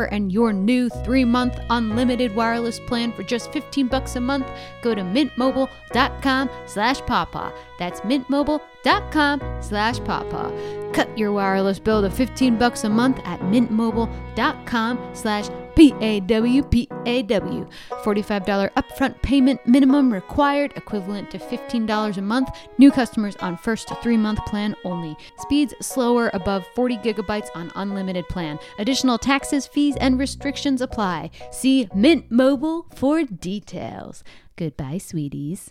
S9: and your new three month unlimited wireless plan for just 15 bucks a month, go to mintmobile.com slash pawpaw. That's mintmobile.com slash pawpaw. Cut your wireless bill to 15 bucks a month at mintmobile.com slash P-A-W-P-A-W. $45 upfront payment minimum required, equivalent to $15 a month. New customers on first three-month plan only. Speeds slower above 40 gigabytes on unlimited plan. Additional taxes, fees, and restrictions apply. See Mint Mobile for details. Goodbye, sweeties.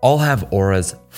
S3: all have auras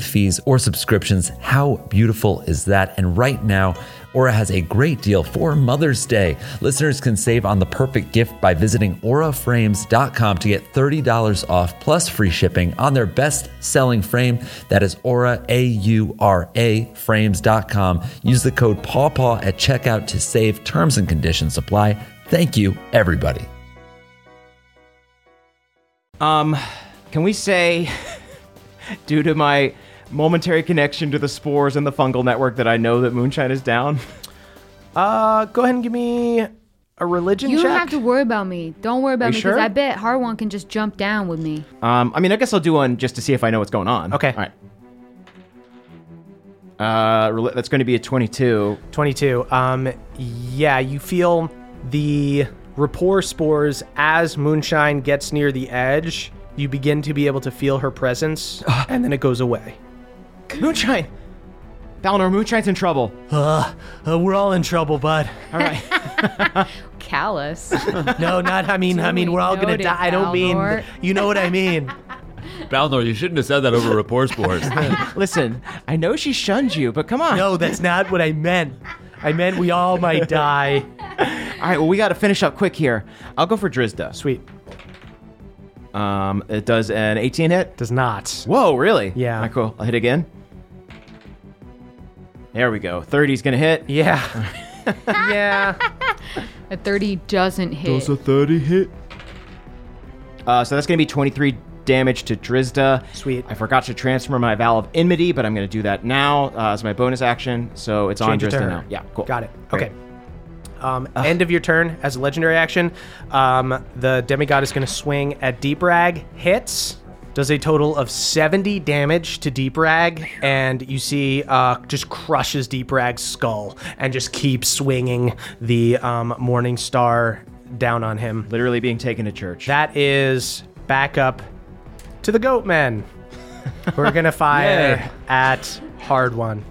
S3: fees or subscriptions. How beautiful is that? And right now, Aura has a great deal for Mother's Day. Listeners can save on the perfect gift by visiting auraframes.com to get $30 off plus free shipping on their best selling frame. That is aura, A U R A, frames.com. Use the code PAWPAW at checkout to save. Terms and conditions apply. Thank you, everybody.
S7: Um, can we say, <laughs> due to my momentary connection to the spores and the fungal network, that I know that moonshine is down? <laughs>
S2: Uh, go ahead and give me a religion
S9: You
S2: check.
S9: don't have to worry about me. Don't worry about
S7: You
S9: me because
S7: sure?
S9: I bet Harwan can just jump down with me.
S7: Um, I mean, I guess I'll do one just to see if I know what's going on.
S2: Okay.
S7: All right. Uh, rel- that's going to be a 22.
S2: 22. Um, yeah, you feel the rapport spores as Moonshine gets near the edge. You begin to be able to feel
S7: <sighs>
S2: her presence, and then it goes away.
S7: Moonshine! Balnor, Moonshine's in trouble.
S2: Uh, we're all in trouble, bud.
S7: All right.
S6: palace.
S2: No, not. I mean, I mean, we're all gonna
S6: Noted,
S2: die. I don't mean.
S6: Balnor.
S2: You know what I mean.
S9: Balnor, you shouldn't have said that over rapport sports.
S7: Listen, I know she shunned you, but come on.
S2: No, that's not what I meant. I meant we all might die.
S7: All right, well, we got to finish up quick here. I'll go for Drizda.
S2: Sweet.
S7: Um, it does an 18 hit.
S2: Does not.
S7: Whoa, really?
S2: Yeah.
S7: All right, cool. I'll hit again. There we go. 30's gonna hit. <laughs>
S2: Yeah. <laughs> yeah.
S6: A 30 doesn't hit.
S9: Does a 30 hit?
S7: Uh, so that's gonna be 23 damage to Drizda.
S2: Sweet.
S7: I forgot to transfer my Vow of Enmity, but I'm gonna do that now uh, as my bonus action. So it's
S2: Change
S7: on
S2: it to
S7: Drizda
S2: her.
S7: now. Yeah, cool.
S2: Got it.
S7: Great.
S2: Okay. Um, end of your turn as a legendary action. Um, the demigod is going to swing at Deep Rag. Hits. Does a total of 70 damage to Deep Rag, and you see uh, just crushes Deep Rag's skull and just keeps swinging the um, Morning Star down on him.
S7: Literally being taken to church.
S2: That is back up to the goat <laughs> men. We're going to fire at Hard One.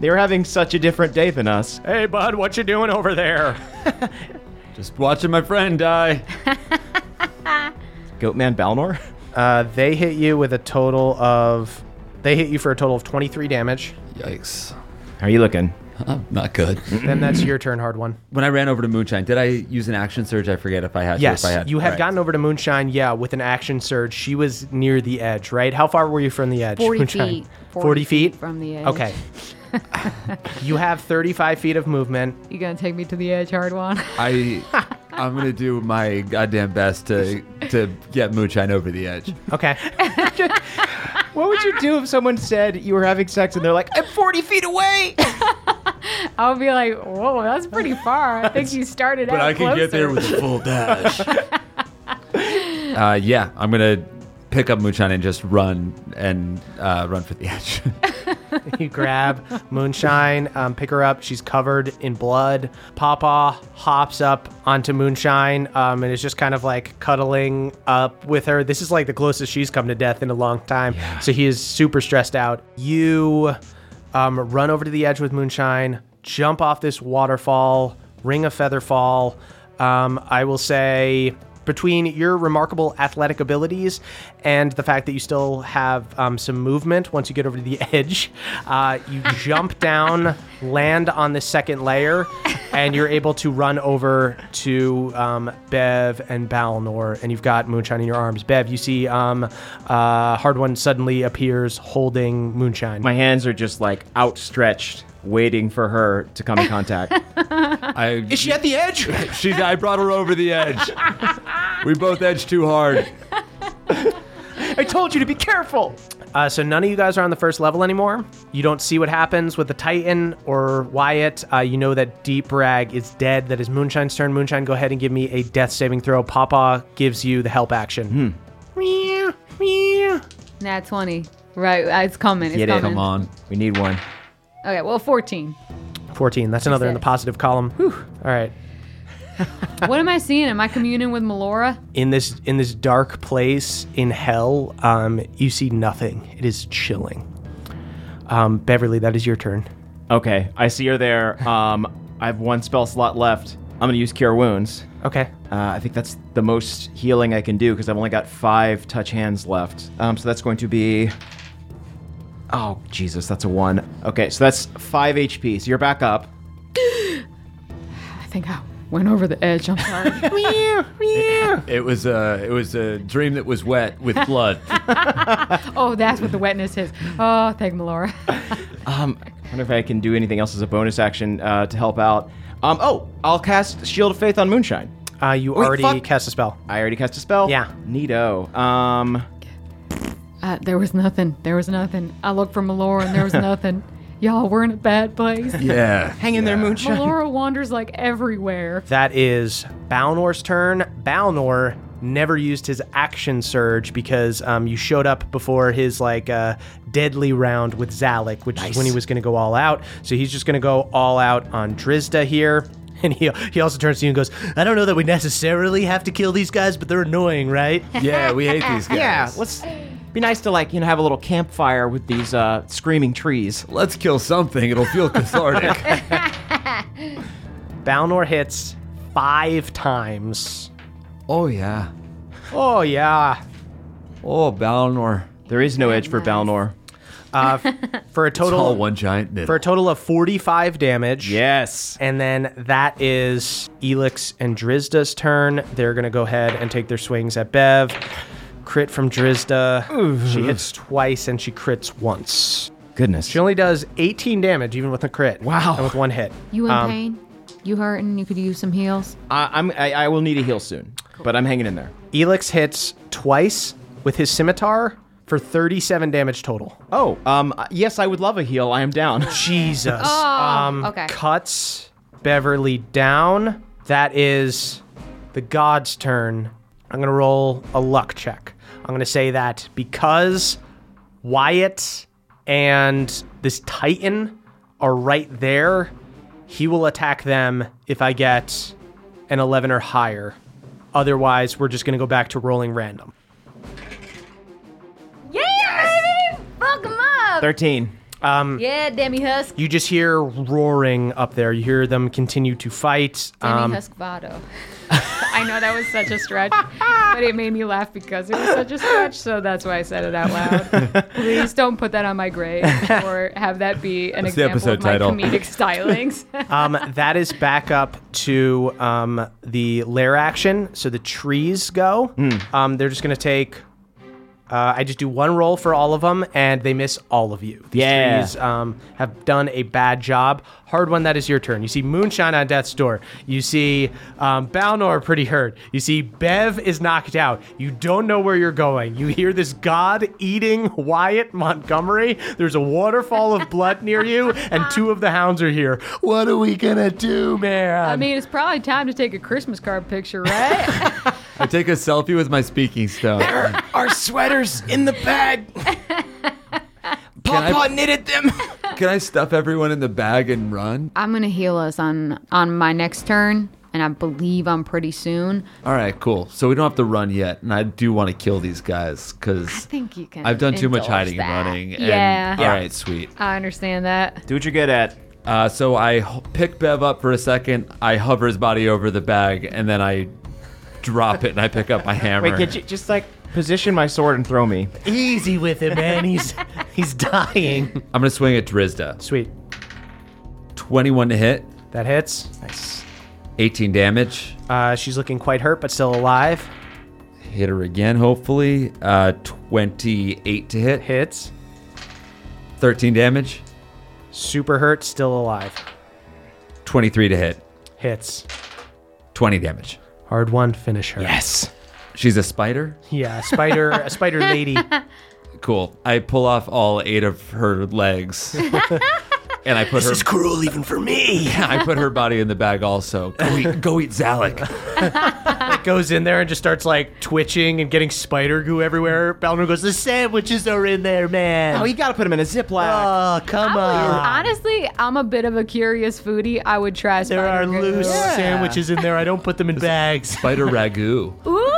S7: they were having such a different day than us.
S2: Hey, bud, what you doing over there?
S9: Just watching my friend die.
S7: Goatman
S9: <laughs>
S7: Balnor.
S2: Uh, they hit you with a total of. They hit you for a total of 23 damage.
S9: Yikes.
S7: How are you looking?
S9: Oh, not good.
S2: Then that's your turn, hard one.
S9: When I ran over to Moonshine, did I use an action surge? I forget if I had. to,
S2: Yes,
S9: if I had.
S2: you had
S9: Right.
S2: gotten over to Moonshine, yeah, with an action surge. She was near the edge, right? How far were you from the edge?
S6: 40
S2: Moonshine?
S6: feet.
S2: 40, feet?
S6: from the edge.
S2: Okay. you have 35 feet of movement.
S6: You gonna take me to the edge, hard one?
S9: I. I'm gonna do my goddamn best to to get Moonshine over the edge.
S6: <laughs>
S2: Okay.
S7: What would you do if someone said you were having sex and they're like, I'm 40 feet <laughs> away?
S6: <laughs> I'll be like, whoa, that's pretty
S9: <laughs>
S6: far. I think you started
S9: But
S6: out
S9: I can get there
S6: closer."
S9: with a full dash. uh, yeah, I'm gonna pick up Moonshine and just run and uh, run for the edge.
S2: <laughs> you grab Moonshine, um, pick her up. She's covered in blood. Papa hops up onto Moonshine um, and is just kind of like cuddling up with her. This is like the closest she's come to death in a long time. So he is super stressed out. You um, run over to the edge with Moonshine, jump off this waterfall, ring a feather fall. Um, I will say between your remarkable athletic abilities and the fact that you still have um, some movement once you get over to the <laughs> edge, uh, you jump down, land on the second layer, and you're able to run over to um, Bev and Balnor, and you've got Moonshine in your arms. Bev, you see um, uh, Hard One suddenly appears holding Moonshine.
S7: My hands are just like outstretched, waiting for her to come in contact.
S9: I,
S2: Is she at the edge?
S9: she's, I brought her over
S7: <laughs>
S9: the edge. We both edged too hard.
S2: <laughs> I told you to be careful. Uh, so none of you guys are on the first level anymore. You don't see what happens with the Titan or Wyatt. Uh, you know that Deep Rag is dead. That is Moonshine's turn. Moonshine, go ahead and give me a death saving throw. Papa gives you the help action. Meow, meow.
S6: Nat 20. Right, uh, it's coming. It's
S7: Get it.
S6: coming.
S9: Come on.
S7: we need one.
S6: Okay, well, 14.
S2: 14. That's another in the positive column. All right.
S6: what am I seeing? Am I communing with Melora?
S2: In this in this dark place in hell, um, you see nothing. It is chilling. Um, Beverly, that is your turn.
S7: Okay, I see her there. Um, I have one spell slot left. I'm gonna use Cure Wounds.
S2: Okay.
S7: Uh, I think that's the most healing I can do because I've only got five touch hands left. Um, so that's going to be. Oh, Jesus, that's a one. Okay, so that's five HP. So you're back up.
S6: I think I went over the edge. I'm sorry.
S9: It was a it was a dream that was
S7: <laughs>
S9: wet with blood.
S6: <laughs> oh, that's what the wetness is. Oh, thank Melora.
S7: Um, I wonder if I can do anything else as a bonus action uh, to help out. Um, oh, I'll cast Shield of Faith on Moonshine.
S2: Uh, you
S7: Wait,
S2: already
S7: fuck.
S2: cast a spell.
S7: I already cast a spell.
S2: Yeah.
S7: Neato. Um,
S6: <laughs> Uh, there was nothing. There was nothing. I looked for Melora and there was nothing. Y'all, we're in a bad place.
S9: yeah.
S7: hang in there, Moonshine.
S6: <laughs> Melora wanders like everywhere.
S2: That is Balnor's turn. Balnor never used his action surge because um, you showed up before his like uh, deadly round with Zalek, which is when he was going to go all out. So he's just going to go all out on Drizda here. <laughs> And he, he also turns to you and goes, I don't know that we necessarily have to kill these guys, but they're annoying,
S3: <laughs>
S2: right?
S9: Yeah, we hate
S7: <laughs>
S9: these guys.
S7: <laughs> Yeah, let's be nice to like you know have a little campfire with these uh, screaming trees. <laughs>
S9: Let's kill something. It'll feel cathartic.
S2: Balnor hits five times.
S3: Oh, yeah.
S2: Oh, yeah.
S3: Oh, Balnor.
S5: There is no edge for Balnor.
S2: Uh, for a total
S3: all one giant
S2: for a total of 45 damage.
S5: Yes.
S2: And then that is Elix and Drizda's turn. They're going to go ahead and take their swings at Bev. Crit from Drizda. she hits twice and she crits once.
S5: Goodness.
S2: She only does 18 damage even with a crit. Wow. And with one hit.
S6: <laughs> You in
S2: Um,
S6: pain? You hurting? You could use some heals.
S5: I, I'm, I, I will need a heal soon, but I'm hanging in there.
S2: Elix hits twice with his scimitar for 37 damage total.
S5: Oh, um, yes, I would love a heal. I am down.
S2: Jesus.
S6: Oh,
S2: um,
S6: okay.
S2: Cuts Beverly down. That is the god's turn. I'm going to roll a luck check. I'm going to say that because Wyatt and this Titan are right there, he will attack them if I get an 11 or higher. Otherwise, we're just going to go back to rolling random.
S11: Yeah, baby! Fuck him up!
S5: Thirteen.
S11: yeah, Demi Husk.
S2: You just hear roaring up there. You hear them continue to fight. Um,
S6: Demi Huscvado. I know that was such a stretch, but it made me laugh because it was such a stretch, so that's why I said it out
S9: <laughs>
S6: loud. Please don't put that on my grave or have that be an
S9: <laughs>
S3: That's the
S6: example
S3: episode
S6: of my
S3: title.
S6: comedic stylings.
S2: Um, that is back up to um, the lair action. So the trees go. Um, they're just going to take. Uh, I just do one roll for all of them, and they miss all of you. These
S5: Yeah.
S2: trees um, have done a bad job. Hard one. That is your turn. You see Moonshine on death's door. You see um, Balnor pretty hurt. You see Bev is knocked out. You don't know where you're going. You hear this god-eating Wyatt Montgomery. There's a waterfall of blood near you, and two of the hounds are here. What are we gonna do, man?
S6: I mean, it's probably time to take a Christmas card picture, right?
S3: I take a selfie with my speaking stone.
S5: Our sweaters in the bag.
S7: <laughs>
S5: Papa knitted them.
S3: Can I stuff everyone in the bag and run?
S6: I'm gonna heal us on on my next turn, and I believe I'm pretty soon.
S3: All right, cool. So we don't have to run yet, and I do want to kill these guys because
S6: think you can.
S3: I've done too much
S6: indulge
S3: hiding
S6: that.
S3: and running. And,
S6: Yeah.
S3: All right, sweet.
S6: I understand that.
S5: Do what you're good at.
S3: Uh, so I h- pick Bev up for a second. I hover his body over the bag, and then I drop it, and I pick up my hammer.
S5: Wait, could you just like position my sword and throw me?
S2: easy with him, man. He's he's dying.
S3: I'm gonna swing at Drizda.
S2: Sweet.
S3: 21 to hit,
S2: That hits. Nice.
S3: 18 damage.
S2: Uh, she's looking quite hurt, but still alive.
S3: Hit her again, hopefully. Uh, 28 to hit,
S2: Hits.
S3: 13 damage,
S2: Super hurt, still alive.
S3: 23 to hit,
S2: Hits.
S3: 20 damage.
S2: Hard one, finish her.
S5: Yes.
S3: She's a spider.
S2: Yeah, a spider, a
S7: <laughs>
S2: spider lady.
S3: Cool. I pull off all eight of her
S5: <laughs>
S3: legs. and I put her
S7: cruel even for me.
S3: <laughs> I put her body in the bag also. Go eat, go eat Zalek.
S2: Goes in there and just starts like twitching and getting spider goo everywhere. Balnor goes, The sandwiches are in there, man. Oh,
S5: Oh, you gotta put him in a Ziploc.
S2: come
S7: Oh,
S6: honestly, I'm a bit of a curious foodie. I would try.
S2: There are loose sandwiches in there. I don't put them in bags.
S3: Spider ragu.
S6: Ooh.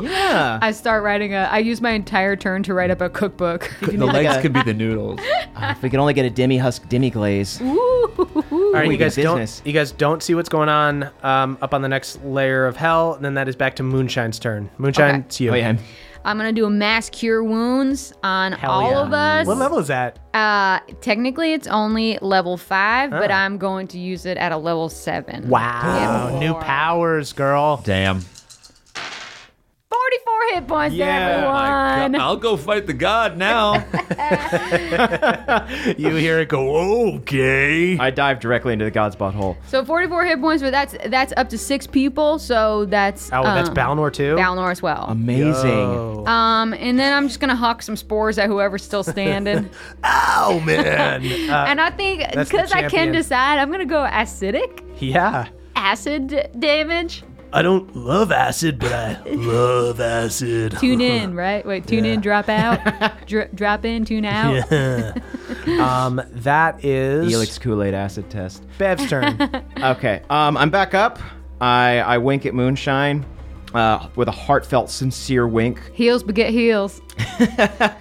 S5: Yeah.
S6: I start writing a. I use my entire turn to write up a <laughs> cookbook.
S3: The legs could be
S7: <laughs>
S2: <laughs>
S3: the noodles.
S7: Ah,
S5: if we could only get a demi husk demi glaze.
S6: Ooh.
S2: All right,
S5: We
S2: you
S5: get
S2: guys don't.
S5: business.
S2: You guys don't see what's going on um, up on the next layer of hell. And then that is back to Moonshine's turn. Moonshine,
S6: Okay.
S2: it's you.
S5: Oh yeah.
S6: I'm gonna do a mass cure wounds on
S2: Hell
S6: all
S2: yeah.
S6: of us.
S2: What level is that?
S6: Uh, technically, it's only level five, but I'm going to use it at a level seven.
S2: Ah. Wow, new powers, girl.
S3: Damn.
S6: 44 hit points, to
S3: My
S6: everyone.
S3: God. I'll go fight the god now.
S2: You hear it go. Okay.
S5: I dive directly into the god's butthole.
S6: So 44 hit points, but that's that's up to six people. So that's
S2: Oh, that's
S6: um,
S2: Balnor too.
S6: Balnor as well.
S5: Amazing.
S6: Um, and then I'm just gonna hawk some spores at whoever's still standing.
S2: <laughs> Oh <laughs> man.
S6: and I think
S2: that's the
S6: because I
S2: champion.
S6: can decide, I'm gonna go acidic
S2: yeah.
S6: acid damage.
S2: I don't love acid, but
S6: <laughs>
S2: I.
S7: Love acid.
S6: Tune in, right? Wait, tune in, drop out, Dr- drop in, tune out.
S2: um, that is
S5: Elix Kool Aid acid test.
S2: Bev's
S6: <laughs>
S2: turn.
S5: Okay, um, I'm back up. I, I wink at Moonshine uh, with a heartfelt, sincere wink.
S6: Heels
S5: <laughs>
S6: beget heels.
S5: I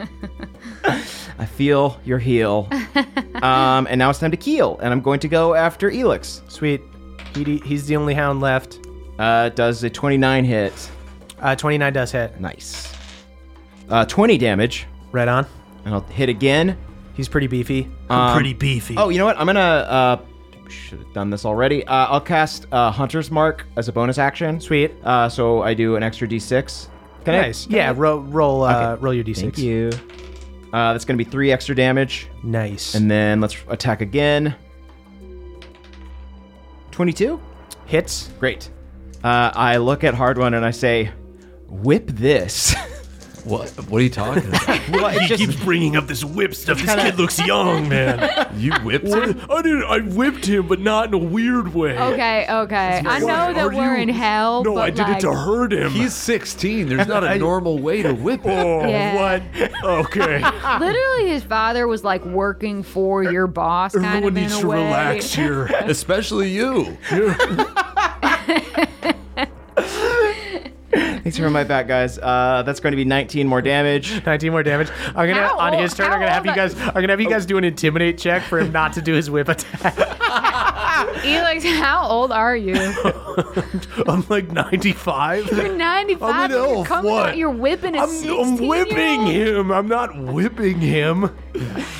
S5: feel your
S6: <laughs>
S5: heel. um, and now it's time to keel, and I'm going to go after Elix.
S2: Sweet. He, he's the only hound left.
S5: Uh, does a 29 hit?
S2: Uh, 29 does hit.
S5: Nice. Uh, 20 damage.
S2: Right on.
S5: And I'll hit again.
S2: He's pretty beefy.
S5: Um,
S7: pretty beefy.
S5: Oh, you know what? I'm gonna. Uh, should have done this already. Uh, I'll cast uh, Hunter's Mark as a bonus action.
S2: Sweet.
S5: Uh, so I do an extra D6. Can I-
S2: nice. yeah, ro- roll uh,
S5: Okay.
S2: roll your d6.
S5: Thank you. Uh, that's gonna be three extra damage,
S2: Nice.
S5: and then let's attack again. Twenty-two.
S2: hits.
S5: Great. Uh, I look at Hard One and I say, "Whip this." <laughs>
S3: What? What are you talking about?
S5: well,
S7: He
S5: it's just
S7: keeps bringing up this whip stuff. This kid looks young, man.
S3: you whipped
S7: I
S3: him?
S7: didn't. I whipped him, but not in a weird way.
S6: Okay, okay. I know that
S7: Are
S6: we're
S7: you-
S6: in hell.
S7: No,
S6: but
S7: I did
S6: like,
S7: it to hurt him.
S3: He's 16. There's not a normal way to whip him.
S7: oh,
S6: Yeah.
S7: what? Okay.
S6: <laughs> Literally, his father was like working for your boss, kind
S7: Everyone
S6: of in
S7: needs
S6: a
S7: to
S6: way. <laughs>
S7: relax here.
S3: <laughs> Especially you.
S5: thanks for my back, guys. Uh,
S2: <laughs>
S5: that's going to be 19 more damage.
S2: 19 more damage. I'm gonna
S6: How
S2: on
S6: old-
S2: his turn.
S6: how
S2: I'm gonna have
S6: old
S2: you
S6: are-
S2: guys. I'm gonna
S5: Oh.
S2: have you guys do an intimidate check for him not to do his
S6: <laughs>
S2: whip attack.
S6: Elix, how old are you?
S7: <laughs> I'm like 95.
S6: You're 95.
S7: I'm an
S6: and You're
S7: elf,
S6: coming
S7: what?
S6: out, you're whipping a
S7: I'm,
S6: 16
S7: I'm whipping him. I'm not whipping him.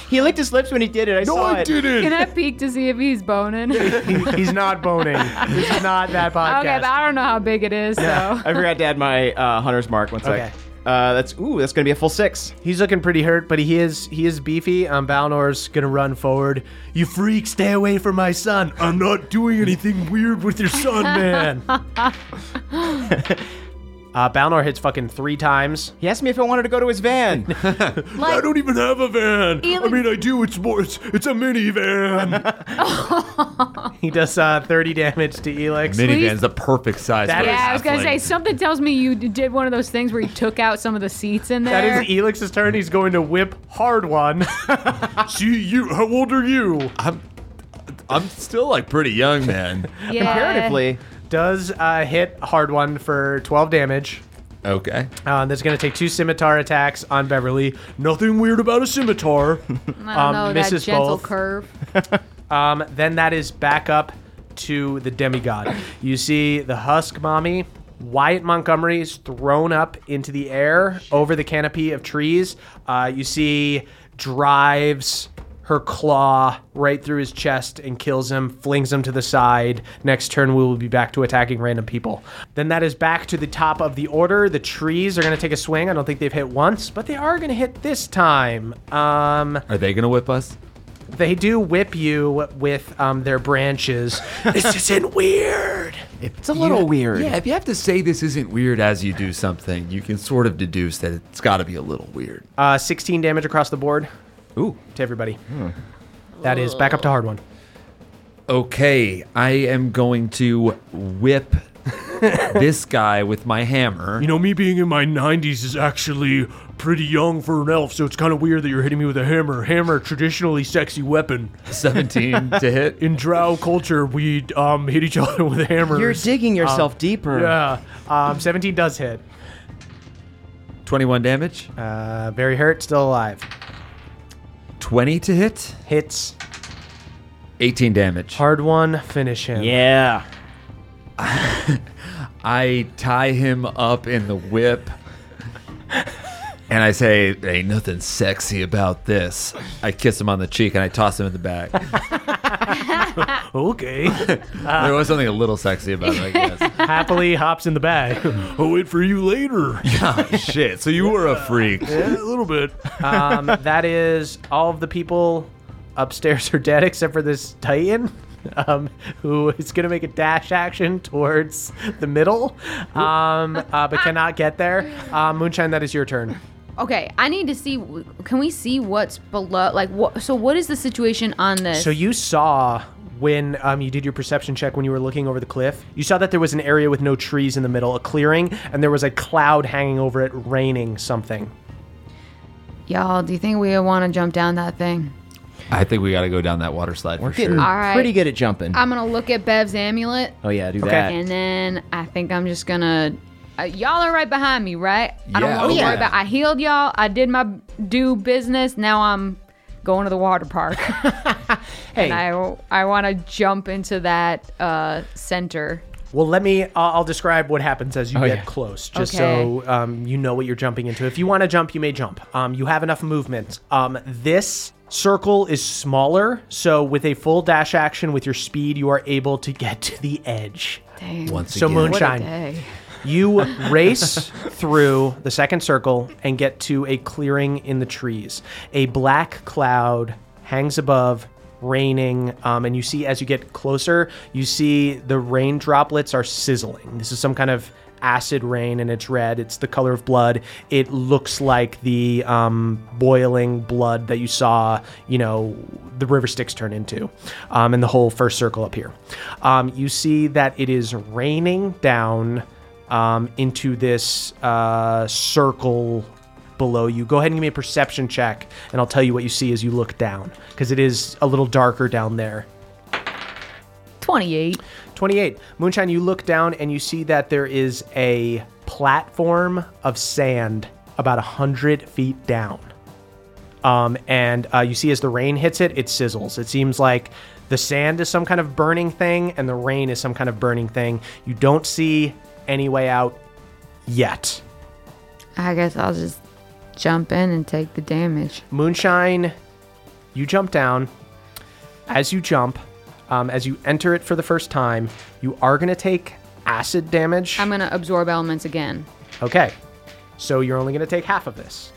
S5: He licked his lips when he did it. I
S7: No,
S5: saw
S7: I
S5: it.
S7: didn't.
S6: Can I peek to see if he's
S7: <laughs>
S6: boning? okay,
S2: He's not boning. This is not
S6: <laughs>
S2: that podcast.
S6: but I don't know how big it is, so.
S5: I forgot to add my uh, hunter's mark. One sec.
S2: Okay.
S5: Uh, that's ooh. That's gonna be a full six.
S2: He's looking pretty hurt, but he is he is beefy. Um, Balnor's gonna run forward. You freak! Stay away from my son.
S7: I'm not doing anything weird with your
S6: <laughs>
S7: son,
S5: <laughs>
S7: man.
S2: Uh, Balnor hits fucking three times.
S5: He asked me if I wanted to go to his
S6: <laughs>
S5: van.
S7: I don't even have a van. I
S6: Elix-
S7: mean, I do. It's more. It's, it's a minivan.
S2: He does uh, 30 damage to Elix.
S3: Minivan's the perfect size.
S2: That
S3: for
S2: is-
S3: a
S6: Yeah, I was gonna say
S3: halfling.
S6: something tells me you d- did one of those things where you took out some of the seats in
S2: That
S6: there.
S2: is Elix's turn. He's going to whip hard one.
S7: See you. How old are you?
S3: I'm, I'm still like pretty young, man.
S6: yeah.
S5: Comparatively,
S2: does uh, hit hard one for 12 damage.
S3: Okay.
S2: Uh, that's going to take two scimitar attacks on Beverly.
S7: Nothing weird about a scimitar.
S6: <laughs> I don't
S2: um,
S6: know that
S2: misses
S6: gentle
S2: both.
S6: curve.
S2: Um, then that is back up to the demigod. You see the husk mommy. Wyatt Montgomery is thrown up into the air over the canopy of trees. Uh, you see drives her claw right through his chest and kills him, flings him to the side. Next turn, we will be back to attacking random people. Then that is back to the top of the order. The trees are going to take a swing. I don't think they've hit once, but they are going to hit this time. Um,
S3: Are they gonna whip us?
S2: they do whip you with um, their branches.
S7: <laughs> this isn't weird.
S5: it's a little weird.
S3: Yeah, if you have to say this isn't weird as you do something, you can sort of deduce that it's got to be a little weird.
S2: Uh, 16 damage across the board.
S3: Ooh.
S2: To everybody. That is back up to hard one.
S3: Okay, I am going to whip this guy with my hammer.
S7: You know, me being in my 90s is actually pretty young for an elf, so it's kind of weird that you're hitting me with a hammer. Hammer, traditionally sexy weapon.
S3: 17
S7: <laughs>
S3: to hit.
S7: In drow culture, we um, hit each other with hammers.
S5: You're digging yourself deeper.
S2: Yeah. Um, 17 does hit.
S3: 21 damage.
S2: Uh, very hurt, still alive.
S3: 20 to hit.
S2: Hits.
S3: 18 damage.
S2: Hard one, finish him.
S5: Yeah.
S3: I tie him up in the whip. And I say, ain't nothing sexy about this. I kiss him on the cheek and I toss him in
S7: <laughs>
S3: the back.
S2: Okay.
S3: there was something a little sexy about it, I
S2: <laughs>
S3: guess.
S2: Happily hops in the bag.
S7: <laughs> I'll wait for you
S3: <laughs>
S7: later. Yeah,
S3: Oh, Shit, so you were a freak.
S7: a little bit.
S2: Um, that is all of the people upstairs are dead except for this Titan. Um, who is going to make a dash action towards the middle, um, uh, but cannot get there. Uh, Moonshine, that is your turn.
S6: Okay, I need to see. Can we see what's below? Like, what? So, what is the situation on this?
S2: So you saw when um, you did your perception check when you were looking over the cliff, you saw that there was an area with no trees in the middle, a clearing, and there was a cloud hanging over it, raining something.
S6: Y'all, do you think we want to jump down that thing?
S3: I think we got to go down that water slide
S5: We're
S3: for
S5: getting
S3: sure.
S6: All right. Uh,
S5: pretty good at jumping.
S6: I'm gonna look at Bev's amulet,
S5: oh yeah, do that.
S6: and then I think I'm just gonna. Uh, y'all are right behind me, right? I don't
S3: Yeah.
S6: want
S3: Oh,
S6: to
S3: yeah.
S6: worry about. I healed y'all. I did my do business. Now I'm going to the water park. <laughs> And I, I want to jump into that uh, center.
S2: Well, let me. I'll, I'll describe what happens as you
S6: Oh,
S2: get
S6: yeah.
S2: close, just
S6: Okay.
S2: so um, you know what you're jumping into. If you want to jump, you may jump. Um, you have enough movement. Um, this circle is smaller, so with a full dash action with your speed, you are able to get to the edge.
S6: Dang.
S2: Once So again. Moonshine.
S6: What a day.
S2: You race through the second circle and get to a clearing in the trees. A black cloud hangs above, raining, um, and you see as you get closer, you see the rain droplets are sizzling. This is some kind of acid rain and it's red it's the color of blood it looks like the um, boiling blood that you saw you know the river styx turn into um, and the whole first circle up here um, you see that it is raining down um, into this uh, circle below you. Go ahead and give me a perception check, and I'll tell you what you see as you look down, because it is a little darker down there.
S6: 28.
S2: 28. Moonshine, you look down and you see that there is a platform of sand about 100 feet down. Um, and uh, you see as the rain hits it, it sizzles. It seems like the sand is some kind of burning thing and the rain is some kind of burning thing. You don't see any way out yet.
S6: I guess I'll just jump in and take the damage.
S2: Moonshine, you jump down. As you jump, um, as you enter it for the first time, you are going to take acid damage.
S6: I'm going to absorb elements again.
S2: Okay. So you're only going to take half of this.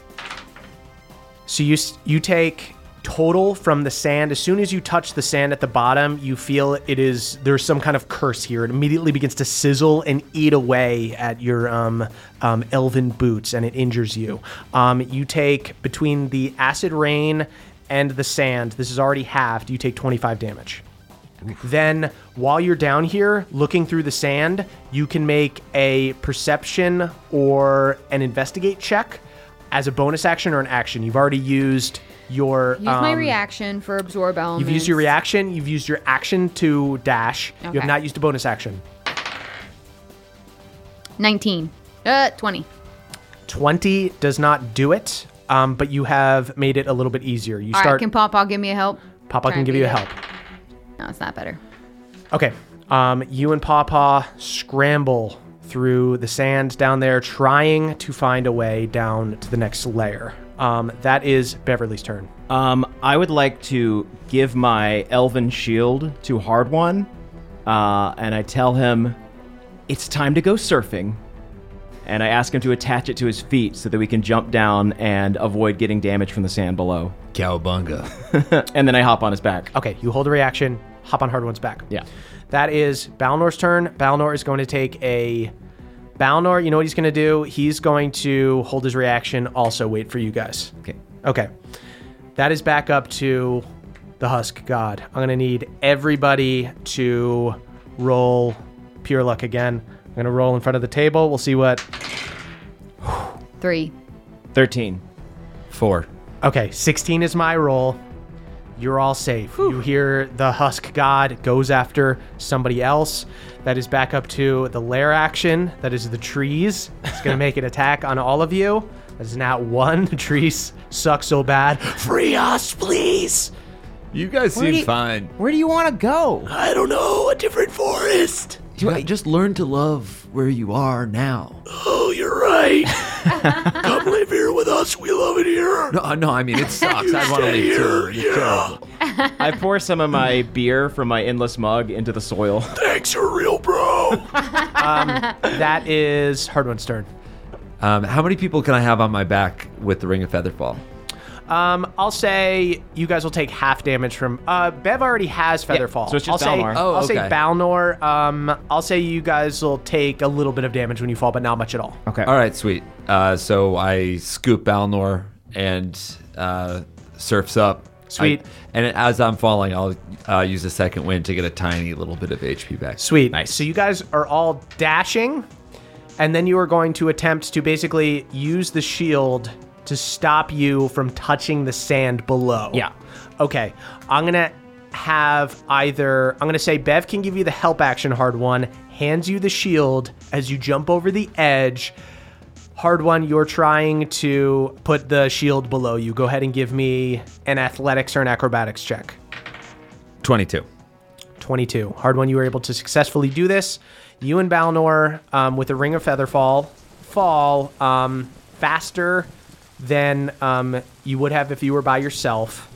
S2: So you s- you take total from the sand. As soon as you touch the sand at the bottom, you feel it is there's some kind of curse here. It immediately begins to sizzle and eat away at your um, um, elven boots, and it injures you. Um, you take between the acid rain and the sand. This is already halved. You take 25 damage. Then, while you're down here looking through the sand, you can make a perception or an investigate check as a bonus action or an action. You've already used your.
S6: Use my
S2: um,
S6: reaction for absorb elements.
S2: You've used your reaction. You've used your action to dash. You
S6: Okay.
S2: have not used a bonus action.
S6: 19. Uh, 20.
S2: 20 does not do it, um, but you have made it a little bit easier. You
S6: All right,
S2: start.
S6: can Papa give me a help?
S2: Papa
S6: Try
S2: can
S6: and
S2: give you a
S6: beat it.
S2: help.
S6: No, it's not better.
S2: Okay. Um, you and Pawpaw scramble through the sand down there, trying to find a way down to the next layer. Um, that is Beverly's turn. Uh,
S5: Um, I would like to give my elven shield to Hard One, uh, and I tell him it's time to go surfing. And I ask him to attach it to his feet so that we can jump down and avoid getting damage from the sand below. Cowabunga. <laughs> and then I hop on his back.
S2: Okay, you hold a reaction, hop on Hard One's back.
S5: Yeah.
S2: That is Balnor's turn. Balnor is going to take a. Balnor, you know what he's going to do? He's going to hold his reaction, also wait for you guys.
S5: Okay.
S2: Okay. That is back up to the Husk God. I'm going to need everybody to roll pure luck again. I'm going to roll in front of the table. We'll see what.
S6: Three.
S5: 13.
S3: Four.
S2: Okay, 16 is my roll. You're all safe. You hear the Husk God goes after somebody else. That is back up to the lair action. That is the trees. It's going to
S5: <laughs>
S2: make an attack on all of you. That is not one. <laughs> The trees suck so bad. Free us, please.
S3: You guys
S2: Where do
S3: seem
S2: you-
S3: fine.
S5: Where do you want to go?
S7: I don't know, a different forest.
S3: You got- just learn to love where you are now.
S7: Oh, you're right. Come live here with us. We love it here.
S3: No, no, I mean it sucks.
S7: You
S3: I'd want to
S7: stay
S3: leave too.
S7: here,
S2: <laughs>
S3: It's
S7: yeah.
S3: terrible.
S5: I pour some of my beer from my endless mug into the soil.
S7: Thanks, you're real, bro.
S2: That is Hardwin's turn.
S3: Um, how many people can I have on my back with the ring of featherfall?
S2: Um, I'll say you guys will take half damage from. Uh, Bev already has Featherfall.
S5: so it's just
S2: I'll
S5: Balnor.
S2: Say,
S3: Oh,
S2: I'll say
S3: okay.
S2: Balnor. Um, I'll say you guys will take a little bit of damage when you fall, but not much at all.
S5: Okay.
S3: All right, sweet. Uh, so I scoop Balnor and uh, surfs up.
S2: Sweet.
S3: I- and as I'm falling, I'll uh, use a second wind to get a tiny little bit of HP back.
S2: Sweet. Nice. So you guys are all dashing, and then you are going to attempt to basically use the shield to stop you from touching the sand below.
S5: Yeah.
S2: Okay. I'm gonna have either I'm gonna say Bev can give you the help action hard one, hands you the shield as you jump over the edge. Hard one, you're trying to put the shield below you. Go ahead and give me an athletics or an acrobatics check.
S3: 22.
S2: 22. Hard one, you were able to successfully do this. You and Balnor, um, with a ring of feather fall, fall um, faster than um, you would have if you were by yourself.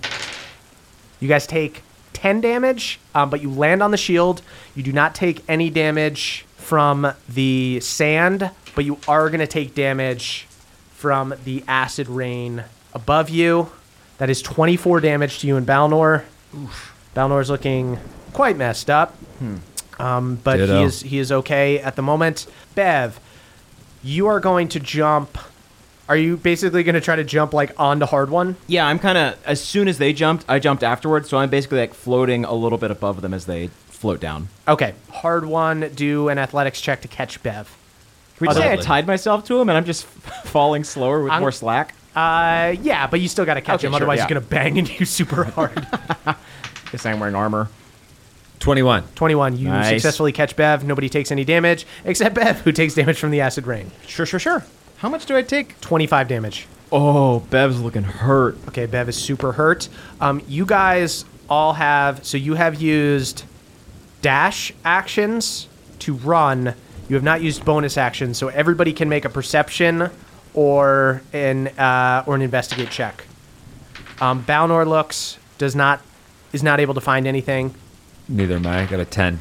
S2: You guys take 10 damage, um, but you land on the shield. You do not take any damage from the sand, but you are going to take damage from the acid rain above you. That is 24 damage to you and Balnor. Balnor's looking quite messed up, um, but
S3: Ditto.
S2: he is he is okay at the moment. Bev, you are going to jump. Are you basically going to try to jump like onto hard one?
S5: Yeah, I'm kind of as soon as they jumped, I jumped afterwards, so I'm basically like floating a little bit above them as they float down.
S2: Okay, hard one. Do an athletics check to catch Bev.
S5: Can we just say I
S2: Otherwise-
S5: tied myself to him and I'm just <laughs> falling slower with
S2: I'm-
S5: more slack?
S2: Uh, yeah, but you still got to catch
S5: Okay,
S2: him,
S5: sure,
S2: otherwise
S5: yeah.
S2: he's gonna bang into <laughs> you super
S5: <laughs>
S2: hard.
S5: Guess I'm wearing armor.
S3: 21.
S2: Twenty-one, you
S5: Nice.
S2: successfully catch Bev. Nobody takes any damage except Bev, who takes damage from the acid rain.
S5: Sure, sure, sure. How much do I take?
S2: Twenty-five damage.
S5: Oh, Bev's looking hurt.
S2: Okay, Bev is super hurt. Um, you guys all have so you have used dash actions to run. You have not used bonus actions, so everybody can make a perception or an uh, or an investigate check. Um, Balnor looks does not is not able to find anything.
S12: Neither am I. I got a 10.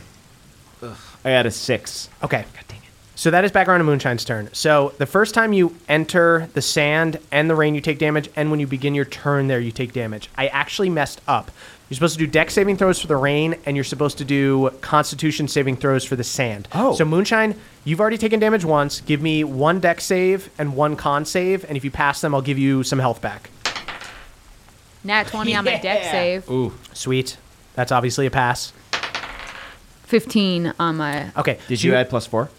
S5: I had a six.
S2: Okay. God dang it. So that is back around to Moonshine's turn. So the first time you enter the sand and the rain, you take damage, and when you begin your turn there, you take damage. I actually messed up. You're supposed to do deck saving throws for the rain, and you're supposed to do constitution saving throws for the sand.
S5: Oh.
S2: So, Moonshine, you've already taken damage once. Give me one deck save and one con save, and if you pass them, I'll give you some health back.
S6: Nat 20 on my deck save,
S2: Ooh. Sweet. That's obviously a pass.
S6: 15 on my.
S2: Okay.
S5: Did
S2: so
S5: you add plus four?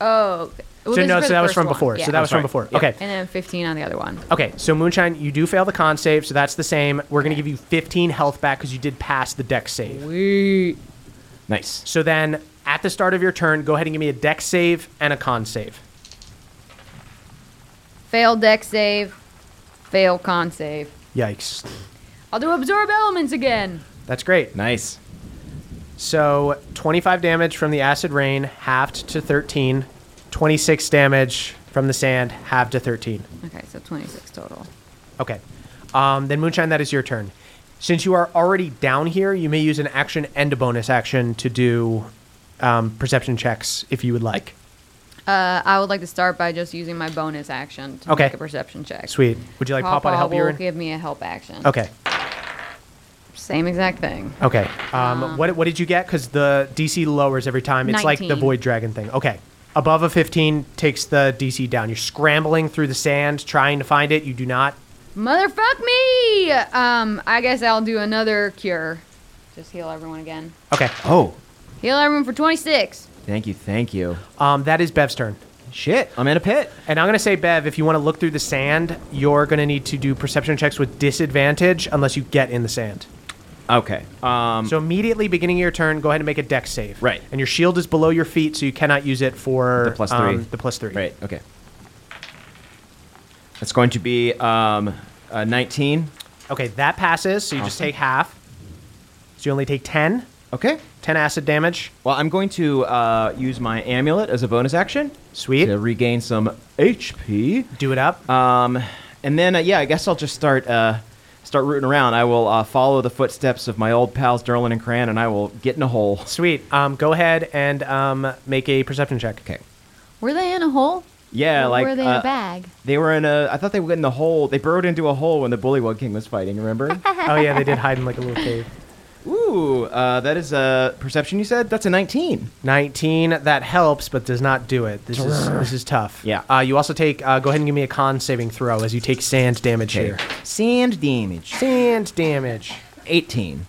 S6: Oh, okay. Well,
S2: so
S6: this is
S2: no,
S6: for
S2: so
S6: the
S2: that was
S6: first
S2: from
S6: one.
S2: before.
S6: Yeah.
S2: So that was from
S5: right.
S2: before.
S5: Oh, Yeah.
S2: Okay.
S6: And then 15 on the other one.
S2: Okay, so Moonshine, you do fail the con save, so that's the same. We're going to give you 15 health back because you did pass the deck save.
S6: Sweet.
S5: Nice.
S2: So then, at the start of your turn, go ahead and give me a deck save and a con save.
S6: Fail deck save, fail con save.
S2: Yikes.
S6: I'll do absorb elements again.
S2: That's great.
S5: Nice.
S2: So 25 damage from the acid rain, halved to 13. 26 damage from the sand, halved to 13.
S6: Okay, so 26 total.
S2: Okay. Um, then Moonshine, that is your turn. Since you are already down here, you may use an action and a bonus action to do um, perception checks if you would like.
S6: Uh, I would like to start by just using my bonus action to
S2: Okay.
S6: make a perception check.
S2: Sweet. Would you like Papa, to help you?
S6: will
S2: in?
S6: give me a help action.
S2: Okay.
S6: Same exact thing.
S2: Okay. Um, what what did you get? Because the DC lowers every time. It's like the
S6: 19.
S2: Void Dragon thing. Okay. Above a 15 takes the DC down. You're scrambling through the sand trying to find it. You do not.
S6: Motherfuck me! Um, I guess I'll do another cure. Just heal everyone again.
S2: Okay.
S5: Oh,
S6: Heal everyone for 26.
S5: thank you, thank you.
S2: Um, that is Bev's turn.
S5: Shit, I'm in a pit.
S2: And I'm going to say, Bev, if you want to look through the sand, you're going to need to do perception checks with disadvantage unless you get in the sand.
S5: Okay. Um,
S2: So immediately beginning your turn, go ahead and make a deck save.
S5: Right.
S2: And your shield is below your feet, so you cannot use it for
S5: The plus
S2: um,
S5: three.
S2: the plus three.
S5: right. Okay. It's going to be um, a 19.
S2: Okay, that passes. So you just
S5: Awesome.
S2: take half. So you only take 10.
S5: Okay.
S2: 10 acid damage.
S5: Well, I'm going to uh, use my amulet as a bonus action
S2: Sweet.
S5: to regain some HP.
S2: Do it up.
S5: Um, and then, uh, yeah, I guess I'll just start uh, start rooting around. I will uh, follow the footsteps of my old pals Derlin and Cran, and I will get in a hole. <laughs>
S2: Sweet. Um, go ahead and um, make a perception check.
S5: Okay.
S9: Were they in a hole?
S5: Yeah,
S9: Or
S5: like
S9: were they in
S5: uh,
S9: a bag?
S5: They were in a. I thought they were in the hole. They burrowed into a hole when the Bullywug King was fighting.
S9: <laughs>
S5: Remember?
S2: Oh, yeah, they did hide in like a little cave.
S5: Ooh, uh, that is a perception. You said that's a 19.
S2: 19. That helps, but does not do it. This is
S5: <laughs>
S2: this is tough.
S5: Yeah.
S2: Uh, you also take, uh, go ahead and give me a con saving throw as you take sand damage here.
S5: Sand damage.
S2: Sand damage.
S5: 18.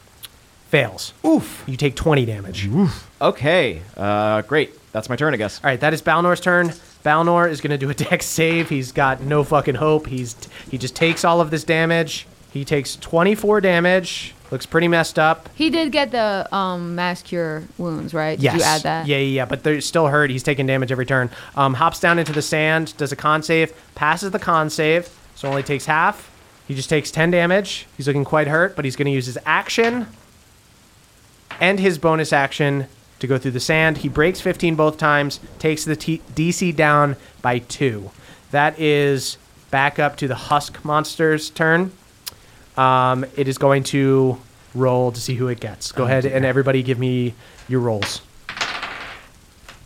S2: Fails. Oof. You take 20 damage. Oof.
S5: Okay. Uh, great. That's my turn, I guess.
S2: All right, that is Balnor's turn. Balnor is going to do a <laughs> dex save. He's got no fucking hope. He's he just takes all of this damage. He takes 24 damage Looks pretty messed up.
S6: He did get the um, mass cure wounds, right? Did you add that?
S2: Yeah, yeah, yeah. But they're still hurt. He's taking damage every turn. Um, hops down into the sand, does a con save, passes the con save, so only takes half. He just takes 10 damage. He's looking quite hurt, but he's going to use his action and his bonus action to go through the sand. He breaks 15 both times, takes the T- DC down by two. That is back up to the Husk monster's turn. Um, it is going to roll to see who it gets.
S6: Oh,
S2: Go ahead and everybody give me your rolls.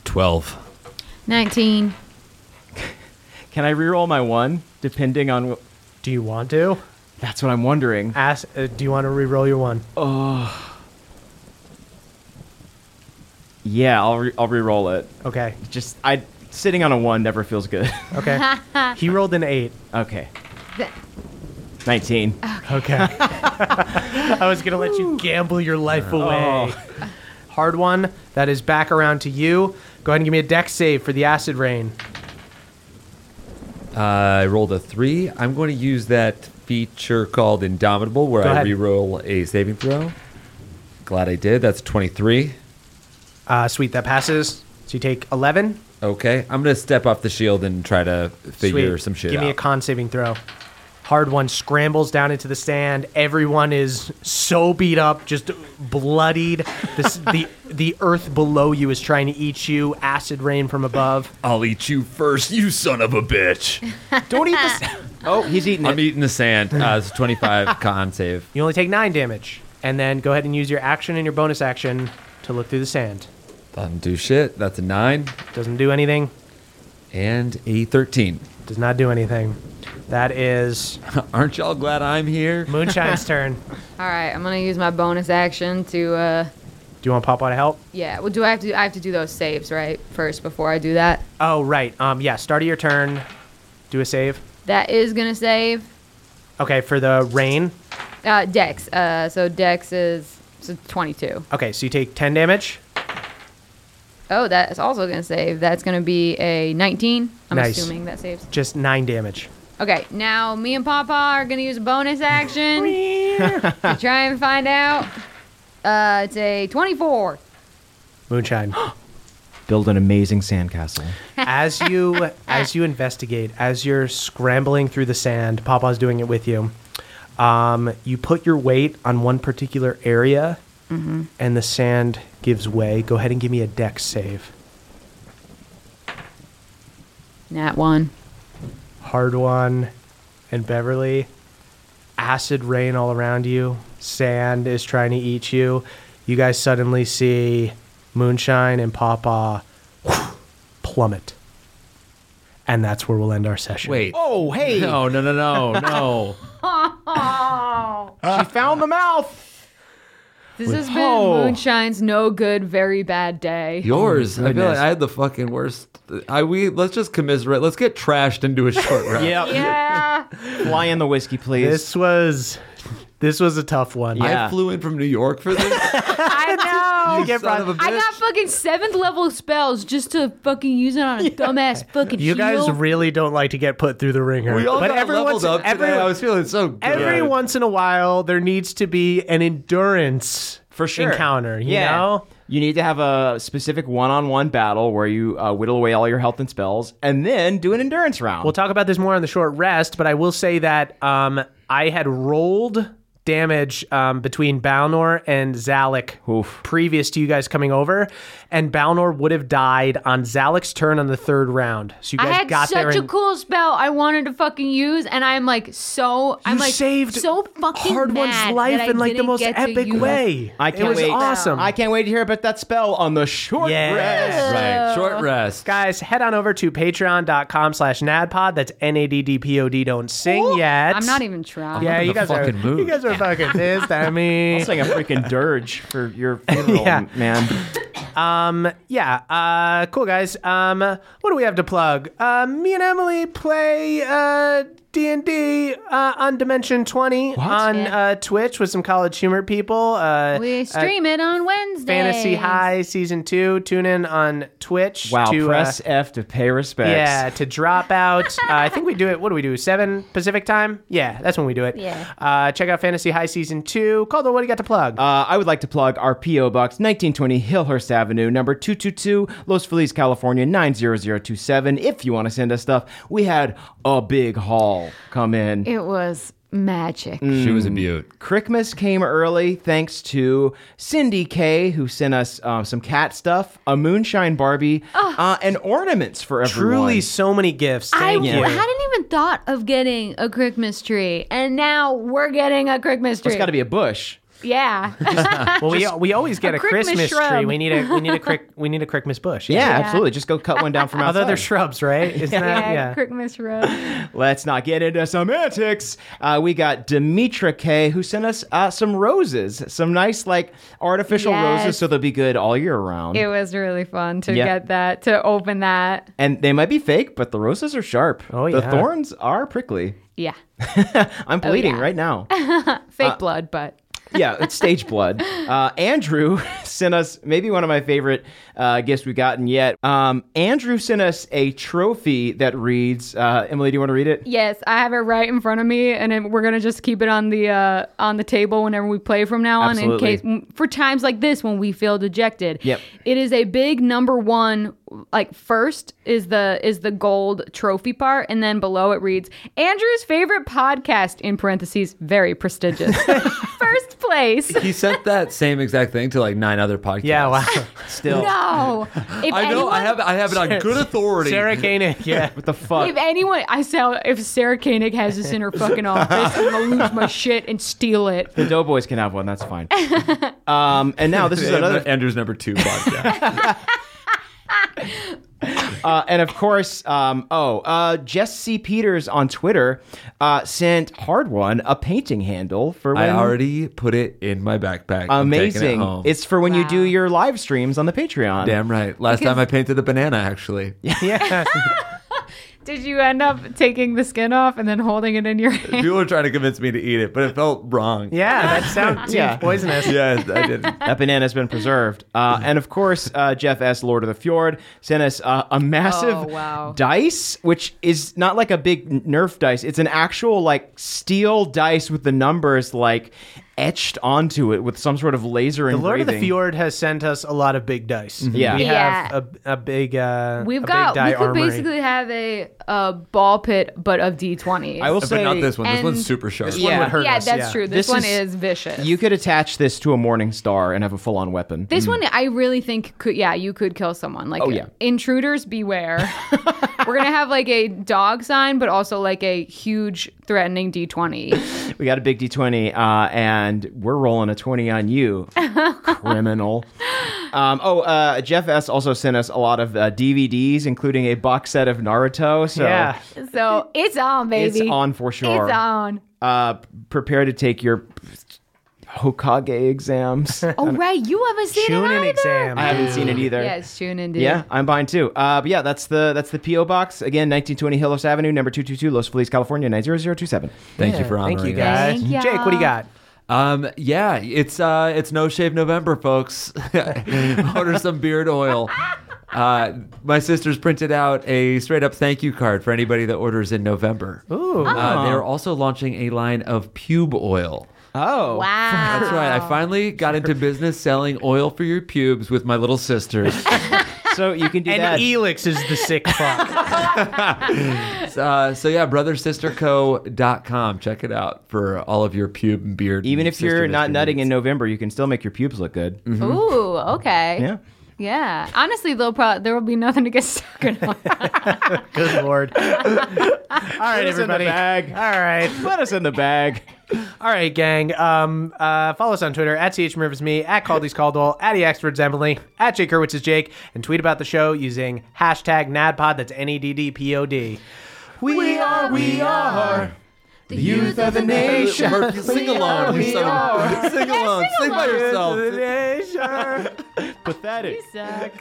S3: 12.
S6: 19.
S5: Can I reroll my one depending on? Wh-
S2: do you want to?
S5: That's what I'm wondering.
S2: Ask. Uh, do you want to reroll your one?
S5: Oh. Yeah, I'll re- I'll reroll it.
S2: Okay.
S5: Just I sitting on a one never feels good. <laughs>
S2: Okay. he rolled an eight.
S5: Okay. Nineteen.
S2: Okay. I was gonna let you gamble your life away. Hard one. That is back around to you. Go ahead and give me a deck save for the acid rain.
S3: Uh, I rolled a three. I'm going to use that feature called Indomitable, where
S2: Go
S3: I
S2: ahead.
S3: re-roll a saving throw. Glad I did. That's 23.
S2: Uh, sweet, that passes. So you take eleven.
S3: Okay, I'm going to step off the shield and try to figure
S2: Sweet.
S3: some shit
S2: Give me a
S3: out.
S2: con saving throw. Hard one scrambles down into the sand. Everyone is so beat up, just bloodied. This, the <laughs> the earth below you is trying to eat you. Acid rain from above.
S3: I'll eat you first, you son of a bitch.
S2: Don't eat this.
S5: oh, he's
S3: <laughs>
S5: eating
S3: I'm eating the sand. Uh, it's <laughs> 25 con save.
S2: You only take nine damage, and then go ahead and use your action and your bonus action to look through the sand.
S3: Doesn't do shit. That's a nine
S2: Doesn't do anything.
S3: and a 13.
S2: Does not do anything. That is
S3: Aren't y'all glad I'm here? <laughs>
S2: Moonshine's turn.
S6: All right, I'm gonna use my bonus action to. Uh,
S2: Do you want to pop out of help?
S6: yeah. Well, do I have to? I have to do those saves right first before I do that.
S2: Oh right. Um yeah. Start of your turn. Do a save.
S6: That is gonna save.
S2: Okay for the rain.
S6: Uh, Dex. Uh, so Dex is so 22.
S2: Okay, so you take ten damage.
S6: Oh, that is also gonna save. That's gonna be a 19. I'm
S2: Nice.
S6: assuming that saves.
S2: Just nine damage.
S6: Okay, now me and Papa are gonna use a
S2: <laughs>
S6: bonus action to try and find out. Uh, it's a 24.
S2: Moonshine.
S5: Build an amazing sandcastle.
S2: as you as you investigate, as you're scrambling through the sand, Papa's doing it with you. Um, you put your weight on one particular area,
S6: Mhm.
S2: and the sand gives way. Go ahead and give me a dex save.
S6: Nat one.
S2: Hard one, and Beverly. Acid rain all around you. Sand is trying to eat you. You guys suddenly see Moonshine and Papa plummet, and that's where we'll end our session.
S3: Wait.
S5: Oh, hey. <laughs>
S3: No, no, no, <laughs> no, no.
S5: She found the mouth.
S6: This has been
S3: Oh.
S6: Moonshine's no good, very bad day.
S3: Yours. I feel like
S5: goodness.
S3: I had the fucking worst. I we let's just commiserate. Let's get trashed into a short <laughs> round.
S5: Yeah.
S6: Yeah.
S5: Fly in the whiskey, please.
S2: This was this was a tough one.
S3: I flew in from New York for <laughs> this.
S6: I know.
S3: you son of a
S6: I
S3: bitch.
S6: got fucking seventh level spells just to fucking use it <laughs> on a dumbass fucking
S2: You guys
S6: shield.
S2: really don't like to get put through the ringer.
S3: we all
S2: but
S3: got
S2: every
S3: leveled
S2: once,
S3: up
S2: every,
S3: today. I was feeling so good.
S2: every once in a while, there needs to be an endurance
S5: for sure.
S2: encounter. You know,
S5: You need to have a specific one-on-one battle where you uh, whittle away all your health and spells, and then do an endurance round.
S2: we'll talk about this more on the short rest. But I will say that um, I had rolled damage um, between Balnor and Zalek
S5: Oof.
S2: previous to you guys coming over, and Balnor would have died on Zalek's turn on the third round. So you
S6: I
S2: guys
S6: had
S2: got there
S6: such a
S2: and-
S6: cool spell I wanted to fucking use, and I'm like so. I'm like
S2: saved
S6: so fucking
S2: Hard
S6: mad
S2: One's life
S6: that I
S2: in like the
S6: didn't
S2: most
S6: get to
S2: epic
S6: use-
S2: way.
S5: I
S2: it
S5: can't
S2: was
S5: wait.
S2: awesome.
S5: I can't wait to hear about that spell on the short
S2: Yeah.
S5: rest.
S3: right short rest.
S2: guys head on over to patreon.com slash nadpod that's n-a-d-d-p-o-d don't sing yet
S6: I'm not even trying.
S2: yeah
S3: in
S2: you
S3: the
S2: guys, are,
S3: fucking mood.
S2: you guys are fucking pissed at
S6: <laughs>
S2: me
S5: I'll sing
S2: <laughs>
S5: a freaking dirge for your funeral,
S2: Yeah.
S5: man.
S2: yeah uh cool guys um what do we have to plug uh me and emily play uh D and D uh, on Dimension Twenty on uh, Twitch with some college humor people. Uh,
S6: We
S2: uh,
S6: stream it on Wednesday.
S2: Fantasy High Season Two. Tune in on Twitch.
S5: Wow,
S2: to, uh,
S5: press F to pay respects.
S2: yeah, to drop out. uh, I think we do it. What do we do? Seven Pacific time. Yeah, that's when we do it.
S5: Yeah.
S2: Uh, check out Fantasy High season two. Caldwell, what do you got to plug?
S5: Uh, I would like to plug our PO Box, 1920 Hillhurst Avenue, number 222, Los Feliz, California, 90027. If you want to send us stuff, we had a big haul come in.
S6: It was magic.
S5: Mm. Christmas came early thanks to Cindy K, who sent us uh, some cat stuff, a moonshine Barbie, uh, and ornaments for everyone.
S2: Truly, so many gifts. Thank
S6: I
S2: you.
S6: hadn't even thought of getting a Christmas tree, and now we're getting a Christmas tree.
S5: It's got to be a bush.
S6: Yeah.
S5: <laughs>
S2: well, we, we always get
S6: a
S2: a,
S6: Christmas
S2: Christmas, tree.
S6: shrub.
S2: We need a we need
S6: <laughs>
S2: a crick, we need a Christmas bush.
S5: Yeah, absolutely. Just go cut one down from outside.
S2: Although they're shrubs,
S5: <laughs>
S2: right? Isn't that
S6: yeah,
S2: yeah?
S6: Christmas road.
S5: Let's not get into semantics. Uh, we got Demetra K, who sent us uh, some roses, some nice, like, artificial
S6: Yes.
S5: roses, so they'll be good all year round.
S6: It was really fun to
S5: Yeah.
S6: get that, to open that.
S5: and they might be fake, but the roses are sharp. Oh, The
S6: yeah.
S5: thorns are prickly. <laughs>
S6: Yeah.
S5: I'm bleeding right now.
S6: Fake
S5: Uh,
S6: blood, but
S5: yeah, it's stage blood. Uh, Andrew <laughs> sent us maybe one of my favorite uh, gifts we've gotten yet. Um, Andrew sent us a trophy that reads uh, Emily, do you want to read it?
S6: yes, I have it right in front of me, and it, we're gonna just keep it on the uh, on the table whenever we play from now on,
S5: Absolutely.
S6: in case m- for times like this when we feel dejected.
S5: Yep.
S6: It is a big number one. Like first is the is the gold trophy part, and then below it reads Andrew's favorite podcast in parentheses,
S5: <laughs>
S6: very prestigious, first place.
S3: He sent that same exact thing to like nine other podcasts. Yeah,
S6: <laughs>
S2: wow.
S3: Still.
S6: No, if
S3: I know. I
S6: anyone-
S3: have. I have it on good authority.
S2: Sarah
S3: <laughs>
S2: Koenig.
S5: <laughs>
S2: Yeah.
S5: what the
S6: <laughs>
S5: fuck?
S6: If anyone, I sell. If Sarah Koenig has this in her fucking office, I'm gonna lose my shit and steal it.
S5: The Doughboys can have one. That's fine. Um, and now this is another
S3: Andrew's number two podcast.
S5: uh, and of course, um, oh, uh, Jess C. Peters on Twitter uh, sent Hard One a painting handle for when
S3: I already put it in my backpack. I'm taking it
S5: amazing.
S3: home.
S5: it's for when you do your live streams on the Patreon.
S3: Damn right. Last time I painted a banana, actually.
S5: Yeah.
S6: Did you end up taking the skin off and then holding it in your hand?
S3: People were trying to convince me to eat it, but it felt wrong.
S2: Yeah, that sounds
S5: Yeah. <laughs>
S2: poisonous.
S3: <laughs> Yes,
S2: <laughs>
S3: I did.
S5: that banana's been preserved.
S3: <laughs>
S5: Uh, and of course, uh, Jeff S. Lord of the Fjord sent us uh, a massive
S6: Oh, wow.
S5: dice, which is not like a big Nerf dice. It's an actual like steel dice with the numbers like etched onto it with some sort of laser
S2: The
S5: engraving.
S2: Lord of the Fjord has sent us a lot of big dice.
S5: Mm-hmm. Yeah.
S2: we
S6: Yeah.
S2: have a, a big. Uh,
S6: <laughs> We've
S2: a
S6: got.
S2: Big die
S6: We could
S2: armory.
S6: basically have a, a ball pit, but of d20s.
S5: I will
S3: But
S5: say
S3: not this one. This
S6: and-
S3: one's super sharp.
S2: This one would hurt
S6: yeah,
S2: us,
S6: that's
S2: yeah.
S6: true. This,
S5: This
S6: one
S5: is-
S6: is, vicious.
S5: You could attach this to a Morning Star and have a full-on weapon.
S6: this one, I really think could. Yeah, you could kill someone. Like,
S5: Oh, yeah.
S6: intruders beware. We're gonna have like a dog sign, but also like a huge threatening d20.
S5: We got a big D20, uh, and we're rolling a 20 on
S6: <laughs>
S5: you, criminal. Um, oh, uh, Jeff S. also sent us a lot of uh, DVDs, including a box set of Naruto. So
S2: Yeah.
S6: so it's on,
S5: it's
S6: baby.
S5: on for sure.
S6: It's on.
S5: Uh, prepare to take your Hokage exams.
S6: <laughs> Oh, right. You haven't seen it
S2: Chunin
S6: either.
S2: exam.
S5: I haven't seen it either.
S6: Yeah, it's Chunin, dude.
S5: Yeah, I'm buying too. Uh, but yeah, that's the that's the PO box again, 1920 Hillos Avenue, number 222, Los Feliz, California,
S6: <laughs>
S5: 90027.
S3: Thank you for honoring
S2: Thank you
S3: us.
S2: guys.
S6: Thank
S2: Jake, what do
S6: y'all.
S2: you got?
S3: Um, yeah, it's uh, it's No Shave November, folks. <laughs> Order some beard oil. Uh, my sister's printed out a straight up thank you card for anybody that orders in November. Ooh. Uh, they're also launching a line of pube oil.
S5: Oh,
S6: Wow.
S3: That's right. I finally got into business selling oil for your pubes with my little sister.
S5: so you can do
S2: And
S5: that.
S2: Elix is the sick
S5: <laughs>
S2: fuck.
S3: Uh, so yeah, brothersisterco.com. Check it out for all of your pube and beard.
S5: Even
S3: and
S5: if
S3: sister
S5: you're not
S3: mystery
S5: nutting in
S3: needs.
S5: November, you can still make your pubes look good.
S6: Ooh, okay.
S5: Yeah.
S6: Yeah. Honestly, they'll probably there will be nothing to get stuck in. on. <laughs>
S2: Good lord. All right,
S5: us in the
S2: everybody.
S5: bag.
S2: All right.
S5: Put us in the bag.
S2: All right, gang. Um, uh, follow us on Twitter at CHMerv is me, at Caldy's Caldwell, at E Experts Emily, at Jake Hurwitz is Jake, and tweet about the show using hashtag NADPOD. That's N E D D P O D. We are, we <laughs> are.
S6: the youth of the
S3: Hey, Murphy, sing along. you son of a- Sing along. Sing
S2: <laughs>
S3: by yourself.
S5: Pathetic.
S6: suck.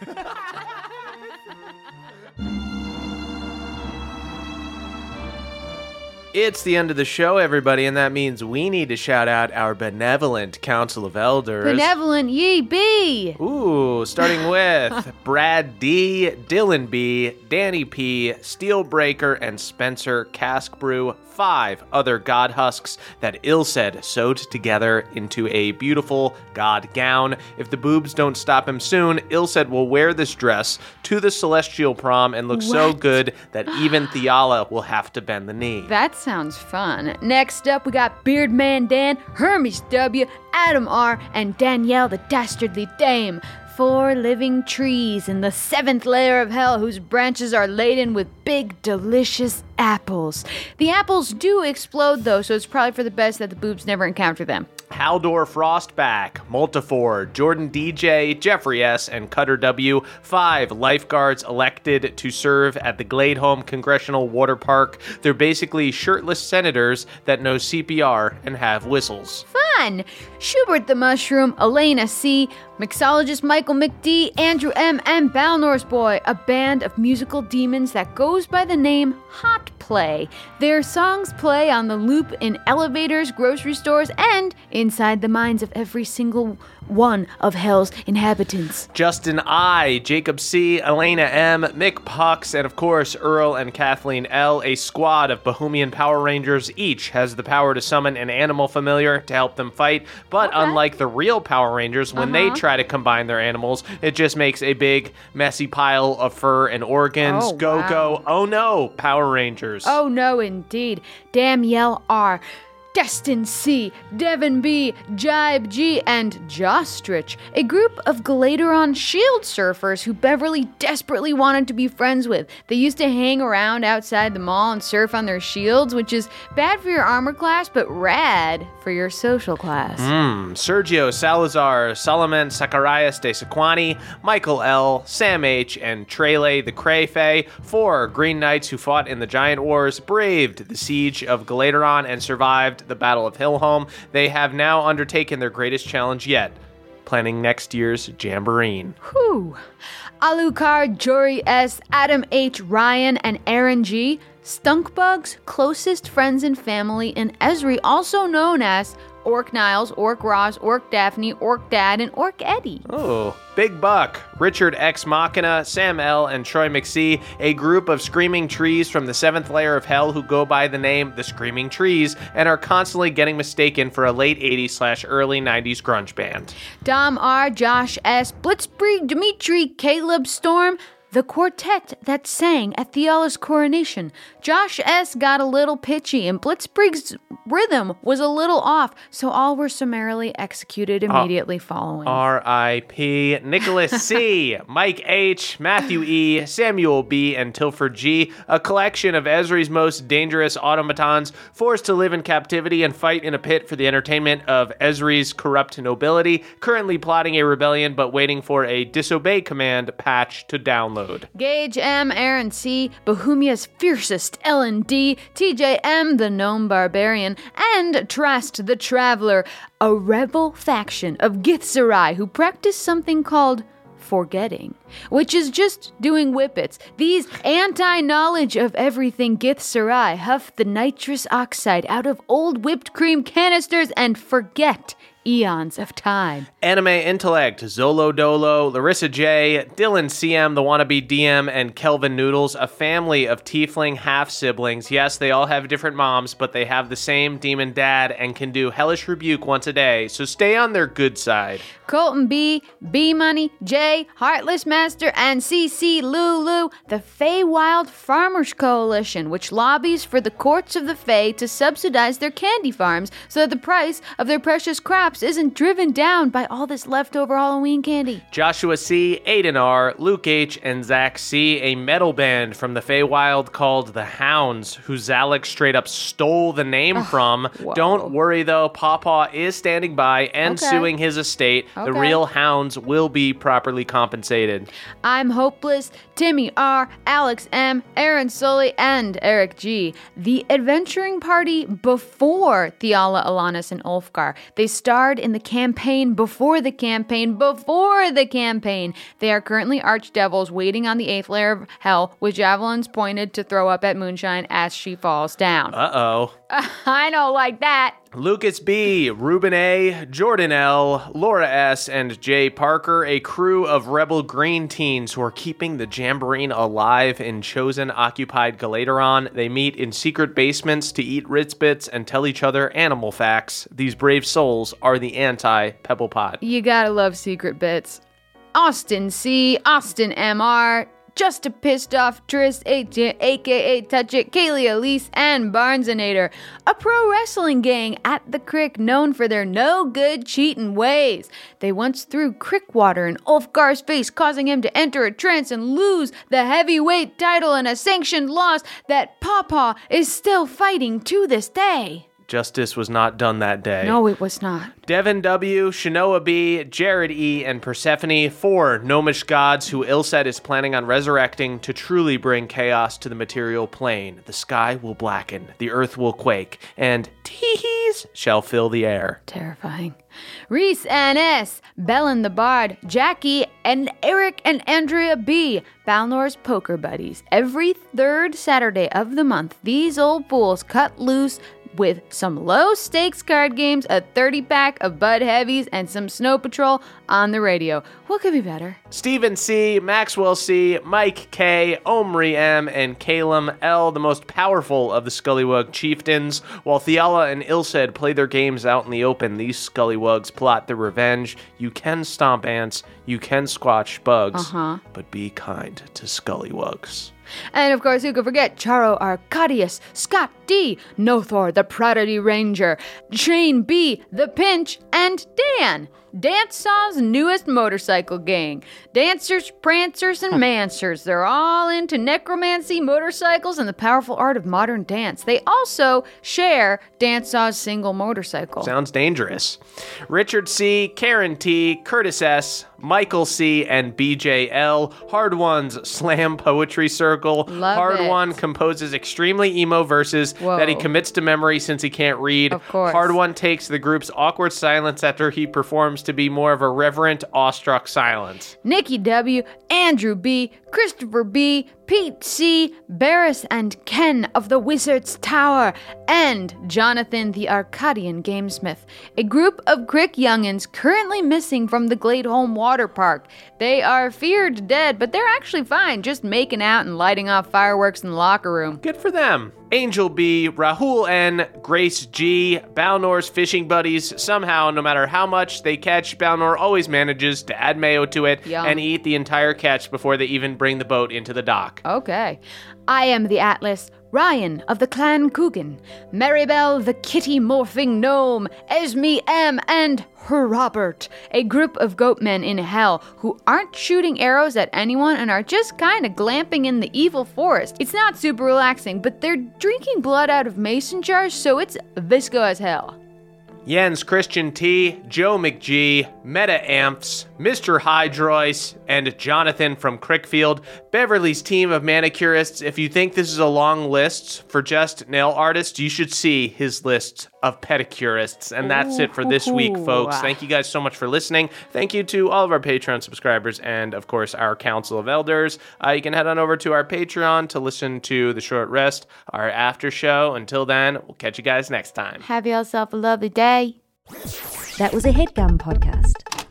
S2: It's the end of the show, everybody, and that means we need to shout out our benevolent Council of Elders.
S6: Benevolent ye be.
S2: Ooh, starting with Brad D, Dylan B, Danny P, Steelbreaker, and Spencer Caskbrew. Five other god husks that Ilsed sewed together into a beautiful god gown. If the boobs don't stop him soon, Ilsed will wear this dress to the celestial prom and look so
S13: What?
S2: good that even Theala will have to bend the knee.
S13: That sounds fun.
S6: Next up, we got Beardman Dan, Hermes W, Adam R, and Danielle the Dastardly Dame. Four living trees in the seventh layer of hell whose branches are laden with big, delicious apples. The apples do explode, though, so it's probably for the best that the boobs never encounter them.
S2: Haldor Frostback, Multifor, Jordan DJ, Jeffrey S., and Cutter W. Five lifeguards elected to serve at the Gladeholm Congressional Water Park. They're basically shirtless senators that know CPR and have whistles.
S6: Fun! Schubert the Mushroom, Elena C., mixologist Michael McD, Andrew M., and Balnor's Boy, a band of musical demons that goes by the name Hot Play. Their songs play on the loop in elevators, grocery stores, and inside the minds of every single one of Hell's inhabitants.
S2: Justin I, Jacob C, Elena M, Mick Pucks, and of course Earl and Kathleen L, a squad of Bohemian Power Rangers. Each has the power to summon an animal familiar to help them fight. But unlike the real Power Rangers, when they
S14: Uh-huh.
S2: try to combine their animals, it just makes a big messy pile of fur and organs.
S6: Oh,
S2: go
S6: wow.
S2: go! Oh no, Power Rangers!
S6: Oh no, indeed. Danielle R. Destin C, Devin B, Jibe G, and Jostrich, a group of Galateron shield surfers who Beverly desperately wanted to be friends with. They used to hang around outside the mall and surf on their shields, which is bad for your armor class, but rad for your social class.
S2: Mm, Sergio Salazar, Solomon Zacharias de Sequani, Michael L., Sam H., and Trele the Crayfay, four Green Knights who fought in the Giant Wars, braved the siege of Galateron, and survived the Battle of Hillholm. They have now undertaken their greatest challenge yet, planning next year's Jamboree.
S6: Whew. Alucard, Jory S, Adam H, Ryan, and Aaron G. Stunkbug's closest friends and family in Esri, also known as Orc Niles, Orc Ross, Orc Daphne, Orc Dad, and Orc Eddie.
S2: Oh, Big Buck, Richard X Machina, Sam L, and Troy McSee, a group of screaming trees from the seventh layer of hell who go by the name the Screaming Trees and are constantly getting mistaken for a late 80s slash early 90s grunge band.
S6: Dom R, Josh S, Blitzbrig, Dimitri, Caleb Storm, the quartet that sang at Theala's coronation. Josh S got a little pitchy and Blitzbrig's rhythm was a little off, so all were summarily executed
S2: Ah.
S6: immediately following.
S2: R.I.P. Nicholas C., Mike H., Matthew E., Samuel B., and Tilford G., a collection of Esri's most dangerous automatons forced to live in captivity and fight in a pit for the entertainment of Esri's corrupt nobility, currently plotting a rebellion but waiting for a disobey command patch to download.
S6: Gage M, Aaron C, Bohemia's fiercest Ellen D, TJ M, the gnome barbarian, and Trast the Traveler, a rebel faction of Githzerai who practice something called forgetting, which is just doing whippets. These anti-knowledge of everything Githzerai huff the nitrous oxide out of old whipped cream canisters and forget eons of time.
S2: Anime Intellect, Zolo Dolo, Larissa J, Dylan CM, the wannabe DM, and Kelvin Noodles, a family of tiefling half siblings. Yes, they all have different moms, but they have the same demon dad and can do hellish rebuke once a day, so stay on their good side.
S6: Colton B, B Money, J, Heartless Master, and CC Lulu, the Feywild Farmers Coalition, which lobbies for the courts of the Fey to subsidize their candy farms so that the price of their precious crops isn't driven down by all this leftover Halloween candy.
S2: Joshua C, Aiden R, Luke H, and Zach C, a metal band from the Feywild called the Hounds, who Zalek straight up stole the name from. Don't worry though, Pawpaw is standing by and
S6: Okay.
S2: suing his estate. The
S6: Okay.
S2: real Hounds will be properly compensated.
S6: I'm Hopeless, Timmy R, Alex M, Aaron Sully, and Eric G. The adventuring party before Theala, Alanis, and Ulfgar. They star guard in the campaign before the campaign before the campaign. They are currently archdevils waiting on the eighth layer of hell with javelins pointed to throw up at Moonshine as she falls down.
S2: Uh oh.
S6: I don't like that.
S2: Lucas B, Ruben A, Jordan L, Laura S, and Jay Parker, a crew of rebel green teens who are keeping the Jamboreen alive in chosen occupied Galateron. They meet in secret basements to eat Ritz bits and tell each other animal facts. These brave souls are the anti Pebble Pod.
S6: You gotta love secret bits. Austin C, Austin MR, just a pissed off Tris, AJ, aka Touch It, Kaylee Elise, and Barnesonator, a pro wrestling gang at the Crick known for their no good cheating ways. They once threw Crick water in Ulfgar's face, causing him to enter a trance and lose the heavyweight title in a sanctioned loss that Pawpaw is still fighting to this day.
S2: Justice was not done that day.
S6: No, it was not.
S2: Devin W., Shanoa B., Jared E., and Persephone, four gnomish gods who Ilset is planning on resurrecting to truly bring chaos to the material plane. The sky will blacken, the earth will quake, and teehees shall fill the air.
S6: Terrifying. Reese and S, Bellin the Bard, Jackie, and Eric and Andrea B, Balnor's poker buddies. Every third Saturday of the month, these old fools cut loose with some low stakes card games, a 30 pack of Bud Heavies, and some Snow Patrol on the radio. What could be better?
S2: Stephen C., Maxwell C., Mike K., Omri M., and Calum L., the most powerful of the Scullywug chieftains. While Theala and Ilsed play their games out in the open, these Scullywugs plot their revenge. You can stomp ants, you can squash bugs,
S6: Uh-huh.
S2: but be kind to Scullywugs.
S6: And of course, who could forget Charo Arcadius, Scott D, Nothor the Prodigy Ranger, Shane B, The Pinch, and Dan, Dance Saw's newest motorcycle gang. Dancers, prancers, and mancers. They're all into necromancy, motorcycles, and the powerful art of modern dance. They also share Dance Saw's single motorcycle.
S2: Sounds dangerous. Richard C., Karen T., Curtis S., Michael C., and BJL. Hard One's Slam Poetry Circle.
S6: Love
S2: Hard
S6: it.
S2: One composes extremely emo verses
S6: Whoa.
S2: that he commits to memory since he can't read.
S6: Of course.
S2: Hard One takes the group's awkward silence after he performs to be more of a reverent, awestruck silence.
S6: Nikki W., Andrew B., Christopher B., Pete C., Barris and Ken of the Wizard's Tower, and Jonathan the Arcadian Gamesmith, a group of Crick youngins currently missing from the Gladeholm Water Park. They are feared dead, but they're actually fine, just making out and lighting off fireworks in the locker room.
S2: Good for them. Angel B, Rahul N, Grace G, Balnor's fishing buddies. Somehow, no matter how much they catch, Balnor always manages to add mayo to it
S6: Yum.
S2: and eat the entire catch before they even bring the boat into the dock.
S6: Okay. I am the Atlas, Ryan of the Clan Coogan, Maribel the kitty morphing gnome, Esme M, and her Robert, a group of goatmen in hell who aren't shooting arrows at anyone and are just kind of glamping in the evil forest. It's not super relaxing, but they're drinking blood out of mason jars, so it's visco as hell.
S2: Jens Christian T, Joe McGee, Meta Amps, Mr. Hydroice, and Jonathan from Crickfield, Beverly's team of manicurists. If you think this is a long list for just nail artists, you should see his list of pedicurists. And that's it for this week, folks. Thank you guys so much for listening. Thank you to all of our Patreon subscribers and, of course, our Council of Elders. Uh, you can head on over to our Patreon to listen to The Short Rest, our after show. Until then, we'll catch you guys next time.
S6: Have yourself a lovely day.
S4: That was a headgum podcast.